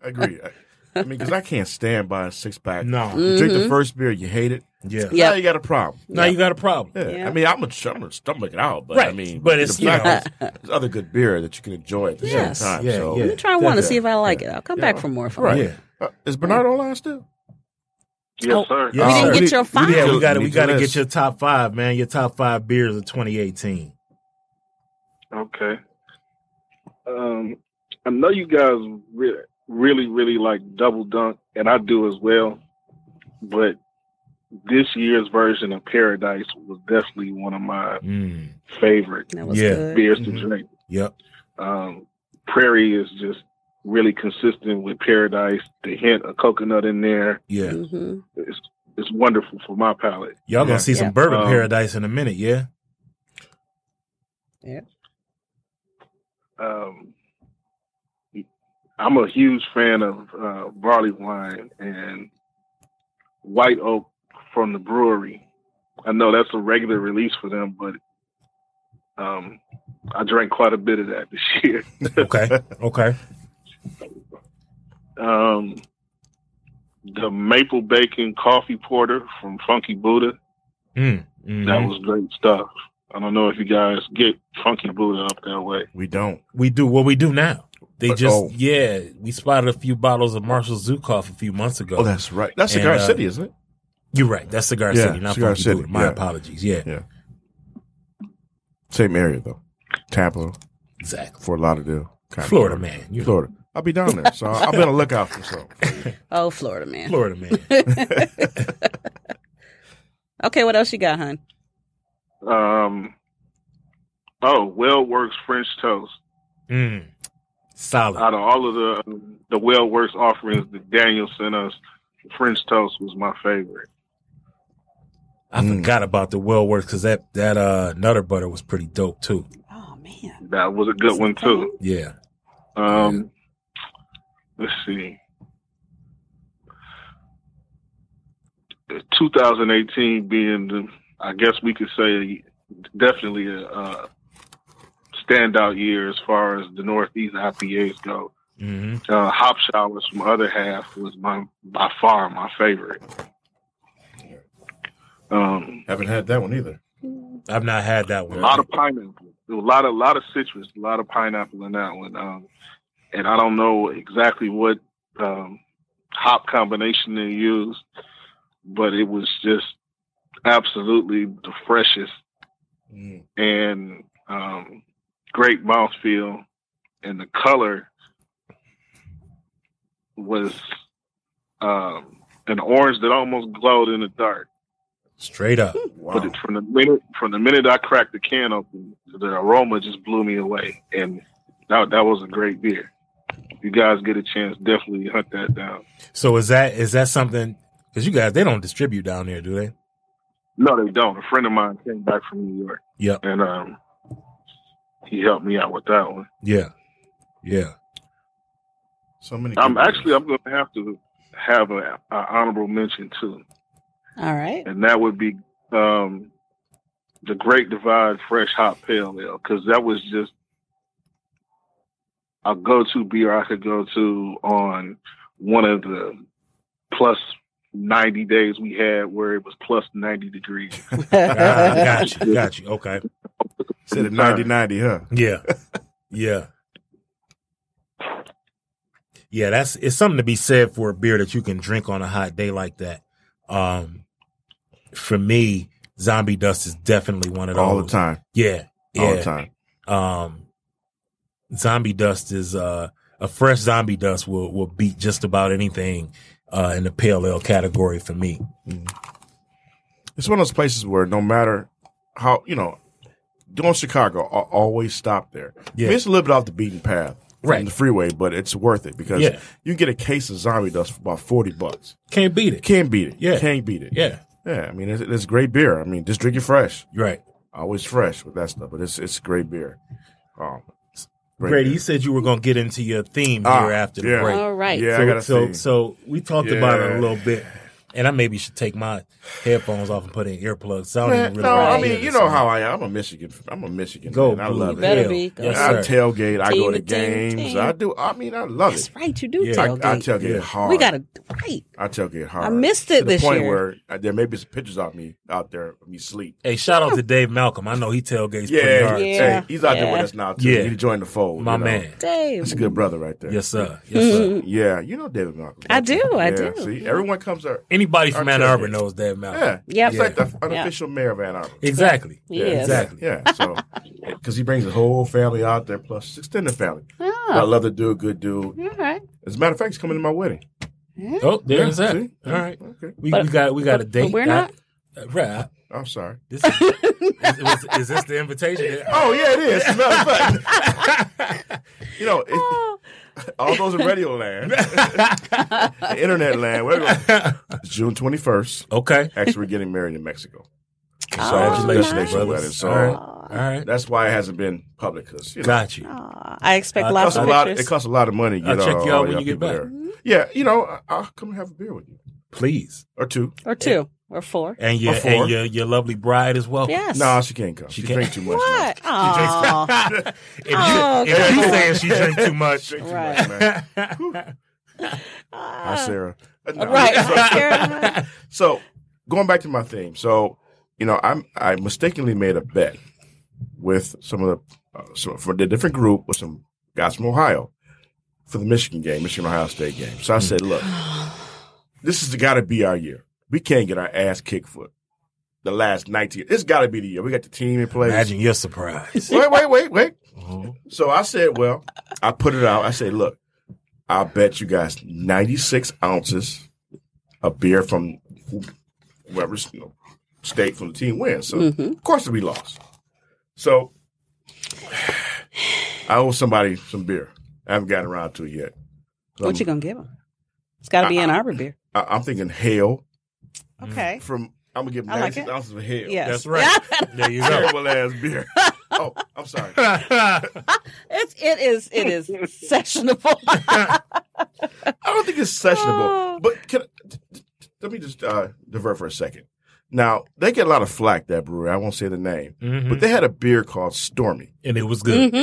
Speaker 2: Agreed. I, I mean, because I can't stand by a six pack.
Speaker 1: No.
Speaker 2: You drink the first beer, you hate it.
Speaker 1: yeah.
Speaker 3: Mm-hmm. Yeah.
Speaker 2: Now you got a problem.
Speaker 1: Now you got a problem.
Speaker 2: Yeah.
Speaker 3: Yeah.
Speaker 2: I mean, I'm gonna, I'm gonna stomach it out, but I
Speaker 1: Right.
Speaker 2: mean,
Speaker 1: But it's,
Speaker 2: the
Speaker 1: you
Speaker 2: fact
Speaker 1: know-
Speaker 2: is, there's other good beer that you can enjoy at the
Speaker 3: Yes.
Speaker 2: same time.
Speaker 1: Yeah,
Speaker 2: so,
Speaker 1: yeah.
Speaker 3: Let me try one to
Speaker 1: Yeah.
Speaker 3: see if I like it. I'll come
Speaker 2: Yeah.
Speaker 3: back for more. If I
Speaker 2: Right.
Speaker 3: like
Speaker 1: Yeah.
Speaker 2: Uh, is Bernard online still?
Speaker 5: Yes,
Speaker 3: Oh,
Speaker 5: sir.
Speaker 1: yeah. We didn't
Speaker 2: Uh,
Speaker 1: get
Speaker 2: need-
Speaker 3: your
Speaker 2: need
Speaker 3: five.
Speaker 2: to-
Speaker 1: Yeah, we got to
Speaker 2: need
Speaker 1: we
Speaker 2: to
Speaker 1: got to get
Speaker 2: list.
Speaker 1: your top five, man. Your top five beers of 2018.
Speaker 5: Okay. Um, I know you guys re- really, really like Double Dunk, and I do as well. But this year's version of Paradise was definitely one of my
Speaker 1: Mm.
Speaker 5: favorite
Speaker 3: it. That was
Speaker 1: Yeah.
Speaker 3: good.
Speaker 5: beers
Speaker 1: Mhm.
Speaker 5: to drink.
Speaker 1: Yep.
Speaker 5: Um, Prairie is just really consistent with Paradise. The hint of coconut in there
Speaker 1: Yeah.
Speaker 3: hmm
Speaker 5: is it's wonderful for my palate.
Speaker 1: Y'all
Speaker 2: Yeah.
Speaker 1: gonna see some
Speaker 3: Yeah.
Speaker 1: bourbon
Speaker 5: Um,
Speaker 1: paradise in a minute, yeah?
Speaker 5: um, I'm a huge fan of uh, barley wine and white oak from the brewery. I know that's a regular release for them, but um, I drank quite a bit of that this year.
Speaker 1: Okay.
Speaker 5: [LAUGHS]
Speaker 1: okay.
Speaker 5: Um, the maple bacon coffee porter from Funky Buddha.
Speaker 1: Mm. Mm.
Speaker 2: Mm-hmm.
Speaker 5: That was great stuff. I don't know if you guys get Funky Buddha up that way.
Speaker 2: We don't.
Speaker 1: we do what we do now. They
Speaker 2: But-
Speaker 1: just
Speaker 2: oh.
Speaker 1: yeah, we spotted a few bottles of Marshall Zukoff a few months ago.
Speaker 2: Oh, that's right. That's
Speaker 1: And,
Speaker 2: Cigar
Speaker 1: uh,
Speaker 2: City, isn't it?
Speaker 1: You're right. That's Cigar
Speaker 2: Yeah,
Speaker 1: City, not
Speaker 2: Cigar
Speaker 1: Funky
Speaker 2: City,
Speaker 1: Buddha. My
Speaker 2: yeah.
Speaker 1: apologies. Yeah,
Speaker 2: Yeah. Same area though. Tampa,
Speaker 1: exactly.
Speaker 2: Fort Lauderdale, kind of
Speaker 1: Florida man. You're
Speaker 2: Florida. I'll be down
Speaker 5: [LAUGHS]
Speaker 2: there, so I'll be on the lookout for some.
Speaker 3: [LAUGHS] Oh, Florida man.
Speaker 1: Florida man.
Speaker 3: [LAUGHS] Okay, what else you got, hon?
Speaker 5: Um, oh, Well Works French Toast.
Speaker 1: mm. Solid.
Speaker 5: out of all of the the well works offerings that Daniel sent us, French toast was my favorite.
Speaker 1: I
Speaker 2: Mm.
Speaker 1: forgot about the well works because that that uh nutter butter was pretty dope too.
Speaker 3: Oh man.
Speaker 5: That was a good one too.
Speaker 1: Yeah.
Speaker 5: Um, let's see. The 2018 being, the, I guess we could say, definitely a, uh standout year as far as the Northeast IPAs go.
Speaker 1: hmm
Speaker 5: Uh, Hop Showers from Other Half was my by far my favorite. Um,
Speaker 2: Haven't had that one either.
Speaker 1: I've not had that one.
Speaker 5: A lot of pineapple. There was a lot of lot of citrus, a lot of pineapple in that one. Um, and I don't know exactly what um, hop combination they used, but it was just absolutely the freshest
Speaker 1: Mm.
Speaker 5: and um, great mouthfeel, and the color was um, an orange that almost glowed in the dark.
Speaker 1: Straight up.
Speaker 2: Wow.
Speaker 5: But it, from the minute from the minute I cracked the can open, the aroma just blew me away, and that that was a great beer. If you guys get a chance, definitely hunt that down.
Speaker 1: So is that is that something? Because you guys they don't distribute down there, do they?
Speaker 5: No, they don't. A friend of mine came back from New York,
Speaker 1: Yep.
Speaker 5: and um, he helped me out with that one.
Speaker 1: Yeah. Yeah.
Speaker 2: so many.
Speaker 5: I'm
Speaker 2: good beers.
Speaker 5: actually I'm going to have to have a, a honorable mention too,
Speaker 3: All right.
Speaker 5: and that would be um, the Great Divide Fresh Hot Pale Ale because that was just a go-to beer I could go to on one of the plus ninety days we had where it was plus ninety degrees.
Speaker 1: [LAUGHS] Ah, got you. Got you. Okay.
Speaker 2: said a 9090, huh?
Speaker 1: Yeah. Yeah. Yeah, that's it's something to be said for a beer that you can drink on a hot day like that. Um for me, zombie dust is definitely one of those.
Speaker 2: All the time,
Speaker 1: Yeah. Yeah.
Speaker 2: all the time.
Speaker 1: Um zombie dust is uh a fresh zombie dust will will beat just about anything uh in the pale ale category for me.
Speaker 2: Mm-hmm. It's one of those places where no matter how you know, doing Chicago, I always stop there. I mean, it's a little bit off the beaten path from
Speaker 1: Right.
Speaker 2: the freeway, but it's worth it because
Speaker 1: Yeah.
Speaker 2: you get a case of zombie dust for about forty bucks.
Speaker 1: Can't beat it.
Speaker 2: Can't beat it.
Speaker 1: Yeah.
Speaker 2: can't beat it.
Speaker 1: Yeah.
Speaker 2: yeah. I mean, it's, it's great beer. I mean, just drink it fresh.
Speaker 1: Right.
Speaker 2: Always fresh with that stuff, but it's it's great beer. Um, great
Speaker 1: Brady,
Speaker 2: beer.
Speaker 1: you said you were going to get into your theme
Speaker 2: Ah,
Speaker 1: here after the
Speaker 2: yeah.
Speaker 1: break.
Speaker 3: All right.
Speaker 2: Yeah, I
Speaker 1: so,
Speaker 2: gotta
Speaker 1: so,
Speaker 2: see.
Speaker 1: so we talked about it a
Speaker 2: Yeah.
Speaker 1: little bit, and I maybe should take my headphones off and put in earplugs. So I don't
Speaker 2: Man,
Speaker 1: even really
Speaker 2: no,
Speaker 1: wanna
Speaker 2: I
Speaker 1: hear
Speaker 2: mean you
Speaker 1: this
Speaker 2: know
Speaker 1: song.
Speaker 2: how I am. I'm a Michigan. I'm a Michigan.
Speaker 1: go.
Speaker 2: man. I
Speaker 1: Blue
Speaker 2: love it.
Speaker 3: better
Speaker 1: Hill.
Speaker 3: be. Go.
Speaker 1: Yes,
Speaker 2: I
Speaker 1: sir.
Speaker 2: tailgate. I go to
Speaker 3: Team, team,
Speaker 2: games.
Speaker 3: team.
Speaker 2: I do. I mean, I love it.
Speaker 3: That's right. You do
Speaker 1: Yeah.
Speaker 2: I,
Speaker 3: tailgate.
Speaker 2: I tailgate
Speaker 1: Yeah.
Speaker 2: hard.
Speaker 3: we got to right.
Speaker 2: I tailgate hard.
Speaker 3: I missed
Speaker 2: to
Speaker 3: it
Speaker 2: the
Speaker 3: this
Speaker 2: point
Speaker 3: year.
Speaker 2: where uh, there may be some pictures of me out there of me sleep.
Speaker 1: Hey,
Speaker 3: [LAUGHS]
Speaker 1: shout out to Dave Malcolm. I know he tailgates pretty
Speaker 2: Yeah,
Speaker 1: hard.
Speaker 3: Yeah.
Speaker 2: Hey, he's out there with
Speaker 3: Yeah.
Speaker 2: us now too.
Speaker 1: Yeah.
Speaker 2: He joined the fold.
Speaker 1: My
Speaker 2: you know.
Speaker 1: man.
Speaker 3: Dave.
Speaker 2: That's a good brother right there.
Speaker 1: Yes,
Speaker 2: [LAUGHS]
Speaker 1: sir. Yes, sir.
Speaker 2: Yeah, you know David Malcolm.
Speaker 3: I
Speaker 2: don't you?
Speaker 3: do, I
Speaker 2: Yeah,
Speaker 3: do.
Speaker 2: See, everyone comes there.
Speaker 1: Anybody from
Speaker 2: Our
Speaker 1: Ann
Speaker 2: tailgate.
Speaker 1: Arbor knows Dave Malcolm.
Speaker 2: Yeah.
Speaker 3: Yep.
Speaker 2: He's like the unofficial mayor of Ann Arbor.
Speaker 1: Exactly.
Speaker 3: He is.
Speaker 1: Exactly.
Speaker 2: Yeah. So, [LAUGHS] because he brings his whole family out there, plus extended family.
Speaker 3: Oh.
Speaker 2: But I love the dude, good dude.
Speaker 3: All right.
Speaker 2: As a matter of fact, he's coming to my wedding.
Speaker 1: Oh, there's
Speaker 2: Yeah,
Speaker 1: that.
Speaker 2: see?
Speaker 1: All right.
Speaker 2: Okay. Oh,
Speaker 1: We, we got we got a date.
Speaker 3: we're not-
Speaker 1: I, uh, right. I-
Speaker 2: I'm sorry.
Speaker 1: This is, is, was- [LAUGHS] is this the invitation?
Speaker 2: [LAUGHS] Oh yeah, it is. As a matter of fact, you know, it,
Speaker 3: [LAUGHS] Oh,
Speaker 2: all those in
Speaker 1: [LAUGHS]
Speaker 2: radio [LAUGHS] land, internet land, whatever. It's June twenty first.
Speaker 1: Okay.
Speaker 2: Actually, we're getting married in Mexico. So
Speaker 1: Congratulations,
Speaker 2: destination
Speaker 1: brothers.
Speaker 2: wedding. So
Speaker 1: All right. All right.
Speaker 2: that's why it hasn't been public because you know,
Speaker 1: Got you.
Speaker 3: I expect
Speaker 2: it
Speaker 3: lots
Speaker 2: costs a
Speaker 3: of
Speaker 2: lot.
Speaker 3: pictures.
Speaker 2: It costs a lot of money. to
Speaker 1: I'll
Speaker 2: get
Speaker 1: check
Speaker 2: all-
Speaker 1: you out
Speaker 2: all
Speaker 1: when
Speaker 2: y'all
Speaker 1: you get
Speaker 2: people
Speaker 1: back.
Speaker 2: there. Yeah, you know, I- I'll come and have a beer with you
Speaker 1: Please.
Speaker 2: or two.
Speaker 3: or two or four.
Speaker 1: And your
Speaker 2: Before.
Speaker 1: and your, your lovely bride as well.
Speaker 3: Yes.
Speaker 2: No, she can't come. She,
Speaker 1: can't-
Speaker 2: drank too much. [LAUGHS] man.
Speaker 3: What? Oh,
Speaker 1: If you,
Speaker 3: Oh,
Speaker 1: if you saying she drank too much,
Speaker 2: Drink too
Speaker 3: Right.
Speaker 2: much, man.
Speaker 3: [LAUGHS]
Speaker 2: Hi, Sarah. Uh, no, [LAUGHS]
Speaker 3: right. Sarah,
Speaker 2: So going back to my theme, so you know, I'm I mistakenly made a bet with some of the uh, some, from a different group with some guys from Ohio for the Michigan game, Michigan Ohio State game. So I said, look, this has got to be our year. We can't get our ass kicked for the last 19. It's got to be the year. We got the team in place.
Speaker 1: imagine your surprise. Uh-huh.
Speaker 2: Wait, wait, wait, wait. So I said, well, I put it out. I said, look, I bet you guys 96 ounces of beer from whoever's you know, state from the team wins. So
Speaker 3: Mm-hmm.
Speaker 2: of course it'll be lost.
Speaker 1: [LAUGHS]
Speaker 2: So I owe somebody some beer. I haven't gotten around to it yet. So
Speaker 3: what you gonna give him? It's got to
Speaker 2: Uh,
Speaker 3: be an Arbor beer.
Speaker 2: I, I'm thinking hail
Speaker 3: Okay.
Speaker 2: from. I'm gonna give
Speaker 3: I like
Speaker 2: 96
Speaker 3: it.
Speaker 2: ounces of hail.
Speaker 3: Yes. [LAUGHS]
Speaker 1: That's right. There you go.
Speaker 2: Terrible ass beer. Oh, [LAUGHS] I'm sorry.
Speaker 3: It's it is it
Speaker 2: [LAUGHS]
Speaker 3: is sessionable.
Speaker 2: I don't think it's sessionable.
Speaker 3: Oh.
Speaker 2: But can, t- t- t- let me just uh, divert for a second. Now they get a lot of flack that brewery. I won't say the name, but they had a beer called Stormy,
Speaker 1: Mm-hmm. And it was good.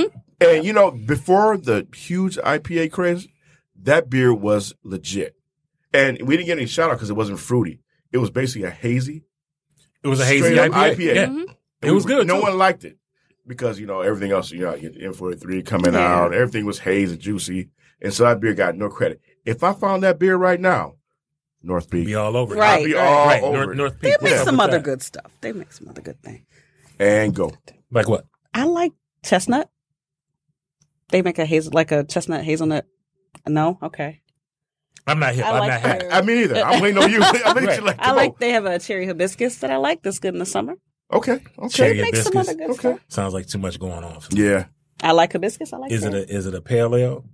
Speaker 2: and you know before the huge IPA craze, that beer was legit, and we didn't get any shout out because it wasn't fruity. It was basically a hazy.
Speaker 1: It was a hazy
Speaker 2: Straight up
Speaker 1: IPA.
Speaker 2: IPA.
Speaker 1: Yeah.
Speaker 2: Mhm.
Speaker 1: It was good.
Speaker 2: No
Speaker 1: too.
Speaker 2: one liked it because you know everything else. You know, you get the M43 coming
Speaker 3: Yeah.
Speaker 2: out. Everything was hazy, juicy, and so that beer got no credit. If I found that beer right now, North Peak,
Speaker 1: be all over. it.
Speaker 3: Right.
Speaker 2: I'd be all
Speaker 1: Right.
Speaker 2: over
Speaker 1: North,
Speaker 2: it.
Speaker 1: North
Speaker 3: they
Speaker 1: Peak.
Speaker 3: make
Speaker 1: What's up
Speaker 3: some
Speaker 1: with
Speaker 3: other
Speaker 1: that?
Speaker 3: good stuff. They make some other good thing.
Speaker 2: and go.
Speaker 1: Like what?
Speaker 3: I like chestnut. They make a hazel like a chestnut hazelnut. No, okay.
Speaker 1: I'm not hip.
Speaker 3: I
Speaker 1: I'm
Speaker 3: like
Speaker 1: not happy.
Speaker 3: their-
Speaker 2: I mean, either. I'm waiting on
Speaker 3: [LAUGHS]
Speaker 2: you. [LAUGHS] I'm waiting at you like,
Speaker 3: I
Speaker 2: come
Speaker 3: like they have a cherry hibiscus that I like that's good in the summer.
Speaker 2: on. Okay. Okay.
Speaker 1: Cherry
Speaker 3: They make some
Speaker 1: hibiscus?
Speaker 3: other good
Speaker 2: Okay.
Speaker 3: stuff.
Speaker 1: Sounds like too much going on. for me.
Speaker 2: Yeah.
Speaker 3: I like hibiscus. I like
Speaker 1: Is it
Speaker 3: that.
Speaker 1: a is it a pale ale?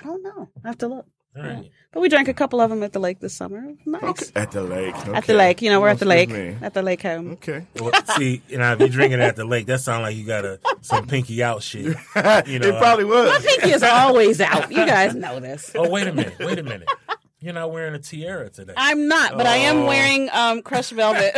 Speaker 3: I don't know. I have to look.
Speaker 1: All right.
Speaker 3: But we drank a couple of them at the lake this summer. It was Nice.
Speaker 2: Okay. At the lake. Okay.
Speaker 3: At the lake, you know, we're at the lake.
Speaker 2: Excuse me.
Speaker 3: At the lake home.
Speaker 2: Okay.
Speaker 1: Well, see, you know, if you're drinking it at the lake, that sounds like you got a some pinky out
Speaker 2: [LAUGHS]
Speaker 1: shit. You know, uh,
Speaker 2: it probably
Speaker 3: My
Speaker 2: was.
Speaker 3: pinky is always out. You guys know this.
Speaker 1: Oh, wait a minute. Wait a minute. You're not wearing a tiara today.
Speaker 3: I'm not, but I
Speaker 2: Oh.
Speaker 1: Oh.
Speaker 3: am wearing um, crushed
Speaker 1: [LAUGHS]
Speaker 3: velvet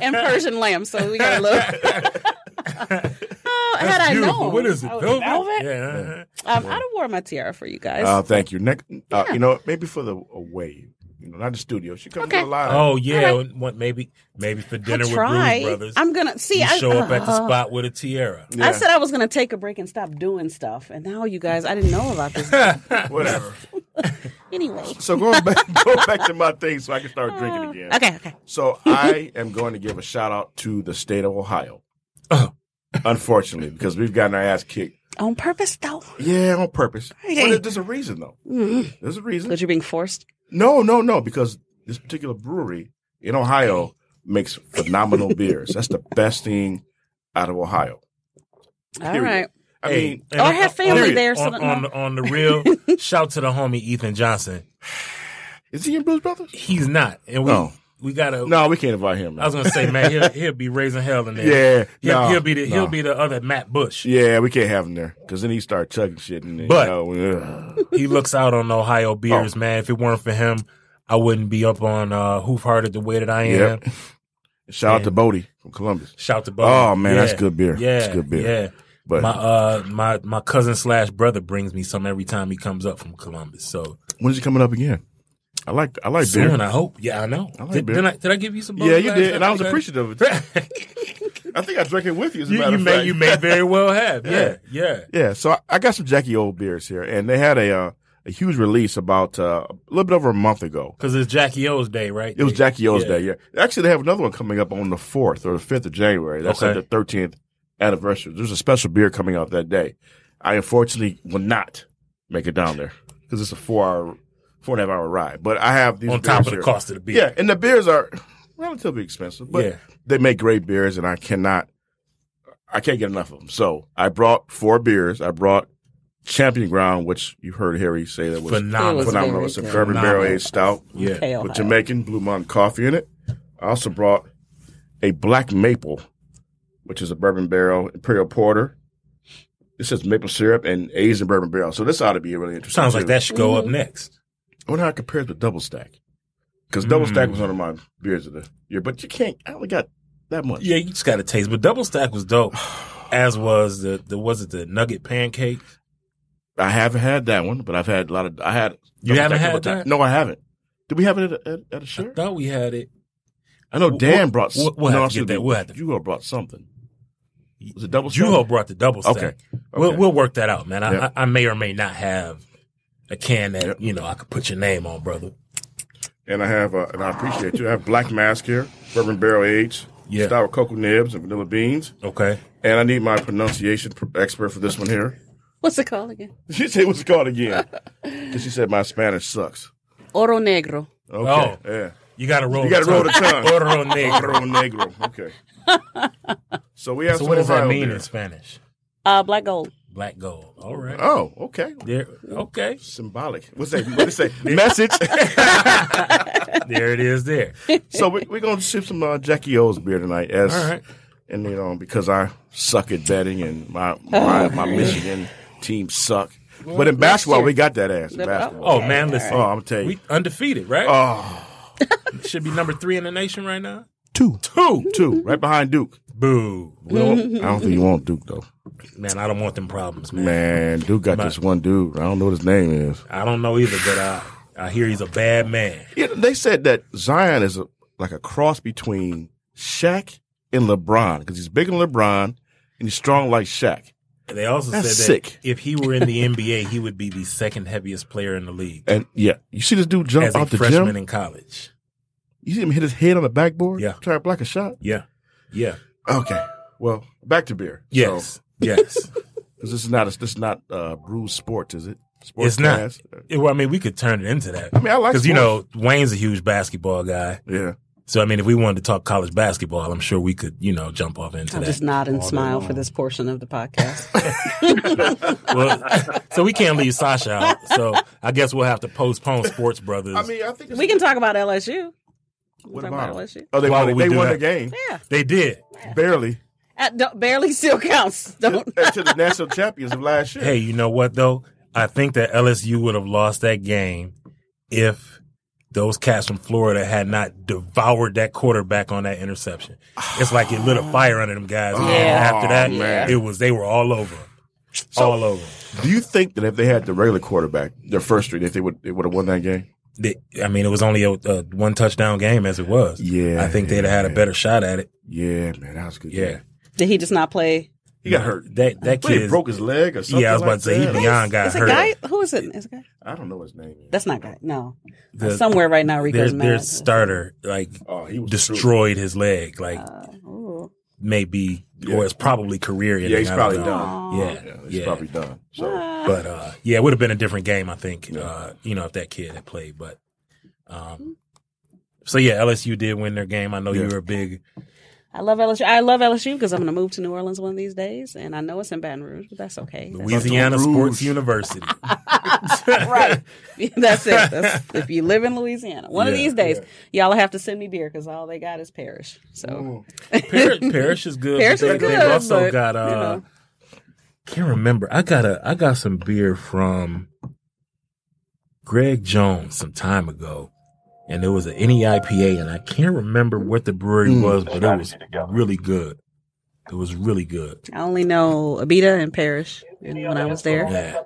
Speaker 3: and Persian lamb, so we got a look. oh, had I
Speaker 1: Beautiful.
Speaker 3: known,
Speaker 1: What is it?
Speaker 3: I would-
Speaker 1: Velvet?
Speaker 3: velvet?
Speaker 1: Yeah. Oh, uh-huh.
Speaker 3: Um, I'd have worn my tiara for you guys.
Speaker 2: Uh, thank you. Next, uh, you know, maybe for the away, you know, not the studio. She comes
Speaker 3: Okay.
Speaker 2: to the live.
Speaker 1: Oh yeah. What maybe maybe for
Speaker 3: I
Speaker 1: dinner with Bruce
Speaker 3: try.
Speaker 1: Brothers.
Speaker 3: I'm gonna see.
Speaker 1: you
Speaker 3: I
Speaker 1: show up at the
Speaker 3: uh,
Speaker 1: spot with a tiara.
Speaker 3: I said I was gonna take a break and stop doing stuff, and now you guys, I didn't know about
Speaker 1: [LAUGHS]
Speaker 3: this.
Speaker 2: whatever.
Speaker 3: anyway,
Speaker 2: So going back, [LAUGHS] go back to my thing, so I can start drinking again.
Speaker 3: Uh, okay, okay.
Speaker 2: So I am going to give a shout out to the state of Ohio.
Speaker 1: Oh.
Speaker 2: Unfortunately, because we've gotten our ass kicked.
Speaker 3: On purpose, though. Mm-hmm.
Speaker 2: Yeah, on
Speaker 3: [LAUGHS]
Speaker 2: purpose.
Speaker 3: Okay.
Speaker 2: But there's a reason though. There's a reason.
Speaker 3: Because you're being forced.
Speaker 2: No, no, no, because this
Speaker 3: [LAUGHS]
Speaker 2: particular brewery in Ohio makes phenomenal beers. That's the best thing out of Ohio.
Speaker 3: All
Speaker 2: Period.
Speaker 3: right.
Speaker 2: I
Speaker 1: Hey,
Speaker 2: mean,
Speaker 1: and
Speaker 3: Oh, I
Speaker 1: on-
Speaker 3: have
Speaker 1: on-
Speaker 3: family
Speaker 1: period.
Speaker 3: there, so
Speaker 1: on,
Speaker 3: that-
Speaker 1: on, the- on the
Speaker 3: [LAUGHS]
Speaker 1: real, shout to the homie Ethan Johnson.
Speaker 2: is he in Blues Brothers?
Speaker 1: He's not, and we
Speaker 2: No.
Speaker 1: we gotta.
Speaker 2: No, we can't invite him. man.
Speaker 1: I was gonna say, man,
Speaker 2: [LAUGHS]
Speaker 1: he'll, he'll be raising hell in there.
Speaker 2: Yeah,
Speaker 1: he'll,
Speaker 2: no,
Speaker 1: he'll be the he'll
Speaker 2: no.
Speaker 1: be the other Matt Bush.
Speaker 2: yeah, we can't have him there because then he start chugging shit. And then,
Speaker 1: But-
Speaker 2: you know, Oh. ugh.
Speaker 1: He looks out on Ohio beers, man. If it weren't for him, I wouldn't be up on uh, Hoof Hearted the way that I am.
Speaker 2: Yep. shout out to Bodie from Columbus.
Speaker 1: Shout to Bo.
Speaker 2: Oh, man, that's good beer.
Speaker 1: Yeah,
Speaker 2: That's good beer.
Speaker 1: Yeah.
Speaker 2: But
Speaker 1: my uh my my cousin slash brother brings me some every time he comes up from Columbus. So
Speaker 2: when is he coming up again? I like I like
Speaker 1: soon,
Speaker 2: beer.
Speaker 1: I hope. Yeah, I know.
Speaker 2: I like
Speaker 1: did,
Speaker 2: beer.
Speaker 1: did I, did I give you some?
Speaker 2: Yeah, you
Speaker 1: Budweiser?
Speaker 2: did, and I was
Speaker 1: Okay.
Speaker 2: appreciative of
Speaker 1: [LAUGHS]
Speaker 2: it. I think I drank it with you. As a
Speaker 1: you,
Speaker 2: matter
Speaker 1: you
Speaker 2: of
Speaker 1: may
Speaker 2: fact.
Speaker 1: you may very well
Speaker 2: [LAUGHS]
Speaker 1: have. Yeah, yeah.
Speaker 2: Yeah, so I, I got some Jackie Old beers here, and they had a uh, a huge release about uh, a little bit over a month ago.
Speaker 1: Because it's Jackie O's day, right?
Speaker 2: It was Jackie O's
Speaker 1: Yeah.
Speaker 2: Day, yeah. Actually, they have another one coming up on the fourth or the fifth of January. That's
Speaker 1: Okay.
Speaker 2: like the thirteenth anniversary. There's a special beer coming out that day. I unfortunately will not make it down there because it's a four hour, four and a half hour ride. But I have these
Speaker 1: on
Speaker 2: beers
Speaker 1: top of the
Speaker 2: here.
Speaker 1: cost of the beer.
Speaker 2: Yeah, and the beers are relatively expensive, but
Speaker 1: Yeah.
Speaker 2: they make great beers, and I cannot, I can't get enough of them. So I brought four beers. I brought Champion Ground, which you heard Harry say that was
Speaker 1: Phenomenal.
Speaker 3: It was
Speaker 2: phenomenal.
Speaker 3: very
Speaker 2: It's a
Speaker 3: good.
Speaker 2: bourbon barrel
Speaker 1: Phenomenal.
Speaker 2: aged stout
Speaker 1: Yeah.
Speaker 3: Okay, Ohio.
Speaker 2: with Jamaican Blue Mountain coffee in it. I also brought a Black Maple, which is a bourbon barrel imperial porter. This is maple syrup and aged in bourbon barrel. So this ought to be really interesting.
Speaker 1: Sounds like
Speaker 2: too.
Speaker 1: that should go up next.
Speaker 2: I wonder how it compares with Double Stack. Because Double Stack
Speaker 1: Hmm.
Speaker 2: was one of my beers of the year, but you can't. I only got that much.
Speaker 1: Yeah, you just got to taste. But double stack was
Speaker 2: [SIGHS]
Speaker 1: dope, as was the, the was it the nugget pancake?
Speaker 2: I haven't had that one, but I've had a lot of. I had.
Speaker 1: You
Speaker 2: Double
Speaker 1: haven't
Speaker 2: Stack a
Speaker 1: had
Speaker 2: couple times.
Speaker 1: that?
Speaker 2: No, I haven't. Did we have it at, a- at, at a
Speaker 1: I
Speaker 2: share?
Speaker 1: thought we had it.
Speaker 2: I know
Speaker 1: We'll-
Speaker 2: Dan brought. s-
Speaker 1: we'll- we'll
Speaker 2: no,
Speaker 1: have to
Speaker 2: I'm
Speaker 1: get
Speaker 2: sorry,
Speaker 1: that. We'll have to-
Speaker 2: Juho brought something. Was it Double Stack?
Speaker 1: Juho brought the double stack.
Speaker 2: Okay.
Speaker 1: We'll
Speaker 2: Okay.
Speaker 1: we'll work that out, man. I,
Speaker 2: Yeah.
Speaker 1: I, I may or may not have a can that
Speaker 2: Yeah.
Speaker 1: you know I could put your name on, brother.
Speaker 2: And I have, uh, and I appreciate you. I have Black Mask here, bourbon barrel aged,
Speaker 1: Yeah.
Speaker 2: stout with cocoa nibs and vanilla beans.
Speaker 1: Okay.
Speaker 2: And I need my pronunciation pr- expert for this one here. [LAUGHS]
Speaker 3: What's it called again?
Speaker 2: She said, "What's it called again?" [LAUGHS] Because she said my Spanish sucks.
Speaker 3: Oro Negro.
Speaker 2: Okay.
Speaker 1: Oh.
Speaker 2: Yeah.
Speaker 1: You got to roll.
Speaker 2: You gotta roll the tongue.
Speaker 1: Oro negro.
Speaker 2: Oro negro. Okay.
Speaker 1: [LAUGHS]
Speaker 2: So we have
Speaker 1: So
Speaker 2: some
Speaker 1: what does that
Speaker 2: Ohio
Speaker 1: mean
Speaker 2: beer.
Speaker 1: in Spanish?
Speaker 3: Uh, Black Gold.
Speaker 1: Black gold. All right.
Speaker 2: Oh, okay.
Speaker 1: There.
Speaker 3: [LAUGHS]
Speaker 1: Okay. [LAUGHS]
Speaker 2: Symbolic. What's that? What's that? Message.
Speaker 1: There it is. There.
Speaker 2: [LAUGHS] so we, we're gonna sip some uh, Jackie O's beer tonight, as
Speaker 1: All right.
Speaker 2: and you know because I suck at betting and my my, my Michigan team suck. But in basketball, we got that ass. In
Speaker 3: Oh.
Speaker 2: basketball.
Speaker 1: Oh man, listen.
Speaker 2: Oh, I'm telling you.
Speaker 1: We undefeated, right?
Speaker 2: Oh,
Speaker 1: Should be number three in the nation right now.
Speaker 2: two, two, two, right behind Duke.
Speaker 1: Boo.
Speaker 2: We don't- I don't think you want Duke though,
Speaker 1: Man, I don't want them problems, man.
Speaker 2: man. Duke got this one dude. I don't know what his name is.
Speaker 1: I don't know either, but I I hear he's a bad man.
Speaker 2: Yeah, they said that Zion is a, like a cross between Shaq and LeBron because he's big and LeBron and he's strong like Shaq.
Speaker 1: They also
Speaker 2: That's
Speaker 1: said that
Speaker 2: sick.
Speaker 1: if he were in the NBA, he would be the second heaviest player in the league
Speaker 2: And yeah, you see this dude jump
Speaker 1: as a
Speaker 2: off the
Speaker 1: freshman
Speaker 2: gym.
Speaker 1: in college.
Speaker 2: you see him hit his head on the backboard.
Speaker 1: Yeah.
Speaker 2: try to block a shot.
Speaker 1: Yeah. Yeah.
Speaker 2: Okay, well, back to beer.
Speaker 1: Yes. Yes.
Speaker 2: because [LAUGHS] this is not a, this is not uh, brew sports, is it? Sports
Speaker 1: it's not.
Speaker 2: cast?
Speaker 1: It- well, I mean, we could turn it into that.
Speaker 2: I mean, I like
Speaker 1: Because, you know, Wayne's a huge basketball guy.
Speaker 2: Yeah,
Speaker 1: So, I mean, if we wanted to talk college basketball, I'm sure we could, you know, jump off into
Speaker 3: I'll
Speaker 1: that.
Speaker 3: just nod and
Speaker 1: all day
Speaker 3: smile for
Speaker 1: long.
Speaker 3: this portion of the podcast.
Speaker 1: Well, [LAUGHS] so we can't leave Sasha out. So I guess we'll have to postpone Sports Brothers.
Speaker 2: I mean, I think it's,
Speaker 3: we can talk about LSU.
Speaker 2: What
Speaker 3: talk
Speaker 2: about
Speaker 3: about
Speaker 2: it?
Speaker 3: LSU.
Speaker 2: Oh, they
Speaker 1: Why
Speaker 2: won,
Speaker 1: would we
Speaker 2: they
Speaker 1: do
Speaker 2: won
Speaker 1: that?
Speaker 2: the game
Speaker 3: Yeah.
Speaker 1: they did.
Speaker 2: barely
Speaker 3: Uh, don't- barely still counts. Don't.
Speaker 2: to, to the national champions of last year.
Speaker 1: Hey, you know what though? I think that LSU would have lost that game if those cats from Florida had not devoured that quarterback on that interception. It's like it
Speaker 2: [SIGHS]
Speaker 1: lit a fire under them guys. man.
Speaker 2: Yeah.
Speaker 1: After that,
Speaker 2: Oh, man.
Speaker 1: it was they were all over, 'em. [LAUGHS] all over. 'em.
Speaker 2: Do you think that if they had the regular quarterback, their first three, that they would they would have won that game?
Speaker 1: They- I mean, it was only a, a one touchdown game as it was.
Speaker 2: Yeah,
Speaker 1: I think they'd
Speaker 2: yeah,
Speaker 1: have had a
Speaker 2: yeah.
Speaker 1: better shot at it.
Speaker 2: Yeah, man, that was a good.
Speaker 1: Yeah.
Speaker 2: game.
Speaker 3: [LAUGHS] Did he just not play?
Speaker 2: he got hurt.
Speaker 1: That that
Speaker 2: What, he
Speaker 1: kid.
Speaker 2: broke his leg or something.
Speaker 1: Yeah, I was about
Speaker 2: like
Speaker 1: to say he
Speaker 2: that?
Speaker 1: beyond got
Speaker 3: Is it
Speaker 1: hurt.
Speaker 3: guy? Who is it? Is it guy?
Speaker 2: I don't know his name.
Speaker 3: That's not guy. No. Uh,
Speaker 1: The-
Speaker 3: Somewhere right now,
Speaker 1: Their,
Speaker 3: Rico's mad.
Speaker 1: their starter like
Speaker 2: Oh, he was
Speaker 1: destroyed his leg. Like
Speaker 3: Uh, Ooh.
Speaker 1: maybe or it's probably career.
Speaker 2: Yeah, he's
Speaker 1: ending. I
Speaker 2: probably
Speaker 1: don't know.
Speaker 2: done.
Speaker 1: Yeah,
Speaker 2: Yeah, he's
Speaker 1: yeah.
Speaker 2: probably done. So
Speaker 1: But uh, yeah, it would have been a different game, I think. Uh, you know, if that kid had played. But
Speaker 3: Hmm.
Speaker 1: um, so yeah, LSU did win their game. I know you
Speaker 2: Yeah.
Speaker 1: were a big
Speaker 3: I love LSU. I love LSU because I'm going to move to New Orleans one of these days, and I know it's in Baton Rouge, but that's okay. That's- [LAUGHS]
Speaker 1: Louisiana Sports University.
Speaker 3: right. That's
Speaker 2: [LAUGHS]
Speaker 3: it. That's, if you live in Louisiana, one of
Speaker 1: Yeah,
Speaker 3: these days, y'all will have to send me beer because all they got is parish. So [LAUGHS]
Speaker 1: Par- Parish is good.
Speaker 3: Parish
Speaker 1: but
Speaker 3: is
Speaker 1: they- They've
Speaker 3: good,
Speaker 1: also
Speaker 3: but,
Speaker 1: got
Speaker 3: you
Speaker 1: uh,
Speaker 3: know.
Speaker 1: can't remember. I got a I got some beer from Greg Jones some time ago, and it was an NEIPA, and I can't remember what the brewery
Speaker 2: Mm.
Speaker 1: was, but it was really good. It was really good.
Speaker 3: I only know Abita and Parish and when I was there.
Speaker 1: Yeah,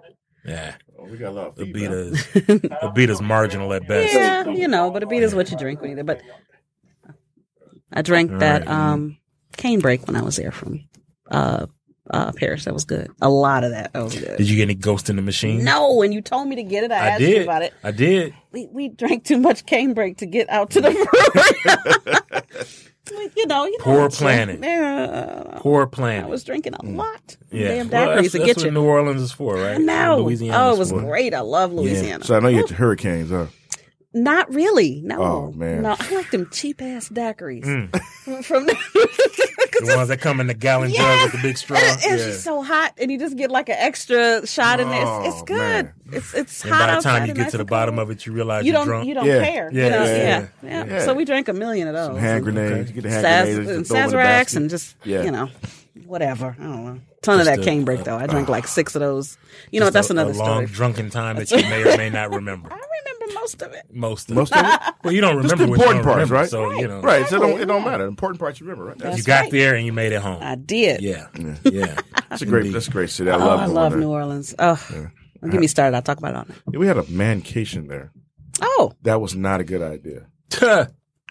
Speaker 1: yeah.
Speaker 2: Oh, we got a lot of feedback. [LAUGHS]
Speaker 1: Abita's Abita's marginal at best.
Speaker 3: Yeah, you know, but Abita's what you drink when you there. But I drank that um, cane break when I was there from uh, uh, Parish. That was good. A lot of that. That was good.
Speaker 1: Did you get any Ghost in the Machine?
Speaker 3: No, and you told me to get it. I,
Speaker 1: Mm-hmm. I
Speaker 3: asked
Speaker 1: did.
Speaker 3: you about it. [LAUGHS]
Speaker 1: I did.
Speaker 3: we, we drank too much cane break to get out to the [LAUGHS] brewery. [LAUGHS] We- you know, you know,
Speaker 1: Poor
Speaker 3: it's-
Speaker 1: planet.
Speaker 3: Yeah, uh,
Speaker 1: Poor
Speaker 3: I
Speaker 1: Planet. Mm.
Speaker 3: was drinking a lot. Damn
Speaker 1: Well,
Speaker 3: daiquiris
Speaker 1: that's,
Speaker 3: to
Speaker 1: that's
Speaker 3: get
Speaker 1: what
Speaker 3: you.
Speaker 1: New Orleans is for, right?
Speaker 3: no,
Speaker 1: Louisiana
Speaker 3: oh,
Speaker 1: is
Speaker 3: it was
Speaker 1: for.
Speaker 3: great. I love Louisiana.
Speaker 2: So I know you had the hurricanes, huh?
Speaker 3: Not really. No,
Speaker 2: Oh, man.
Speaker 3: no. I like them cheap ass daiquiris from. [LAUGHS] 'Cause
Speaker 1: Mm. The ones that come in the
Speaker 3: [LAUGHS]
Speaker 1: gallon
Speaker 3: Yes! [LAUGHS]
Speaker 1: jug with the big straw.
Speaker 3: And it- it's just so hot, and you just get like an extra shot in there. It's, it's
Speaker 2: Oh,
Speaker 3: good.
Speaker 2: man.
Speaker 3: It's it's
Speaker 1: And
Speaker 3: hot
Speaker 1: by the
Speaker 3: outside
Speaker 1: time you
Speaker 3: and
Speaker 1: get
Speaker 3: nice
Speaker 1: to the
Speaker 3: and
Speaker 1: bottom
Speaker 3: cold.
Speaker 1: of it, you realize
Speaker 3: you
Speaker 1: are
Speaker 3: don't
Speaker 1: drunk.
Speaker 3: you don't
Speaker 2: Yeah.
Speaker 3: care.
Speaker 1: Yeah,
Speaker 3: you know?
Speaker 1: yeah,
Speaker 3: yeah, yeah,
Speaker 1: yeah.
Speaker 2: Yeah.
Speaker 3: So we drank a million of those.
Speaker 2: Hand grenades. You get the hand
Speaker 3: Saz-
Speaker 2: grenades.
Speaker 3: and
Speaker 2: just throw them in the
Speaker 3: Sazeracs
Speaker 2: basket.
Speaker 3: and just
Speaker 2: Yeah.
Speaker 3: you know, whatever. I don't know. Ton of
Speaker 1: Just
Speaker 3: that
Speaker 1: a-
Speaker 3: cane break though. I drank like six of those. You know, what?
Speaker 1: Just
Speaker 3: that's
Speaker 1: a,
Speaker 3: another
Speaker 1: a
Speaker 3: story.
Speaker 1: long drunken time that you may or may not
Speaker 3: [LAUGHS]
Speaker 1: remember.
Speaker 3: I remember most of it.
Speaker 1: Most of
Speaker 2: Most
Speaker 1: it.
Speaker 2: of it.
Speaker 1: [LAUGHS] Well, you don't
Speaker 2: Just
Speaker 1: remember
Speaker 2: the
Speaker 1: what you
Speaker 2: important
Speaker 1: don't
Speaker 2: parts,
Speaker 1: remember,
Speaker 2: right?
Speaker 1: So, you know,
Speaker 2: Right. So it don't,
Speaker 3: Exactly,
Speaker 2: it don't
Speaker 3: yeah.
Speaker 2: matter. The important parts you remember, right? That's,
Speaker 1: you
Speaker 3: That's
Speaker 1: got
Speaker 3: right.
Speaker 1: there and you made it home.
Speaker 3: I did.
Speaker 1: yeah. Yeah. [LAUGHS]
Speaker 2: that's a great.
Speaker 1: Indeed.
Speaker 2: That's a great city. I
Speaker 3: Oh,
Speaker 2: love.
Speaker 3: I
Speaker 2: going
Speaker 3: love
Speaker 2: there.
Speaker 3: New Orleans. Oh, don't get me started. I'll talk about it all night.
Speaker 2: Yeah, We had a mancation there.
Speaker 3: Oh,
Speaker 2: That was not a good idea. [LAUGHS]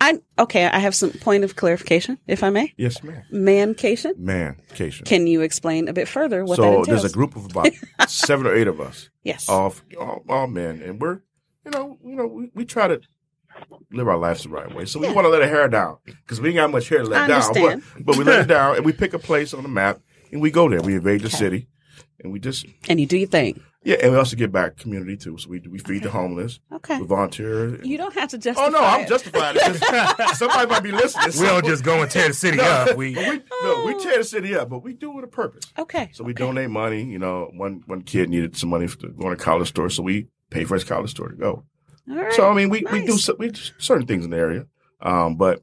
Speaker 3: I okay. I have some point of clarification, if I may.
Speaker 2: Yes, ma'am.
Speaker 3: Mancation.
Speaker 2: Mancation.
Speaker 3: Can you explain a bit further what that
Speaker 2: so
Speaker 3: entails?
Speaker 2: there's a group of about seven or eight of us,
Speaker 3: Yes.
Speaker 2: all, all, all men, and we're, you know, you know, we, we try to live our lives the right way. So we want to let our hair down because we ain't got much hair to let
Speaker 3: I
Speaker 2: down. But,
Speaker 3: understand.
Speaker 2: but we
Speaker 3: [LAUGHS]
Speaker 2: let it down, and we pick a place on the map, and we go there. We invade the city, and we just
Speaker 3: and you do your thing.
Speaker 2: yeah, and we also give back community too. So we we feed the homeless,
Speaker 3: Okay.
Speaker 2: we volunteer.
Speaker 3: [LAUGHS] You don't have to justify.
Speaker 2: oh no, I'm
Speaker 3: it.
Speaker 2: justified. It's
Speaker 3: [LAUGHS]
Speaker 2: just- [LAUGHS] somebody might be listening.
Speaker 1: We don't just go and tear the
Speaker 2: [LAUGHS]
Speaker 1: city up. We
Speaker 2: But we, no,
Speaker 5: Oh.
Speaker 2: we tear the city up, but we do it with a purpose.
Speaker 3: [LAUGHS] Okay.
Speaker 2: So we
Speaker 3: okay.
Speaker 2: donate money. You know, one one kid needed some money for going to college store, so we pay for his college store to go.
Speaker 3: All right.
Speaker 2: So I mean, we we do
Speaker 3: Nice.
Speaker 2: so, we do certain things in the area, um, but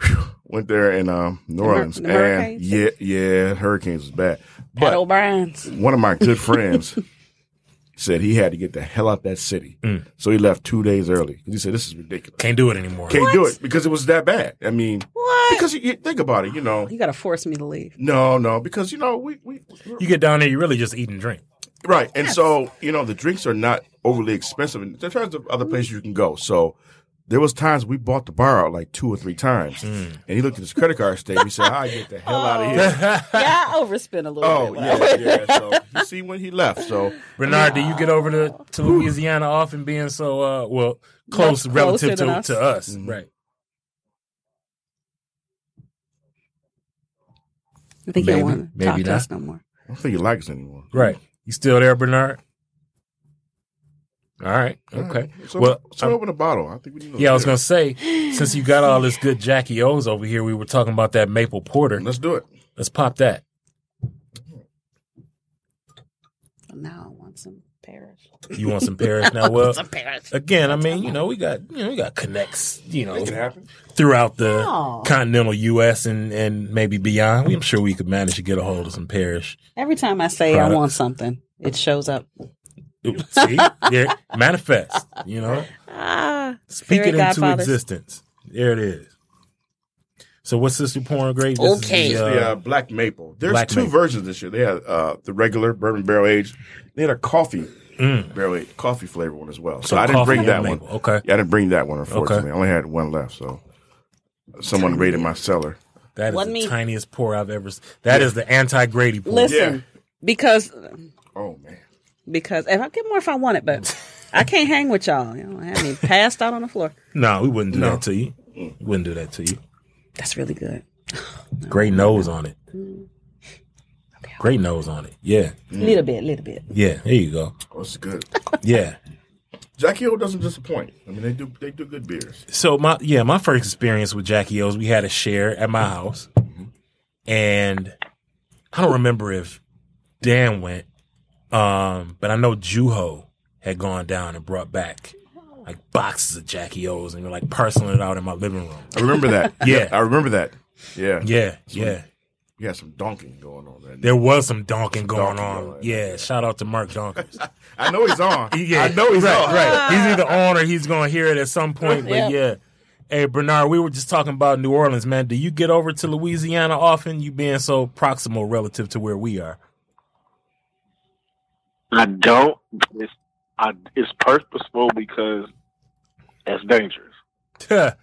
Speaker 2: whew, went there in um, New
Speaker 3: hur-
Speaker 2: Orleans,
Speaker 3: the
Speaker 2: and
Speaker 3: hurricanes?
Speaker 2: yeah, yeah, hurricanes was bad.
Speaker 3: Pat
Speaker 2: But
Speaker 3: O'Brien's.
Speaker 2: one of my
Speaker 3: [LAUGHS]
Speaker 2: good friends said he had to get the hell out that city, so he left two days early. He said, "This is ridiculous."
Speaker 1: Mm. can't do it anymore.
Speaker 2: Can't do it because it was that bad. I mean,
Speaker 3: What?
Speaker 2: because you, you think about it, you know,
Speaker 3: You gotta force
Speaker 2: [LAUGHS]
Speaker 3: me to leave.
Speaker 2: no, no, because you know, we we we're-
Speaker 1: You get down there, you really just eat and drink.
Speaker 2: Right. And so, you know, the drinks are not overly expensive in terms of other places you can go. So there was times we bought the bar out like two or three times.
Speaker 1: Hmm.
Speaker 2: And he looked at his credit card statement. He said, I get the hell out
Speaker 3: Oh.
Speaker 2: of here.
Speaker 3: [LAUGHS] yeah, I overspent a little
Speaker 2: oh,
Speaker 3: bit. when I-
Speaker 2: yeah, yeah. So you see when he left. So
Speaker 1: Bernard, do you get over to, to Louisiana often being so uh well close
Speaker 3: Closer
Speaker 1: relative
Speaker 3: than
Speaker 1: to
Speaker 3: us.
Speaker 1: to us? Right.
Speaker 3: I think you don't
Speaker 1: Maybe-
Speaker 3: want to
Speaker 1: maybe
Speaker 3: talk to
Speaker 1: not.
Speaker 3: us no more.
Speaker 2: I don't think he likes us anymore.
Speaker 1: Right. You still there, Bernard? All right. Okay.
Speaker 2: So,
Speaker 1: well,
Speaker 2: so
Speaker 1: I'm-
Speaker 2: open a bottle. I think we need
Speaker 1: yeah, I was gonna say since you got all this good Jackie O's over here, we were talking about that maple porter.
Speaker 2: Let's do it.
Speaker 1: Let's pop that.
Speaker 3: Now I want some Parish.
Speaker 1: You want some
Speaker 3: [LAUGHS]
Speaker 1: Paris now? Well,
Speaker 3: some Parish.
Speaker 1: again, I mean, you know, we got you know we got connects, you know,
Speaker 2: happen.
Speaker 1: throughout the
Speaker 3: Oh.
Speaker 1: continental U.S. and and maybe beyond. We- I'm sure we could manage to get a hold of some Parish.
Speaker 3: Every time I say I
Speaker 1: Products.
Speaker 3: want something, it shows up. [LAUGHS]
Speaker 1: See, yeah, manifest. You know,
Speaker 3: Ah,
Speaker 1: speak it
Speaker 3: Fairy
Speaker 1: into
Speaker 3: Godfathers.
Speaker 1: existence. There it is. So, what's Sister Pouring Grape?
Speaker 3: Okay.
Speaker 1: Is the, uh,
Speaker 2: the uh, black maple. There's
Speaker 1: Black
Speaker 2: two
Speaker 1: Maple.
Speaker 2: versions this year. They had uh, the regular bourbon barrel aged. They had a coffee barrel aged, coffee flavor one as well.
Speaker 1: Mm.
Speaker 2: So,
Speaker 1: So
Speaker 2: I didn't
Speaker 1: coffee
Speaker 2: bring
Speaker 1: and
Speaker 2: that
Speaker 1: maple.
Speaker 2: one.
Speaker 1: Okay.
Speaker 2: yeah, I didn't bring that one. Unfortunately,
Speaker 1: Okay.
Speaker 2: I only had one left. So someone raided my cellar.
Speaker 1: that is the
Speaker 3: Wasn't me.
Speaker 1: tiniest pour I've ever. s- That is the anti Grady pour.
Speaker 3: listen, because
Speaker 2: Oh man,
Speaker 3: because if I get more if I want it, but I can't hang with y'all. You know, I haven't even passed out on the floor.
Speaker 1: No, we wouldn't do that to you. We wouldn't do that to you.
Speaker 3: That's really good.
Speaker 1: [SIGHS] Great nose on it. Great nose on it. Yeah,
Speaker 3: Little bit, little bit.
Speaker 1: yeah. There you go.
Speaker 2: oh, it's good.
Speaker 1: Yeah.
Speaker 2: Jackie O doesn't disappoint. I mean, they do they do good beers.
Speaker 1: So my yeah, my first experience with Jackie O's, we had a share at my house, and I don't remember if Dan went, um, but I know Juho had gone down and brought back like boxes of Jackie O's and we're like parceling it out in my living room.
Speaker 2: I remember that.
Speaker 1: [LAUGHS] Yeah.
Speaker 2: I remember that. Yeah,
Speaker 1: Yeah, yeah.
Speaker 2: You got some donking going on there.
Speaker 1: There was some donking going
Speaker 2: donking
Speaker 1: on.
Speaker 2: going on.
Speaker 1: yeah, shout out to Mark Donkers.
Speaker 2: I know he's on.
Speaker 1: [LAUGHS] Yeah,
Speaker 2: I know he's
Speaker 1: right,
Speaker 2: on. [LAUGHS]
Speaker 1: right. He's
Speaker 3: [LAUGHS]
Speaker 1: either on or he's gonna hear it at some point. But yeah. Hey Bernard, we were just talking about New Orleans, man. Do you get over to Louisiana often? You being so proximal relative to where we are. [LAUGHS]
Speaker 5: I don't. but It's, I, it's purposeful because that's dangerous.
Speaker 1: That-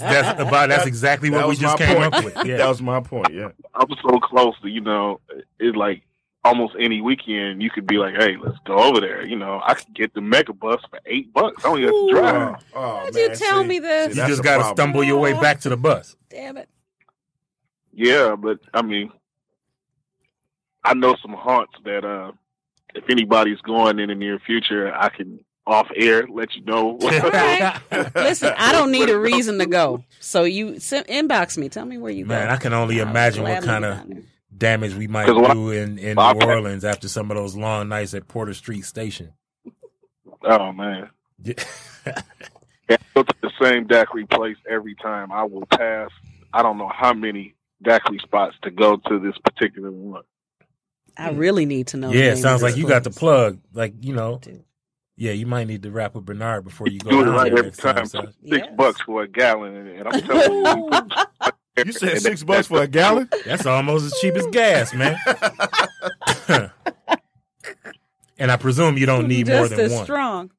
Speaker 3: [LAUGHS]
Speaker 1: that's about that's exactly
Speaker 2: That
Speaker 1: what we
Speaker 2: was
Speaker 1: just
Speaker 2: my
Speaker 1: came
Speaker 2: point.
Speaker 1: up with.
Speaker 2: That
Speaker 1: Yeah.
Speaker 2: was my point. Yeah.
Speaker 5: I'm so close to you know. It's like almost any weekend you could be like, hey, let's go over there. You know, I could get the mega bus for eight bucks. I don't even have to drive.
Speaker 2: Oh, oh,
Speaker 3: Why'd you
Speaker 2: man,
Speaker 3: tell
Speaker 2: see,
Speaker 3: me this?
Speaker 2: see,
Speaker 1: you
Speaker 2: that's
Speaker 1: just
Speaker 2: the
Speaker 1: gotta
Speaker 2: problem.
Speaker 1: stumble your way back to the bus.
Speaker 3: Damn it.
Speaker 5: Yeah, but I mean, I know some haunts that uh, if anybody's going in the near future, I can off air let you
Speaker 2: [LAUGHS]
Speaker 5: know.
Speaker 3: right. Listen, I don't need a reason to go. So you send, inbox me. Tell me where you
Speaker 1: Man,
Speaker 3: go.
Speaker 1: I can only
Speaker 3: I'll
Speaker 1: imagine what
Speaker 3: gladly
Speaker 1: kind
Speaker 3: be
Speaker 1: of
Speaker 3: down there.
Speaker 1: damage we might
Speaker 5: 'Cause what I-
Speaker 1: do in, in
Speaker 5: I-
Speaker 1: New Orleans after some of those long nights at Porter Street Station.
Speaker 5: [LAUGHS]
Speaker 1: [LAUGHS]
Speaker 5: oh man.
Speaker 1: Yeah.
Speaker 5: Yeah, I go to the same daiquiri place every time. I will pass. I don't know how many daiquiri spots to go to this particular one.
Speaker 3: I really need to know. the
Speaker 1: yeah,
Speaker 3: name
Speaker 1: sounds
Speaker 3: of this
Speaker 1: like you got the
Speaker 3: place.
Speaker 1: plug. Like you know,
Speaker 3: Dude.
Speaker 1: yeah, you might need to wrap with Bernard before you go
Speaker 5: Do it
Speaker 1: down
Speaker 5: right
Speaker 1: there
Speaker 5: every
Speaker 1: next time.
Speaker 5: time.
Speaker 1: son.
Speaker 5: Six
Speaker 3: Yes.
Speaker 5: bucks for a gallon, and- and I'm telling you,
Speaker 2: [LAUGHS] You said six bucks for a
Speaker 5: [LAUGHS]
Speaker 2: gallon?
Speaker 1: That's almost as cheap as gas, man. [LAUGHS] and I presume you don't need more
Speaker 3: Just
Speaker 1: than
Speaker 3: as
Speaker 1: one.
Speaker 3: strong.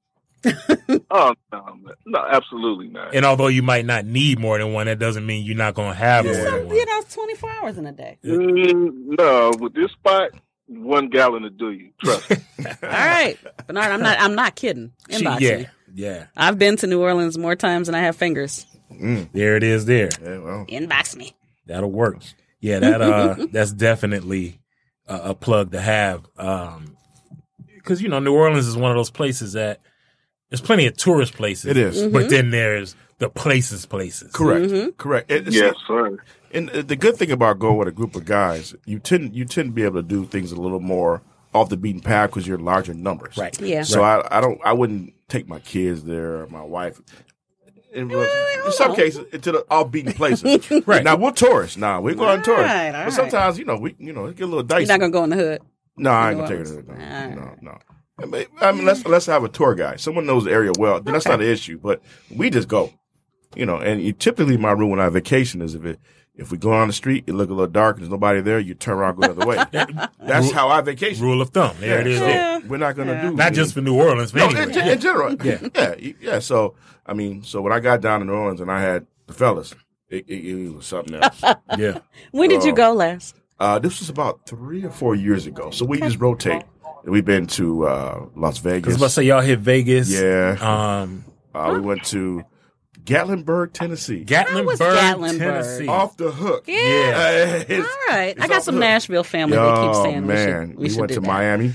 Speaker 5: Oh no, no, absolutely not.
Speaker 1: And although you might not need more than one, that doesn't mean you're not going to have more
Speaker 3: So,
Speaker 1: than one.
Speaker 3: you know, it's 24 hours in a day.
Speaker 5: Mm, no, with this spot, one gallon will do you. Trust me.
Speaker 3: All right, Bernard, I'm not. I'm not kidding.
Speaker 1: [LAUGHS] She-
Speaker 3: Inbox
Speaker 1: yeah,
Speaker 3: me.
Speaker 1: yeah.
Speaker 3: I've been to New Orleans more times than I have fingers.
Speaker 1: There it is. There.
Speaker 2: Yeah, well,
Speaker 3: Inbox me.
Speaker 1: That'll work. Yeah, that uh, that's definitely a, a plug to have. Um, because you know New Orleans is one of those places that there's plenty of tourist places.
Speaker 2: It is.
Speaker 1: but then there's the places places.
Speaker 2: correct.
Speaker 3: Mm-hmm.
Speaker 2: Correct. It- it's-
Speaker 5: yes, sir.
Speaker 2: And uh, the good thing about going with a group of guys, you tend you tend to be able to do things a little more off the beaten path because you're larger numbers.
Speaker 1: Right.
Speaker 3: Yeah.
Speaker 2: So I, I don't I wouldn't take my kids there or my wife. In, in some
Speaker 3: on.
Speaker 2: cases, into the off beaten places.
Speaker 1: [LAUGHS] Right.
Speaker 2: now we're tourists. Nah, we're going
Speaker 3: All
Speaker 2: tourists.
Speaker 3: right, all
Speaker 2: but
Speaker 3: right.
Speaker 2: sometimes you know we you know it get a little
Speaker 3: You're
Speaker 2: dicey.
Speaker 3: not gonna go in the hood.
Speaker 2: no, I ain't
Speaker 3: New
Speaker 2: gonna take
Speaker 3: Orleans.
Speaker 2: it. No,
Speaker 3: All
Speaker 2: no,
Speaker 3: right.
Speaker 2: no. I mean, I mean, let's let's have a tour guide. Someone knows the area well. Then That's not an issue. But we just go, you know. And you, typically, my rule when I vacation is if it if we go on the street, it look a little dark and there's nobody there, you turn around, go
Speaker 1: [LAUGHS]
Speaker 2: the other way. That's how I vacation.
Speaker 1: Rule of thumb. There it is.
Speaker 2: So
Speaker 1: There.
Speaker 2: We're not gonna do
Speaker 1: Not just for New Orleans, but
Speaker 2: no,
Speaker 1: anyway.
Speaker 2: in, gen- in general. Yeah. yeah, y- yeah. So I mean, so when I got down in New Orleans and I had the fellas, it, it, it was something else.
Speaker 1: [LAUGHS] yeah.
Speaker 3: When
Speaker 2: Oh.
Speaker 3: did you go last?
Speaker 2: uh, this was about three or four years ago. So we just rotate. We've been to uh, Las
Speaker 1: I was
Speaker 2: Vegas.
Speaker 1: about to say y'all hit Vegas.
Speaker 2: Yeah.
Speaker 1: Um,
Speaker 2: Uh, we went to Gatlinburg, Tennessee.
Speaker 1: Gatlinburg,
Speaker 3: Gatlinburg?
Speaker 1: Tennessee.
Speaker 2: Off the hook.
Speaker 3: Yeah.
Speaker 2: All
Speaker 3: All right. I got some Nashville family that keep
Speaker 2: Oh
Speaker 3: saying
Speaker 2: man,
Speaker 3: we should.
Speaker 2: we,
Speaker 3: We, should
Speaker 2: went
Speaker 3: do
Speaker 2: to
Speaker 3: that.
Speaker 2: Miami.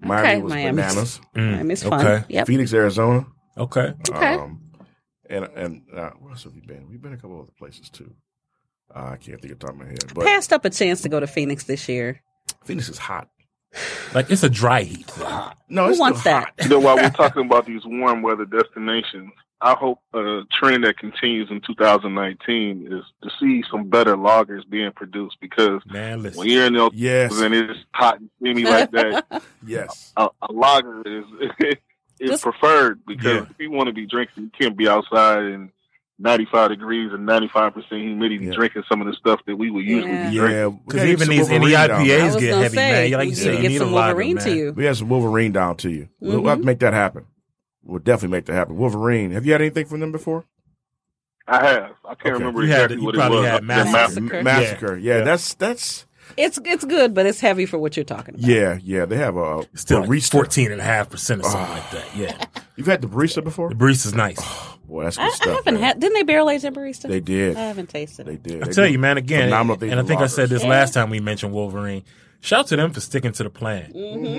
Speaker 2: Miami
Speaker 3: Okay,
Speaker 2: was
Speaker 3: Miami's-
Speaker 2: bananas.
Speaker 1: Mm,
Speaker 3: Miami's fun.
Speaker 1: okay.
Speaker 3: Yep.
Speaker 2: Phoenix, Arizona.
Speaker 1: Okay.
Speaker 3: Okay.
Speaker 2: Um, and and uh, where else have we been? We've been a couple other places too. Uh, I can't think of the top of my head, but
Speaker 3: Passed up a chance to go to Phoenix this year.
Speaker 2: Phoenix is hot.
Speaker 1: Like it's a dry heat. thing.
Speaker 2: No,
Speaker 3: Who
Speaker 2: it's
Speaker 3: wants
Speaker 2: still
Speaker 3: that?
Speaker 2: hot.
Speaker 5: You
Speaker 2: [LAUGHS]
Speaker 5: know, while we're talking about these warm weather destinations, I hope a trend that continues in 2019 is to see some better loggers being produced because
Speaker 1: Man,
Speaker 5: when
Speaker 1: listen.
Speaker 5: you're in the
Speaker 2: Yes,
Speaker 5: and it's hot and steamy
Speaker 3: [LAUGHS]
Speaker 5: like that,
Speaker 2: yes.
Speaker 5: a, a lager is [LAUGHS] is
Speaker 3: Just-
Speaker 5: preferred because
Speaker 1: Yeah.
Speaker 5: if you want to be drinking, you can't be outside in 95 degrees and 95 percent humidity
Speaker 2: Yeah.
Speaker 5: drinking some of the stuff that we would usually
Speaker 3: Yeah.
Speaker 5: be drinking.
Speaker 2: Yeah,
Speaker 1: Because even these E any
Speaker 3: I
Speaker 1: IPAs
Speaker 3: was
Speaker 1: get
Speaker 3: gonna
Speaker 1: heavy,
Speaker 3: say,
Speaker 1: man. You're
Speaker 3: we
Speaker 1: Like you
Speaker 3: need
Speaker 1: said,
Speaker 3: to
Speaker 1: you
Speaker 3: get
Speaker 1: need a
Speaker 3: some
Speaker 1: lager,
Speaker 3: Wolverine
Speaker 1: man.
Speaker 3: to you. Mm-hmm.
Speaker 2: We had some Wolverine down to you. We'll we'll have to make that happen. We'll definitely make that happen. Wolverine, have you had anything from them before?
Speaker 5: I have. I can't
Speaker 2: Okay.
Speaker 5: remember
Speaker 1: You had-
Speaker 5: exactly
Speaker 1: you
Speaker 5: what it
Speaker 1: probably
Speaker 5: was.
Speaker 1: had
Speaker 5: I-
Speaker 1: Massive.
Speaker 3: Massive.
Speaker 5: Massive.
Speaker 3: Massacre.
Speaker 2: M- Massacre. Yeah,
Speaker 1: Yeah.
Speaker 2: that's that's
Speaker 3: It's it's good, but it's heavy for what you're talking about.
Speaker 2: yeah, yeah. They have a
Speaker 1: Still
Speaker 2: a
Speaker 1: like
Speaker 2: barista.
Speaker 1: 14 and a half percent or
Speaker 2: Ah.
Speaker 1: something like that. Yeah.
Speaker 2: [LAUGHS] You've had the barista before? Oh,
Speaker 1: The breeze is nice.
Speaker 2: Boy, that's good
Speaker 3: I,
Speaker 2: stuff.
Speaker 3: I haven't
Speaker 2: man.
Speaker 3: had. Didn't they barrel age that barista?
Speaker 2: They did.
Speaker 3: I haven't tasted.
Speaker 2: They
Speaker 3: it.
Speaker 2: did.
Speaker 1: I
Speaker 2: They
Speaker 1: tell
Speaker 2: did
Speaker 1: you, man, again,
Speaker 2: phenomenal things
Speaker 1: and I
Speaker 2: for
Speaker 1: think I
Speaker 2: loggers.
Speaker 1: said this last time we mentioned Wolverine. Shout out to them for sticking to the plan.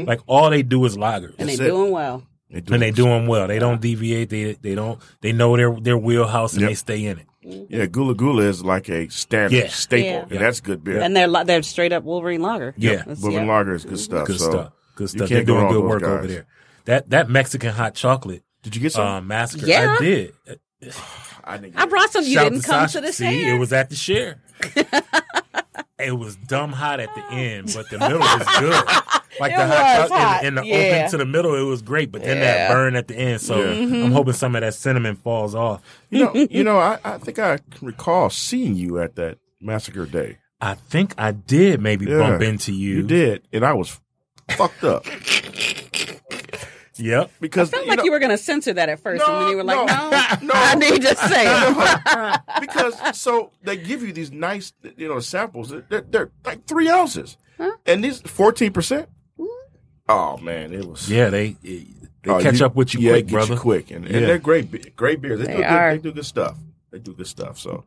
Speaker 1: Like all they do is loggers.
Speaker 3: Mm-hmm. and they
Speaker 2: That's it.
Speaker 3: doing well.
Speaker 2: They do
Speaker 1: and they do them well. They don't deviate. They they don't. They know their their wheelhouse and
Speaker 2: Yep.
Speaker 1: they stay in it.
Speaker 2: Yeah, Gula Gula is like a standard
Speaker 1: Yeah.
Speaker 2: staple,
Speaker 3: Yeah.
Speaker 2: and that's good beer.
Speaker 3: And they're li- they're straight up Wolverine Lager.
Speaker 1: Yeah.
Speaker 3: That's-
Speaker 2: Bourbon
Speaker 3: yeah. Mm-hmm.
Speaker 2: lager is good stuff.
Speaker 1: Good
Speaker 2: so
Speaker 1: stuff. Good
Speaker 2: you
Speaker 1: stuff. They're
Speaker 2: can't go
Speaker 1: doing
Speaker 2: wrong
Speaker 1: good
Speaker 2: with
Speaker 1: work
Speaker 2: those
Speaker 1: over
Speaker 2: guys.
Speaker 1: there. That that Mexican hot chocolate
Speaker 2: Did you get some?
Speaker 1: uh, massacre.
Speaker 3: Yeah.
Speaker 1: I did.
Speaker 2: I didn't
Speaker 3: I brought some. You
Speaker 1: Shout
Speaker 3: didn't
Speaker 1: to
Speaker 3: come
Speaker 1: Sasha.
Speaker 3: to the
Speaker 1: See,
Speaker 3: share.
Speaker 1: it was at
Speaker 3: [LAUGHS]
Speaker 1: the share. it was dumb hot at the end, but the middle was good. [SIGHS] Like
Speaker 3: It
Speaker 1: the
Speaker 3: was
Speaker 1: hot chocolate
Speaker 3: hot,
Speaker 1: in, in the
Speaker 3: yeah.
Speaker 1: open to the middle, it was great. But then
Speaker 3: Yeah.
Speaker 1: that burn at the end, so
Speaker 2: Yeah. Mm-hmm.
Speaker 1: I'm hoping some of that cinnamon falls off.
Speaker 2: you
Speaker 1: [LAUGHS]
Speaker 2: know, you know, I, I think I can recall seeing you at that massacre day.
Speaker 1: I think I did maybe
Speaker 2: Yeah.
Speaker 1: bump into you.
Speaker 2: You did, and I was fucked up
Speaker 1: Yep.
Speaker 2: because
Speaker 3: felt like
Speaker 2: know-
Speaker 3: you were going to censor that at first, and then you were like,
Speaker 2: No,
Speaker 3: "No,
Speaker 2: [LAUGHS] no.
Speaker 3: [LAUGHS] I need to say it."
Speaker 2: [LAUGHS] because so they give you these nice, you know, samples. They're, they're like three ounces, and these fourteen percent. Oh man, it was
Speaker 1: Yeah, they they
Speaker 2: Oh,
Speaker 1: catch up with you
Speaker 2: yeah,
Speaker 1: quick,
Speaker 2: get
Speaker 1: brother.
Speaker 2: You quick, and, and
Speaker 1: Yeah.
Speaker 2: they're great, be- great beers. They,
Speaker 3: They
Speaker 2: do good,
Speaker 3: are.
Speaker 2: They do good stuff. They do good stuff. So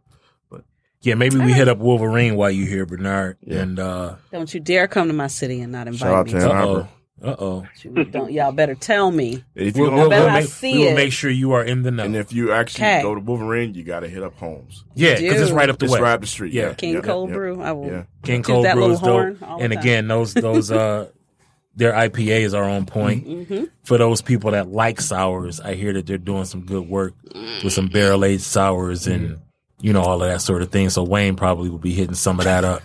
Speaker 1: Yeah, maybe we hit up Wolverine while you here, Bernard. And uh
Speaker 3: Don't you dare come to my city and not invite
Speaker 2: Shout out
Speaker 3: me.
Speaker 2: to
Speaker 1: uh
Speaker 2: him.
Speaker 1: oh.
Speaker 2: Arbor.
Speaker 1: Uh oh.
Speaker 3: You Don't y'all better tell me.
Speaker 2: if you
Speaker 1: We'll,
Speaker 2: don't-
Speaker 1: we'll,
Speaker 3: bet
Speaker 1: we'll
Speaker 3: I
Speaker 1: make,
Speaker 3: see
Speaker 1: we will
Speaker 3: it.
Speaker 1: make sure you are in the know.
Speaker 2: and if you actually
Speaker 3: Okay.
Speaker 2: go to Wolverine, you got to hit up Holmes.
Speaker 1: yeah, because it's
Speaker 3: Dude.
Speaker 1: right up the
Speaker 2: It's
Speaker 1: way.
Speaker 2: right up the street.
Speaker 1: Yeah.
Speaker 3: King
Speaker 2: Yep,
Speaker 3: Cold
Speaker 2: yep,
Speaker 3: Brew. I will.
Speaker 2: Yeah.
Speaker 1: King
Speaker 3: Give
Speaker 1: Cold
Speaker 3: that
Speaker 1: Brew
Speaker 3: little
Speaker 1: is dope.
Speaker 3: horn all the
Speaker 1: And
Speaker 3: time.
Speaker 1: again,
Speaker 3: [LAUGHS]
Speaker 1: those those uh their IPAs are on point. For those people that like sours, I hear that they're doing some good work with some barrel aged sours and you know all of that sort of thing. So Wayne probably will be hitting some of that up.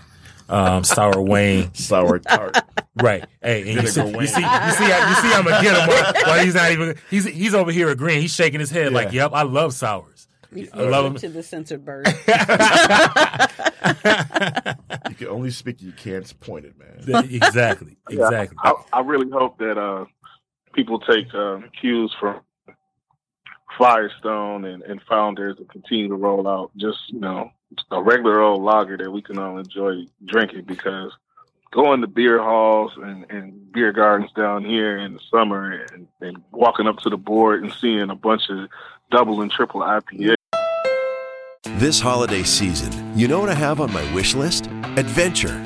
Speaker 1: Um, sour Wayne,
Speaker 2: [LAUGHS] Sour tart.
Speaker 1: right? Hey, and you see,
Speaker 2: Vinegar
Speaker 1: you see, you see, how, you see, I'm gonna get him.
Speaker 2: [LAUGHS]
Speaker 1: While, while he's not even, he's he's over here agreeing. He's shaking his head like, "Yep, I love sours. I love them."
Speaker 3: to the
Speaker 2: [LAUGHS]
Speaker 3: censored bird.
Speaker 1: [LAUGHS]
Speaker 2: you can only speak to your can's pointed, man. [LAUGHS]
Speaker 1: exactly, exactly.
Speaker 5: I, I really hope that uh, people take uh, cues from Firestone and, and founders and continue to roll out just you know a regular old lager that we can all enjoy drinking because going to beer halls and, and beer gardens down here in the summer and, and walking up to the board and seeing a bunch of double and triple IPA
Speaker 8: This holiday season, you know what I have on my wish list? Adventure.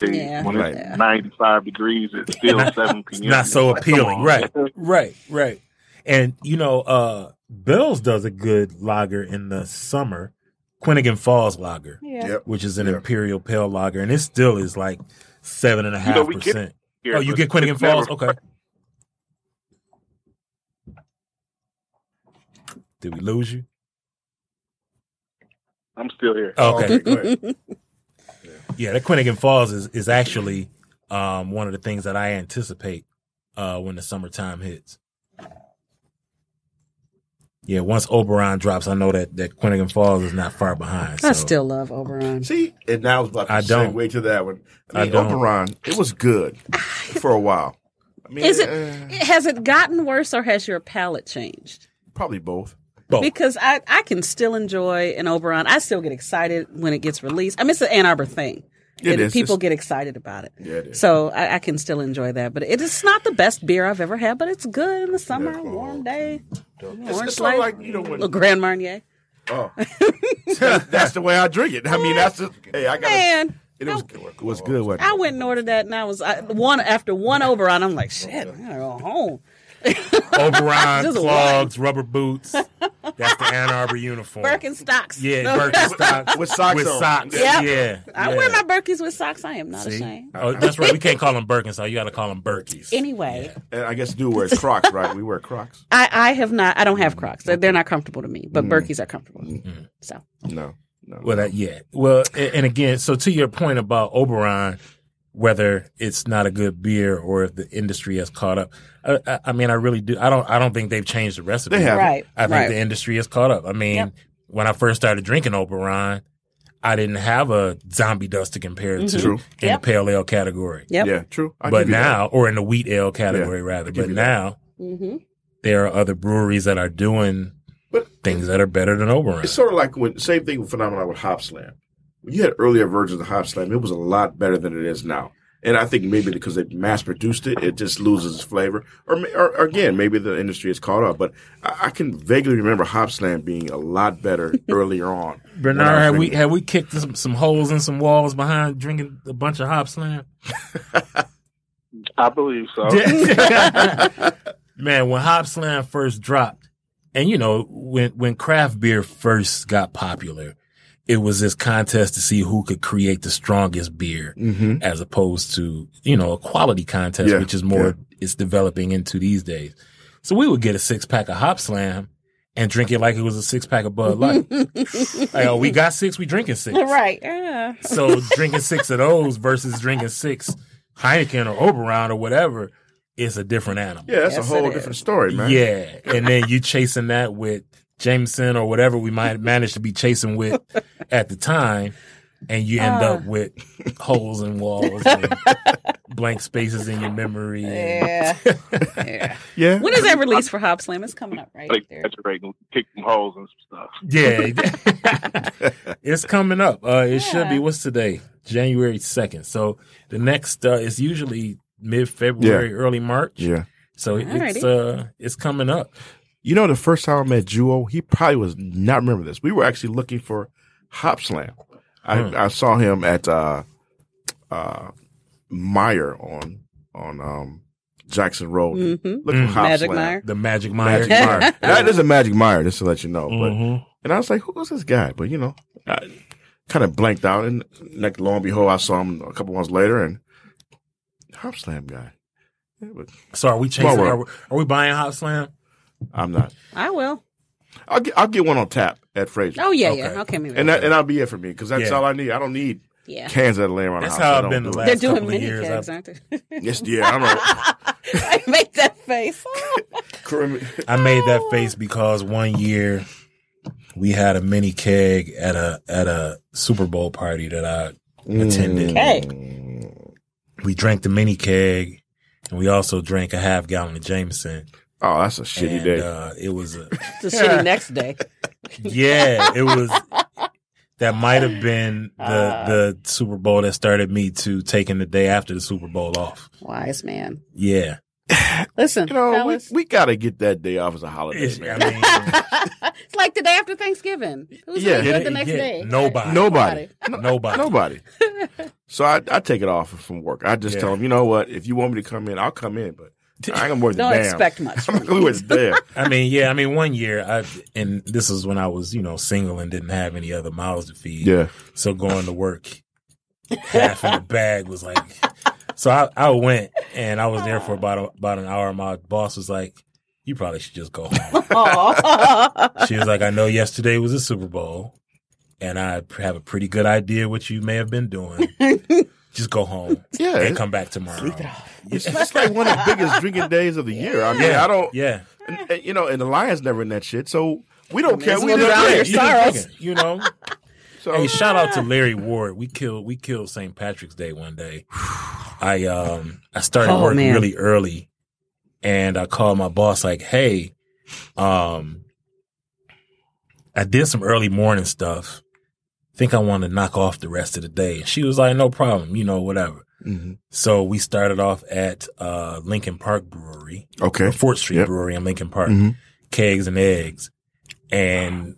Speaker 3: Yeah.
Speaker 5: When it's
Speaker 3: Yeah.
Speaker 5: 95 degrees, it's
Speaker 1: [LAUGHS]
Speaker 5: still 7
Speaker 1: it's
Speaker 5: p.m.
Speaker 1: not so
Speaker 5: Like, come
Speaker 1: appealing.
Speaker 5: on.
Speaker 1: Right. Right. Right. And you know, uh Bell's does a good lager in the summer, Quinnigan Falls lager,
Speaker 3: yeah.
Speaker 2: Yep.
Speaker 1: which is an
Speaker 2: Yeah.
Speaker 1: imperial pale lager, and it still is like seven and a half
Speaker 5: know, we get
Speaker 1: percent.
Speaker 5: Here,
Speaker 1: Oh, you
Speaker 5: but
Speaker 1: get Quinnigan
Speaker 5: it's
Speaker 1: Falls?
Speaker 5: never-
Speaker 1: Okay. Did we lose you?
Speaker 5: I'm still here.
Speaker 1: Oh, Okay.
Speaker 2: go ahead.
Speaker 1: Yeah, that Quinnigan Falls is is actually um, one of the things that I anticipate uh, when the summertime hits. Yeah, once Oberon drops, I know that that Quinnigan Falls is not far behind.
Speaker 3: I
Speaker 1: so-
Speaker 3: still love Oberon.
Speaker 2: See, and now I was about to
Speaker 1: I don't.
Speaker 2: segue to that one.
Speaker 1: I
Speaker 2: I mean,
Speaker 1: don't.
Speaker 2: Oberon, it was good
Speaker 3: [LAUGHS]
Speaker 2: for a while. I mean,
Speaker 3: Is it,
Speaker 2: eh,
Speaker 3: has it gotten worse or has your palate changed?
Speaker 2: probably both?
Speaker 1: Both.
Speaker 3: Because I, I can still enjoy an Oberon. I still get excited when it gets released. I mean, it's an Ann Arbor thing.
Speaker 2: It
Speaker 3: And
Speaker 2: is.
Speaker 3: People
Speaker 2: It's-
Speaker 3: get excited about it.
Speaker 2: Yeah, it is.
Speaker 3: So I, I can still enjoy that. But it is not the best beer I've ever had, but it's good in the summer,
Speaker 2: Yeah.
Speaker 3: warm day.
Speaker 2: It's, it's
Speaker 3: light.
Speaker 2: not like you know when.
Speaker 3: Little Grand Marnier. [LAUGHS]
Speaker 2: Oh, that's, that's the way I drink it. I mean, that's the hey. I got
Speaker 3: Man.
Speaker 2: It was, it was good. Wasn't it?
Speaker 3: I went and ordered that, and I was I, one after one Oberon. I'm like, shit, I gotta go home.
Speaker 1: Oberon, [LAUGHS]
Speaker 3: Just one.
Speaker 1: clogs, rubber boots. That's the Ann Arbor uniform.
Speaker 3: Birkenstocks. [LAUGHS]
Speaker 1: Yeah,
Speaker 3: No.
Speaker 1: Birkenstocks
Speaker 2: With socks
Speaker 1: with
Speaker 2: on.
Speaker 1: socks.
Speaker 3: Yep.
Speaker 1: Yeah,
Speaker 3: I
Speaker 1: yeah.
Speaker 3: wear my Birkins with socks. I am not
Speaker 1: See?
Speaker 3: ashamed.
Speaker 1: Oh, that's right. We can't call them Birkenstocks. You got to call them Birkies.
Speaker 3: Anyway,
Speaker 2: And I guess do wear Crocs, right? We wear Crocs.
Speaker 3: I, I have not. I don't have Crocs. They're, they're not comfortable to me, but
Speaker 1: Mm.
Speaker 3: Birkis are comfortable.
Speaker 1: Mm-hmm.
Speaker 3: So
Speaker 2: No, no.
Speaker 1: Well, that, yeah. Well, a- and again, so to your point about Oberon, whether it's not a good beer or if the industry has caught up, I, I, I mean, I really do. I don't. I don't think they've changed the recipe.
Speaker 2: They haven't.
Speaker 3: Right,
Speaker 1: I think
Speaker 3: right.
Speaker 1: the industry has caught up. I mean,
Speaker 3: Yep.
Speaker 1: when I first started drinking Oberon, I didn't have a zombie dust to compare it to
Speaker 2: Mm-hmm. True.
Speaker 1: in
Speaker 3: Yep.
Speaker 1: the pale ale category.
Speaker 3: yep.
Speaker 2: Yeah, true. I'll
Speaker 1: but
Speaker 2: give you that.
Speaker 1: now, or in the wheat ale category rather.
Speaker 2: give
Speaker 1: But
Speaker 2: you that.
Speaker 1: now
Speaker 3: hmm
Speaker 1: there are other breweries that are doing
Speaker 2: But-
Speaker 1: things that are better than Oberon.
Speaker 2: It's sort of like when same thing with phenomenon with Hop Slam. When you had earlier versions of Hop Slam, it was a lot better than it is now. And I think maybe because they mass produced it, it just loses its flavor. Or, ma- or again, maybe the industry is caught up. But I, I can vaguely remember Hop Slam being a
Speaker 3: [LAUGHS]
Speaker 2: lot better earlier on. when I
Speaker 1: Bernard,
Speaker 2: was
Speaker 1: have we
Speaker 2: drinking.
Speaker 1: have we kicked some, some holes in some walls behind drinking a bunch of hop slam?
Speaker 5: I believe so.
Speaker 1: [LAUGHS] Man, when hop slam first dropped, and you know when when craft beer first got popular, it was this contest to see who could create the strongest beer, as opposed to you know a quality contest,
Speaker 2: Mm-hmm. Yeah,
Speaker 1: which is more it's developing into these days. So we would get a six pack of hop slam and drink it like it was a six pack of Bud
Speaker 3: [LAUGHS]
Speaker 2: [LAUGHS]
Speaker 1: Light. like, oh, we got six, we drinking six,
Speaker 3: Right. Yeah.
Speaker 1: So drinking six of those versus drinking six Heineken or Oberon or whatever is a different animal.
Speaker 2: Yeah, that's
Speaker 3: Yes,
Speaker 2: a
Speaker 3: it
Speaker 2: whole
Speaker 3: is.
Speaker 2: different story, man.
Speaker 1: Yeah. And then you chasing that with Jameson or whatever we might manage to be chasing with at the time. And you end up
Speaker 3: Ah.
Speaker 1: with holes in walls and blank spaces in your memory. and-
Speaker 3: Yeah.
Speaker 1: [LAUGHS]
Speaker 3: yeah. When is that release for Hop Slam? It's coming up, right?
Speaker 5: Like,
Speaker 3: There.
Speaker 5: exaggerate and [LAUGHS] kick some holes and some stuff.
Speaker 1: Yeah. [LAUGHS] it's coming up. Uh, it should be,
Speaker 3: Yeah.
Speaker 1: what's today? January 2nd. So the next, uh, it's usually mid February, early March.
Speaker 2: Yeah.
Speaker 1: So
Speaker 3: Alrighty.
Speaker 1: it's uh it's coming up.
Speaker 2: You know, the first time I met Juo, he probably was not remember this. We were actually looking for Hop Slam. I,
Speaker 1: Hmm.
Speaker 2: I saw him at uh, uh, Meyer on on um, Jackson Road.
Speaker 3: Mhm.
Speaker 2: Look
Speaker 1: Mm.
Speaker 2: for Hop
Speaker 3: Magic
Speaker 2: Slam.
Speaker 3: Meyer.
Speaker 1: The Magic Meyer.
Speaker 2: Magic Meyer. And that is a Magic Meyer, just to let you know. But
Speaker 1: Mhm.
Speaker 2: and I was like, who is this guy? But you know, I kind of blanked out, and like lo and behold, I saw him a couple months later, and Hop Slam guy. Yeah, but
Speaker 1: So are we chasing?
Speaker 2: Small
Speaker 1: Are we,
Speaker 2: world.
Speaker 1: are we buying Hop Slam?
Speaker 2: I'm not.
Speaker 3: I will.
Speaker 2: I'll get I'll get one on tap at Fraser.
Speaker 3: [LAUGHS] Oh yeah,
Speaker 1: Okay.
Speaker 3: yeah. Okay, maybe.
Speaker 2: And that, and that'll be it for me because that's
Speaker 1: Yeah.
Speaker 2: all I need. I don't need
Speaker 3: yeah.
Speaker 2: cans that are laying around.
Speaker 1: That's
Speaker 2: the house.
Speaker 1: how
Speaker 2: I
Speaker 1: I've
Speaker 2: don't
Speaker 1: been the
Speaker 2: do
Speaker 1: last-
Speaker 3: They're
Speaker 1: couple
Speaker 3: doing
Speaker 1: of
Speaker 3: mini
Speaker 1: years,
Speaker 3: kegs, aren't they?
Speaker 2: it. Yes, yeah, I don't
Speaker 3: [LAUGHS] I make that face.
Speaker 2: know.
Speaker 1: I made that face because one year we had a mini keg at a at a Super Bowl party that I
Speaker 2: Mm.
Speaker 1: attended.
Speaker 3: Okay.
Speaker 1: We drank the mini keg, and we also drank a half gallon of Jameson.
Speaker 2: Oh, that's a shitty
Speaker 1: and,
Speaker 2: day.
Speaker 1: Uh, it was
Speaker 3: [LAUGHS]
Speaker 1: a
Speaker 3: [LAUGHS] It's a
Speaker 2: [LAUGHS]
Speaker 3: shitty next day.
Speaker 1: yeah.
Speaker 3: [LAUGHS]
Speaker 1: It was that might have been the
Speaker 3: Ah.
Speaker 1: the Super Bowl that started me to taking the day after the Super Bowl off.
Speaker 3: Wise man.
Speaker 1: Yeah.
Speaker 3: Listen,
Speaker 2: you know, we,
Speaker 3: fellas,
Speaker 2: we gotta get that day off as a holiday,
Speaker 1: It's-
Speaker 2: man.
Speaker 1: I mean,
Speaker 3: it's like the day after Thanksgiving. [LAUGHS] Who's yeah,
Speaker 2: Yeah.
Speaker 1: Yeah,
Speaker 3: good the
Speaker 1: yeah,
Speaker 3: next day?
Speaker 1: nobody.
Speaker 2: Nobody,
Speaker 3: [LAUGHS]
Speaker 1: nobody.
Speaker 2: nobody. So I, I take it off from work. I just
Speaker 1: Yeah.
Speaker 2: tell them, you know what? If you want me to come in, I'll come
Speaker 1: [LAUGHS]
Speaker 2: in, but I ain't gonna work the
Speaker 3: Don't
Speaker 2: damn. [LAUGHS]
Speaker 3: expect much.
Speaker 2: I'm not gonna work the damn.
Speaker 1: I mean, yeah. I mean, one year, I and this is when I was, you know, single and didn't have any other miles to feed.
Speaker 2: Yeah,
Speaker 1: So going to work, half in the bag was like. So I, I went and I was there for about a, about an hour. My boss was like, "You probably should just go home."
Speaker 3: Aw.
Speaker 1: she was like, "I know yesterday was the Super Bowl, and I have a pretty good idea what you may have been doing. just go home
Speaker 2: [LAUGHS] yeah.
Speaker 1: and
Speaker 2: It's,
Speaker 1: come back tomorrow."
Speaker 2: it's, it's like one of the biggest [LAUGHS] drinking days of the year. I mean, I don't.
Speaker 1: Yeah.
Speaker 2: and- and, you know, and the Lions never in that shit, so we don't care.
Speaker 3: as
Speaker 2: We
Speaker 3: well
Speaker 2: just
Speaker 3: drown
Speaker 2: drink.
Speaker 3: your
Speaker 1: You just
Speaker 2: [LAUGHS]
Speaker 1: thinking, you know.
Speaker 2: So
Speaker 1: Hey, shout out to Larry Ward. We killed we killed St. Patrick's Day one
Speaker 2: [SIGHS]
Speaker 1: day.
Speaker 2: Oh,
Speaker 1: I um I started
Speaker 3: Oh,
Speaker 1: work
Speaker 3: man.
Speaker 1: really early and I called my boss like, "Hey, um I did some early morning stuff. Think I want to knock off the rest of the day." She was like, "No problem, you know, whatever." So we started off at uh Lincoln Park Brewery.
Speaker 2: okay,
Speaker 1: Or Fort Street
Speaker 2: Yep.
Speaker 1: Brewery in Lincoln Park,
Speaker 2: Mhm.
Speaker 1: kegs and eggs,
Speaker 2: [SIGHS]
Speaker 1: and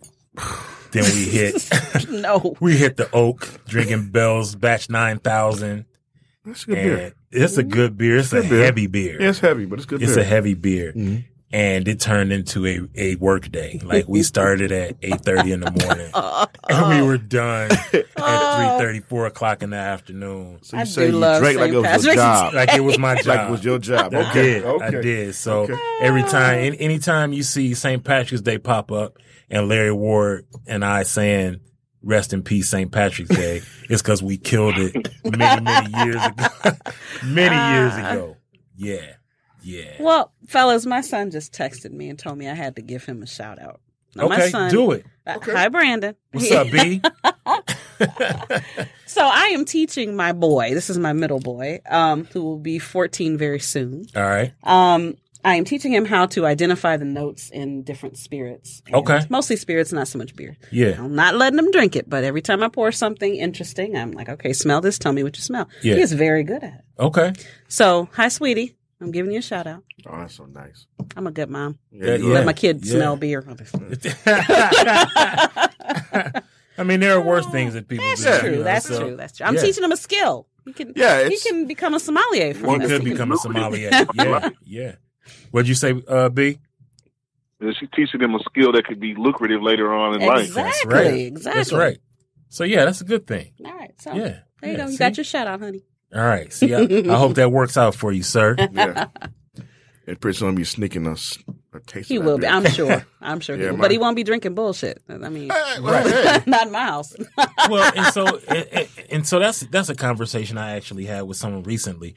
Speaker 1: then we hit
Speaker 3: no.
Speaker 1: [LAUGHS] we hit the Oak drinking Bell's Batch Nine Thousand,
Speaker 2: That's a good
Speaker 1: And
Speaker 2: beer.
Speaker 1: It's a good beer. It's, a
Speaker 2: good beer.
Speaker 1: heavy beer.
Speaker 2: Yeah, it's heavy, but it's good
Speaker 1: it's
Speaker 2: beer. Mm-hmm.
Speaker 1: a heavy beer. And it turned into a, a work day. Like we started at eight thirty in the morning. and we were done
Speaker 2: [LAUGHS]
Speaker 1: at three thirty, four o'clock in the afternoon.
Speaker 2: so
Speaker 3: I
Speaker 2: you say
Speaker 3: do
Speaker 2: you
Speaker 3: love
Speaker 2: drank like
Speaker 3: St.
Speaker 2: it was your
Speaker 3: Patrick's
Speaker 2: job.
Speaker 1: Like it was my job.
Speaker 2: Like it was your job.
Speaker 1: I
Speaker 2: Okay.
Speaker 1: did.
Speaker 2: okay.
Speaker 1: I did. So
Speaker 2: Okay.
Speaker 1: every time, any, anytime you see St. Patrick's Day pop up and Larry Ward and I saying, rest in peace, St. Patrick's
Speaker 2: [LAUGHS]
Speaker 1: Day, it's because we killed it many, many years ago. [LAUGHS] many years
Speaker 3: Ah.
Speaker 1: ago. Yeah. Yeah.
Speaker 3: [LAUGHS] Well, fellas, my son just texted me and told me I had to give him a shout out. Now, my
Speaker 1: okay.
Speaker 3: son,
Speaker 1: do it.
Speaker 3: Uh, Hi, Brandon.
Speaker 1: What's up, B?
Speaker 3: [LAUGHS] So I am teaching my boy. This is my middle boy, um, who will be 14 very soon.
Speaker 1: All right.
Speaker 3: Um, I am teaching him how to identify the notes in different spirits. And
Speaker 1: Okay.
Speaker 3: Mostly spirits, not so much beer.
Speaker 1: Yeah.
Speaker 3: I'm not letting him drink it, but every time I pour something interesting, I'm like, okay, smell this. Tell me what you smell.
Speaker 1: Yeah.
Speaker 3: He is very good at it.
Speaker 1: Okay.
Speaker 3: So, hi, sweetie. I'm giving you a shout out.
Speaker 2: Oh, that's so nice.
Speaker 3: I'm a good mom.
Speaker 1: Yeah,
Speaker 2: you
Speaker 1: yeah.
Speaker 3: Let my kid
Speaker 1: Yeah.
Speaker 3: smell beer.
Speaker 1: [LAUGHS] I mean, there are worse things that people
Speaker 3: That's
Speaker 1: do. you
Speaker 3: true.
Speaker 1: know,
Speaker 3: That's
Speaker 1: so-
Speaker 3: true. That's true. I'm
Speaker 1: Yeah.
Speaker 3: teaching him a skill. He can.
Speaker 2: Yeah,
Speaker 3: he
Speaker 2: it's-
Speaker 3: can become a sommelier from
Speaker 1: One
Speaker 3: this.
Speaker 1: could
Speaker 3: He [LAUGHS]
Speaker 1: become a sommelier. Yeah, yeah. What'd you say, uh, B?
Speaker 5: And she's teaching them a skill that could be lucrative later on in life.
Speaker 3: Exactly.
Speaker 1: That's right.
Speaker 3: Exactly.
Speaker 1: That's right. So yeah, that's a good thing.
Speaker 3: All right. So
Speaker 1: Yeah.
Speaker 3: there you
Speaker 1: yeah,
Speaker 3: go. You
Speaker 1: see?
Speaker 3: got your shout out, honey.
Speaker 1: All right. See, I, I
Speaker 3: [LAUGHS]
Speaker 1: hope that works out for you, sir.
Speaker 2: Yeah. and pretty soon be sneaking us a taste.
Speaker 3: He
Speaker 2: of that
Speaker 3: will be.
Speaker 2: beer.
Speaker 3: I'm sure. I'm sure. he
Speaker 2: Yeah,
Speaker 3: will.
Speaker 2: my-
Speaker 3: But he won't be drinking bullshit. I mean, [LAUGHS] not in
Speaker 9: [LAUGHS]
Speaker 3: my house.
Speaker 1: well, and so and, and- and so that's that's a conversation I actually had with someone recently.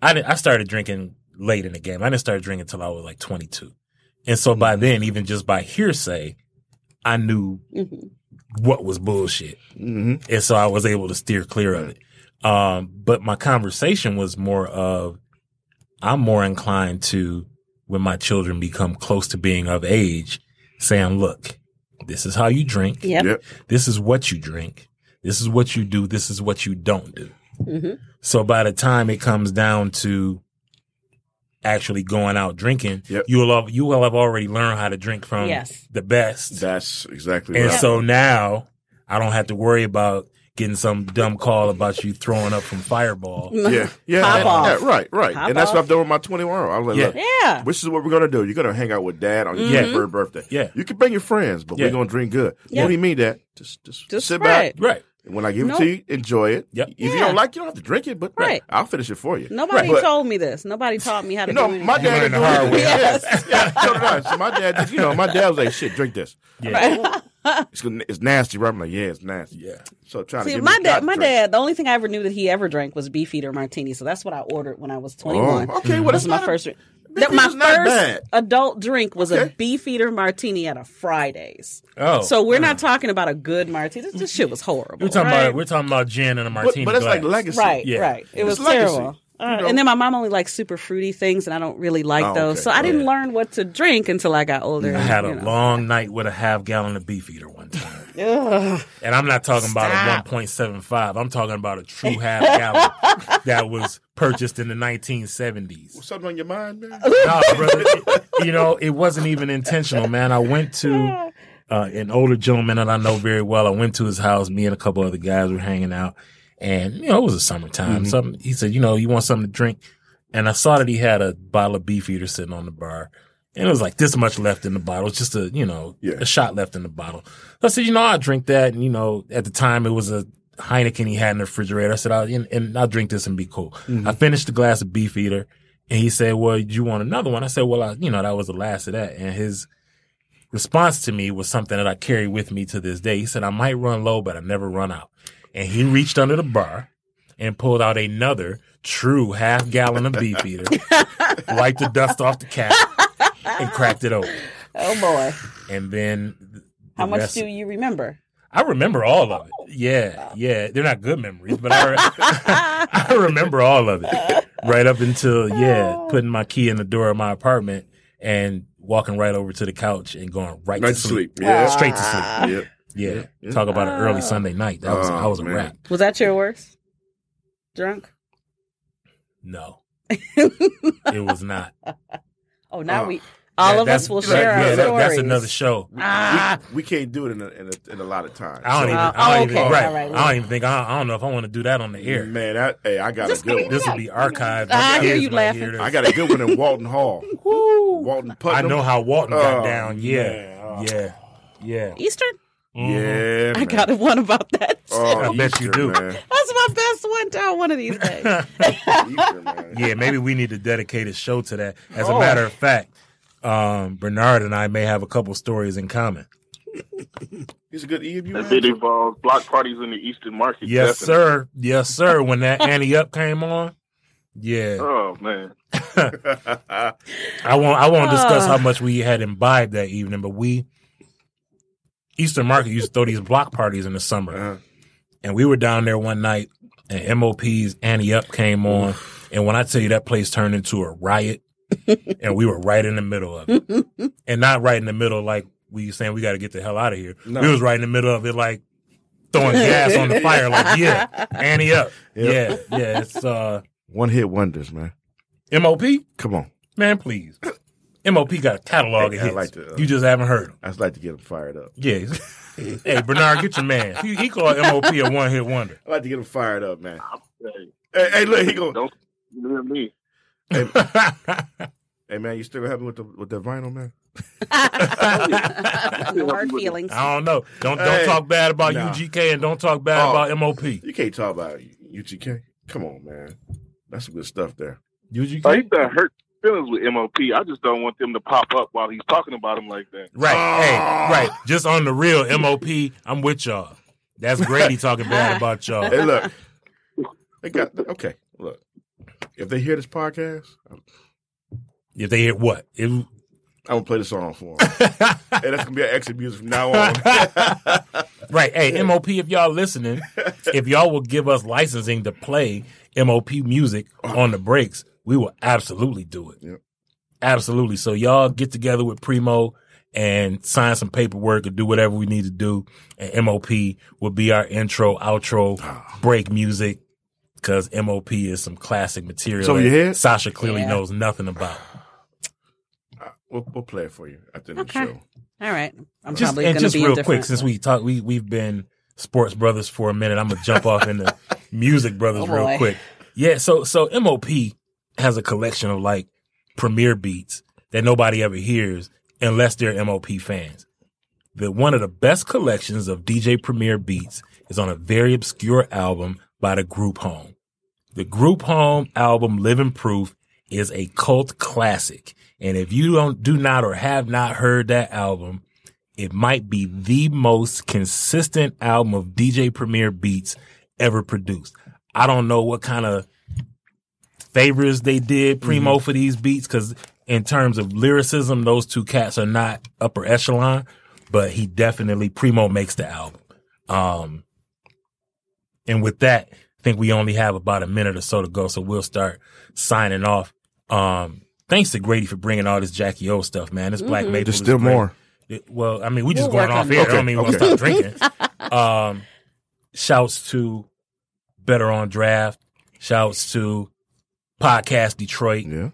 Speaker 1: I did, I started drinking late in the game. I didn't start drinking until I was like 22, and so by then, even just by hearsay, I knew what was bullshit, mm-hmm. and so I was able to steer clear of it. Um, but my conversation was more of I'm more inclined to when my children become close to being of age, saying, "Look, this is how you drink."
Speaker 3: Yep.
Speaker 2: Yep.
Speaker 1: this is what you drink this is what you do this is what you don't do so by the time it comes down to actually going out drinking
Speaker 2: Yep.
Speaker 1: you will have, you will have already learned how to drink from
Speaker 3: Yes.
Speaker 1: the best
Speaker 2: That's exactly
Speaker 1: and
Speaker 2: right.
Speaker 1: so now i don't have to worry about getting some dumb call about you throwing up
Speaker 3: [LAUGHS]
Speaker 1: from fireball
Speaker 2: yeah, yeah,
Speaker 3: Pop
Speaker 2: yeah,
Speaker 3: off.
Speaker 2: yeah, right, right,
Speaker 3: Pop
Speaker 2: and that's what
Speaker 3: off.
Speaker 2: I've done with my 21. I was like,
Speaker 1: Yeah.
Speaker 2: look,
Speaker 3: Yeah.
Speaker 2: Which is what we're gonna do. You're gonna hang out with dad on your
Speaker 1: Yeah.
Speaker 2: 21st birthday.
Speaker 1: Yeah.
Speaker 2: you can bring your friends, but
Speaker 1: Yeah.
Speaker 2: we're gonna drink good.
Speaker 3: Yeah.
Speaker 2: What do you mean that? Just, just,
Speaker 3: [LAUGHS] Just
Speaker 2: sit
Speaker 3: spread.
Speaker 2: back.
Speaker 1: right
Speaker 2: When I give
Speaker 3: No.
Speaker 2: it to you, enjoy it.
Speaker 1: Yep.
Speaker 2: If you
Speaker 3: Yeah.
Speaker 2: don't like, it, you don't have to drink it, but
Speaker 3: Right.
Speaker 2: I'll finish it for you.
Speaker 3: Nobody
Speaker 2: But-
Speaker 3: told me this. Nobody taught me how to
Speaker 2: No,
Speaker 3: do
Speaker 2: my
Speaker 3: anything.
Speaker 2: dad didn't
Speaker 1: learned
Speaker 2: do
Speaker 1: the hard
Speaker 2: it.
Speaker 3: [LAUGHS]
Speaker 2: [LAUGHS]
Speaker 1: way.
Speaker 2: Yeah, yeah, so did I. So my dad, you know, my dad was like, "Shit, drink this." [LAUGHS] It's, gonna- it's nasty, right? I'm like, "Yeah, it's nasty."
Speaker 1: Yeah.
Speaker 2: So trying to
Speaker 3: See,
Speaker 2: give
Speaker 3: my
Speaker 2: me
Speaker 3: dad,
Speaker 2: God
Speaker 3: my
Speaker 2: drink.
Speaker 3: dad, the only thing I ever knew that he ever drank was beefeater martini. So that's what I ordered when I was 21.
Speaker 2: Oh,
Speaker 1: Mm-hmm.
Speaker 2: okay,
Speaker 3: That
Speaker 2: well, that's
Speaker 3: was my
Speaker 2: not a-
Speaker 3: first. drink.
Speaker 2: Beefeater's
Speaker 3: That- my
Speaker 2: not
Speaker 3: first
Speaker 2: bad.
Speaker 3: adult drink was a
Speaker 2: Okay.
Speaker 3: beefeater martini at a Friday's.
Speaker 1: Oh.
Speaker 3: so we're not talking about a good martini. This, this shit was horrible.
Speaker 1: we're talking
Speaker 3: right?
Speaker 1: about we're talking about gin and a
Speaker 2: But,
Speaker 1: martini
Speaker 2: but it's like
Speaker 1: glass.
Speaker 2: legacy,
Speaker 3: Right,
Speaker 1: Yeah.
Speaker 3: right. It
Speaker 2: It's
Speaker 3: was
Speaker 2: legacy,
Speaker 3: terrible.
Speaker 2: you
Speaker 3: Uh,
Speaker 2: know?
Speaker 3: and then my mom only likes super fruity things, and I don't really like
Speaker 2: Oh,
Speaker 3: those.
Speaker 2: okay.
Speaker 3: So I didn't
Speaker 2: Yeah.
Speaker 3: learn what to drink until I got older.
Speaker 1: I had
Speaker 3: you
Speaker 1: a
Speaker 3: know.
Speaker 1: long night with a half gallon of beef eater one time. and I'm not talking about a 1.75. I'm talking about a true half gallon that was purchased in the 1970s.
Speaker 2: Something on your
Speaker 3: [LAUGHS]
Speaker 2: mind, man?
Speaker 1: Nah, brother, it- you know, it wasn't even intentional, man. I went to uh, an older gentleman that I know very well. I went to his house. Me and a couple other guys were hanging out. And, you know, it was the summertime. Something, he said, you know, you want something to drink? and I saw that he had a bottle of beef eater sitting on the bar. And it was like this much left in the bottle, just a you know
Speaker 2: Yeah.
Speaker 1: a shot left in the bottle. I said, you know, I'll drink that. And you know, at the time it was a Heineken he had in the refrigerator. I said, I'll and, and I'll drink this and be cool. I finished the glass of beef eater, and he said, well, you want another one? I said, well, I, you know, that was the last of that. And his response to me was something that I carry with me to this day. He said, I might run low, but I never run out. And he reached under the bar and pulled out another true half gallon of beef eater, wiped the dust off the cap, and cracked it open.
Speaker 3: Oh boy,
Speaker 1: And then th-
Speaker 3: how
Speaker 1: the
Speaker 3: much
Speaker 1: rest-
Speaker 3: do you Oh, remember?
Speaker 1: I remember all of it. Yeah, yeah. They're not good memories, but I, re- [LAUGHS] I remember all of it. Right up until,
Speaker 3: Oh.
Speaker 1: yeah, putting my key in the door of my apartment and walking right over to the couch and going right, to
Speaker 2: Right
Speaker 1: sleep.
Speaker 2: Yeah.
Speaker 1: Straight to
Speaker 3: Ah.
Speaker 1: sleep.
Speaker 2: Yep.
Speaker 1: Yeah. Talk about an early Sunday night. That was,
Speaker 2: Oh,
Speaker 1: I was a
Speaker 2: man.
Speaker 1: wrap.
Speaker 3: Was that your worst? Drunk? [LAUGHS]
Speaker 1: No. it was not.
Speaker 3: Oh, now we. All of
Speaker 1: That-
Speaker 3: us
Speaker 1: that's-
Speaker 3: will
Speaker 1: that-
Speaker 3: share our
Speaker 1: yeah, that-
Speaker 3: stories.
Speaker 1: That's another show.
Speaker 2: We,
Speaker 3: Ah.
Speaker 2: we, we can't do it in a, in a, in a lot of time.
Speaker 1: I don't even.
Speaker 3: Uh,
Speaker 1: I
Speaker 3: oh,
Speaker 1: don't even.
Speaker 3: okay,
Speaker 1: Right.
Speaker 3: all right.
Speaker 1: I don't even think. I, I don't know if I want to do that on the air.
Speaker 2: Man, I, hey, I got a good one.
Speaker 1: This will be archived.
Speaker 3: I hear
Speaker 1: Kids
Speaker 3: you
Speaker 1: might
Speaker 3: laughing.
Speaker 1: this.
Speaker 2: I got a good one in Walton Hall. Walton
Speaker 1: I
Speaker 2: Putnam.
Speaker 1: know how Walton
Speaker 2: Oh,
Speaker 1: got down. Yeah.
Speaker 2: man. Oh.
Speaker 1: Yeah. Yeah.
Speaker 3: Eastern. [LAUGHS]
Speaker 2: Yeah,
Speaker 3: I got one about that.
Speaker 2: Oh,
Speaker 1: I bet you
Speaker 2: Easter,
Speaker 1: do.
Speaker 2: Man.
Speaker 3: That's my best one down one of these
Speaker 1: [LAUGHS]
Speaker 3: days.
Speaker 2: Easter, man.
Speaker 1: Yeah, maybe we need to dedicate a show to that. As
Speaker 2: Oh.
Speaker 1: a matter of fact, um, Bernard and I may have a couple stories in common.
Speaker 2: He's a good E EMU.
Speaker 5: If
Speaker 2: man.
Speaker 5: it involves block parties in the Eastern Market,
Speaker 1: Yes,
Speaker 5: definitely.
Speaker 1: sir. Yes, sir. When that Annie Up came on, yeah,
Speaker 5: Oh man,
Speaker 1: [LAUGHS] I won't. I won't discuss
Speaker 3: Ah.
Speaker 2: Oh.
Speaker 1: how much we had imbibed that evening, but we Eastern Market used to throw these block parties in the summer,
Speaker 2: Uh-huh.
Speaker 1: and we were down there one night, and MOP's Annie Up came on, and when I tell you that place turned into a
Speaker 2: [LAUGHS]
Speaker 1: riot, and we were right in the middle of it, and not right in the middle like we saying we got to get the hell out of here.
Speaker 2: No.
Speaker 1: We was right in the middle of it like throwing gas on the fire, like yeah, Annie Up,
Speaker 2: Yep.
Speaker 1: yeah, yeah. It's uh,
Speaker 2: One hit wonders, man.
Speaker 1: MOP.
Speaker 2: Come on.
Speaker 1: Man, please. MOP got a catalog
Speaker 2: Hey,
Speaker 1: of
Speaker 2: I
Speaker 1: hits.
Speaker 2: like to, uh,
Speaker 1: you just haven't heard him.
Speaker 2: I just like to get him fired up.
Speaker 1: Yeah. [LAUGHS] he's- hey, Bernard, get your man. He, he called MOP a one hit wonder.
Speaker 2: I like to get him fired up, man.
Speaker 5: hey,
Speaker 2: Hey, hey look, he go.
Speaker 5: don't look at me.
Speaker 1: [LAUGHS]
Speaker 2: Hey, man, you still gonna help me with the with the vinyl, man?
Speaker 3: no [LAUGHS] hard feelings.
Speaker 1: I don't know. Don't don't
Speaker 2: Hey,
Speaker 1: talk bad about
Speaker 2: nah.
Speaker 1: UGK and don't talk bad
Speaker 2: Oh.
Speaker 1: about MOP.
Speaker 2: You can't talk about UGK. Come on, man. That's some good stuff there.
Speaker 5: I
Speaker 1: UGK?
Speaker 5: hate to Oh, hurt feelings with MOP. I just don't want them to pop up while he's talking about him like that.
Speaker 1: Right.
Speaker 2: Oh.
Speaker 1: Hey, right. Just on the real MOP, I'm with y'all. That's Grady talking
Speaker 2: [LAUGHS]
Speaker 1: bad about y'all.
Speaker 2: Hey, look. They got okay. Look, if they hear this podcast, I'm,
Speaker 1: If they hit what? It,
Speaker 2: I'm gonna play the song for
Speaker 1: [LAUGHS]
Speaker 2: them. hey, that's gonna be our exit music from now on.
Speaker 1: [LAUGHS] Right. Hey, MOP, if y'all listening, if y'all will give us licensing to play MOP music on the breaks, we will absolutely do it.
Speaker 2: Uh-huh. Yep.
Speaker 1: Absolutely. So y'all get together with Primo and sign some paperwork or do whatever we need to do. And MOP will be our intro, outro,
Speaker 2: Ah.
Speaker 1: break music. Cause MOP is some classic material
Speaker 2: So
Speaker 1: that
Speaker 2: you hear it?
Speaker 1: Sasha clearly
Speaker 3: Yeah.
Speaker 1: knows nothing about.
Speaker 2: we'll, we'll play it for you after the
Speaker 3: Okay.
Speaker 2: show.
Speaker 3: All right. I'm
Speaker 1: just
Speaker 3: probably going
Speaker 1: and
Speaker 3: to
Speaker 1: just
Speaker 3: be
Speaker 1: real
Speaker 3: indifferent.
Speaker 1: quick, since we talk, we we've been sports brothers for a minute. I'm gonna jump off
Speaker 3: [LAUGHS]
Speaker 1: into music brothers
Speaker 3: Oh, boy.
Speaker 1: real quick. Yeah, so so MOP has a collection of like premiere beats that nobody ever hears unless they're MOP fans. The one of the best collections of DJ premiere beats is on a very obscure album by the group Home. The group Home album Living Proof is a cult classic. And if you don't do not or have not heard that album, it might be the most consistent album of DJ Premier beats ever produced. I don't know what kind of favors they did Primo for these beats because in terms of lyricism, those two cats are not upper echelon, but he definitely Primo makes the album. Um, and with that, I think we only have about a minute or so to go, so we'll start signing off. Um, thanks to Grady for bringing all this Jackie O stuff, man. This Black Maple
Speaker 2: There's
Speaker 1: is
Speaker 2: still
Speaker 1: great.
Speaker 2: more.
Speaker 1: It- Well, I mean, we just
Speaker 3: We'll
Speaker 1: going
Speaker 3: work
Speaker 1: off
Speaker 3: on
Speaker 1: here.
Speaker 2: that.
Speaker 1: I don't mean we're
Speaker 2: Okay,
Speaker 1: gonna stop drinking. Um, shouts to Better on Draft. Shouts to Podcast Detroit.
Speaker 2: Yeah.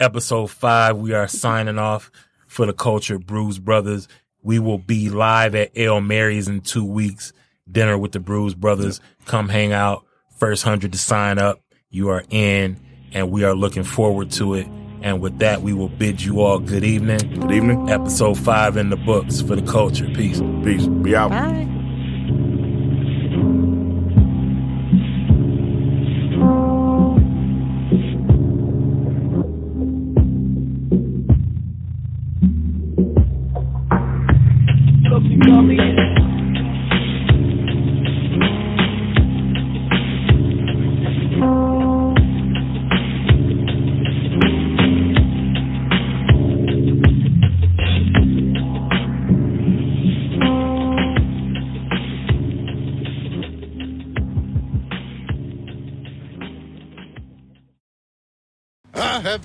Speaker 1: Episode five. We are signing off for the Culture Brews Brothers. We will be live at Ale Mary's in two weeks. Dinner with the Brews Brothers. Come hang out. First hundred to sign up. You are in, and we are looking forward to it. And with that, we will bid you all good evening
Speaker 2: Good evening.
Speaker 1: episode five in the books for the culture. Peace.
Speaker 2: Peace. Be out.
Speaker 3: Bye.
Speaker 8: Mm-hmm.
Speaker 7: have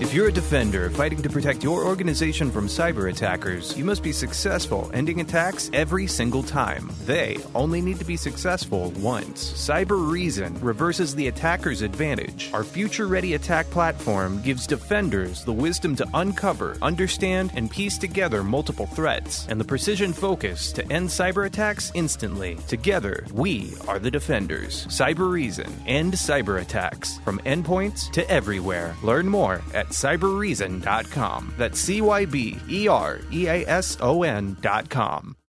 Speaker 10: If you're a defender fighting to protect your organization from cyber attackers, you must be successful ending attacks every single time. They only need to be successful once. Cyber Reason reverses the attacker's advantage. Our future ready attack platform gives defenders the wisdom to uncover, understand, and piece together multiple threats, and the precision focus to end cyber attacks instantly. Together, we are the defenders. Cyber Reason. End cyber attacks from endpoints to everywhere. Learn more at cyberreason.com. That's C Y B E R E A S O N.com.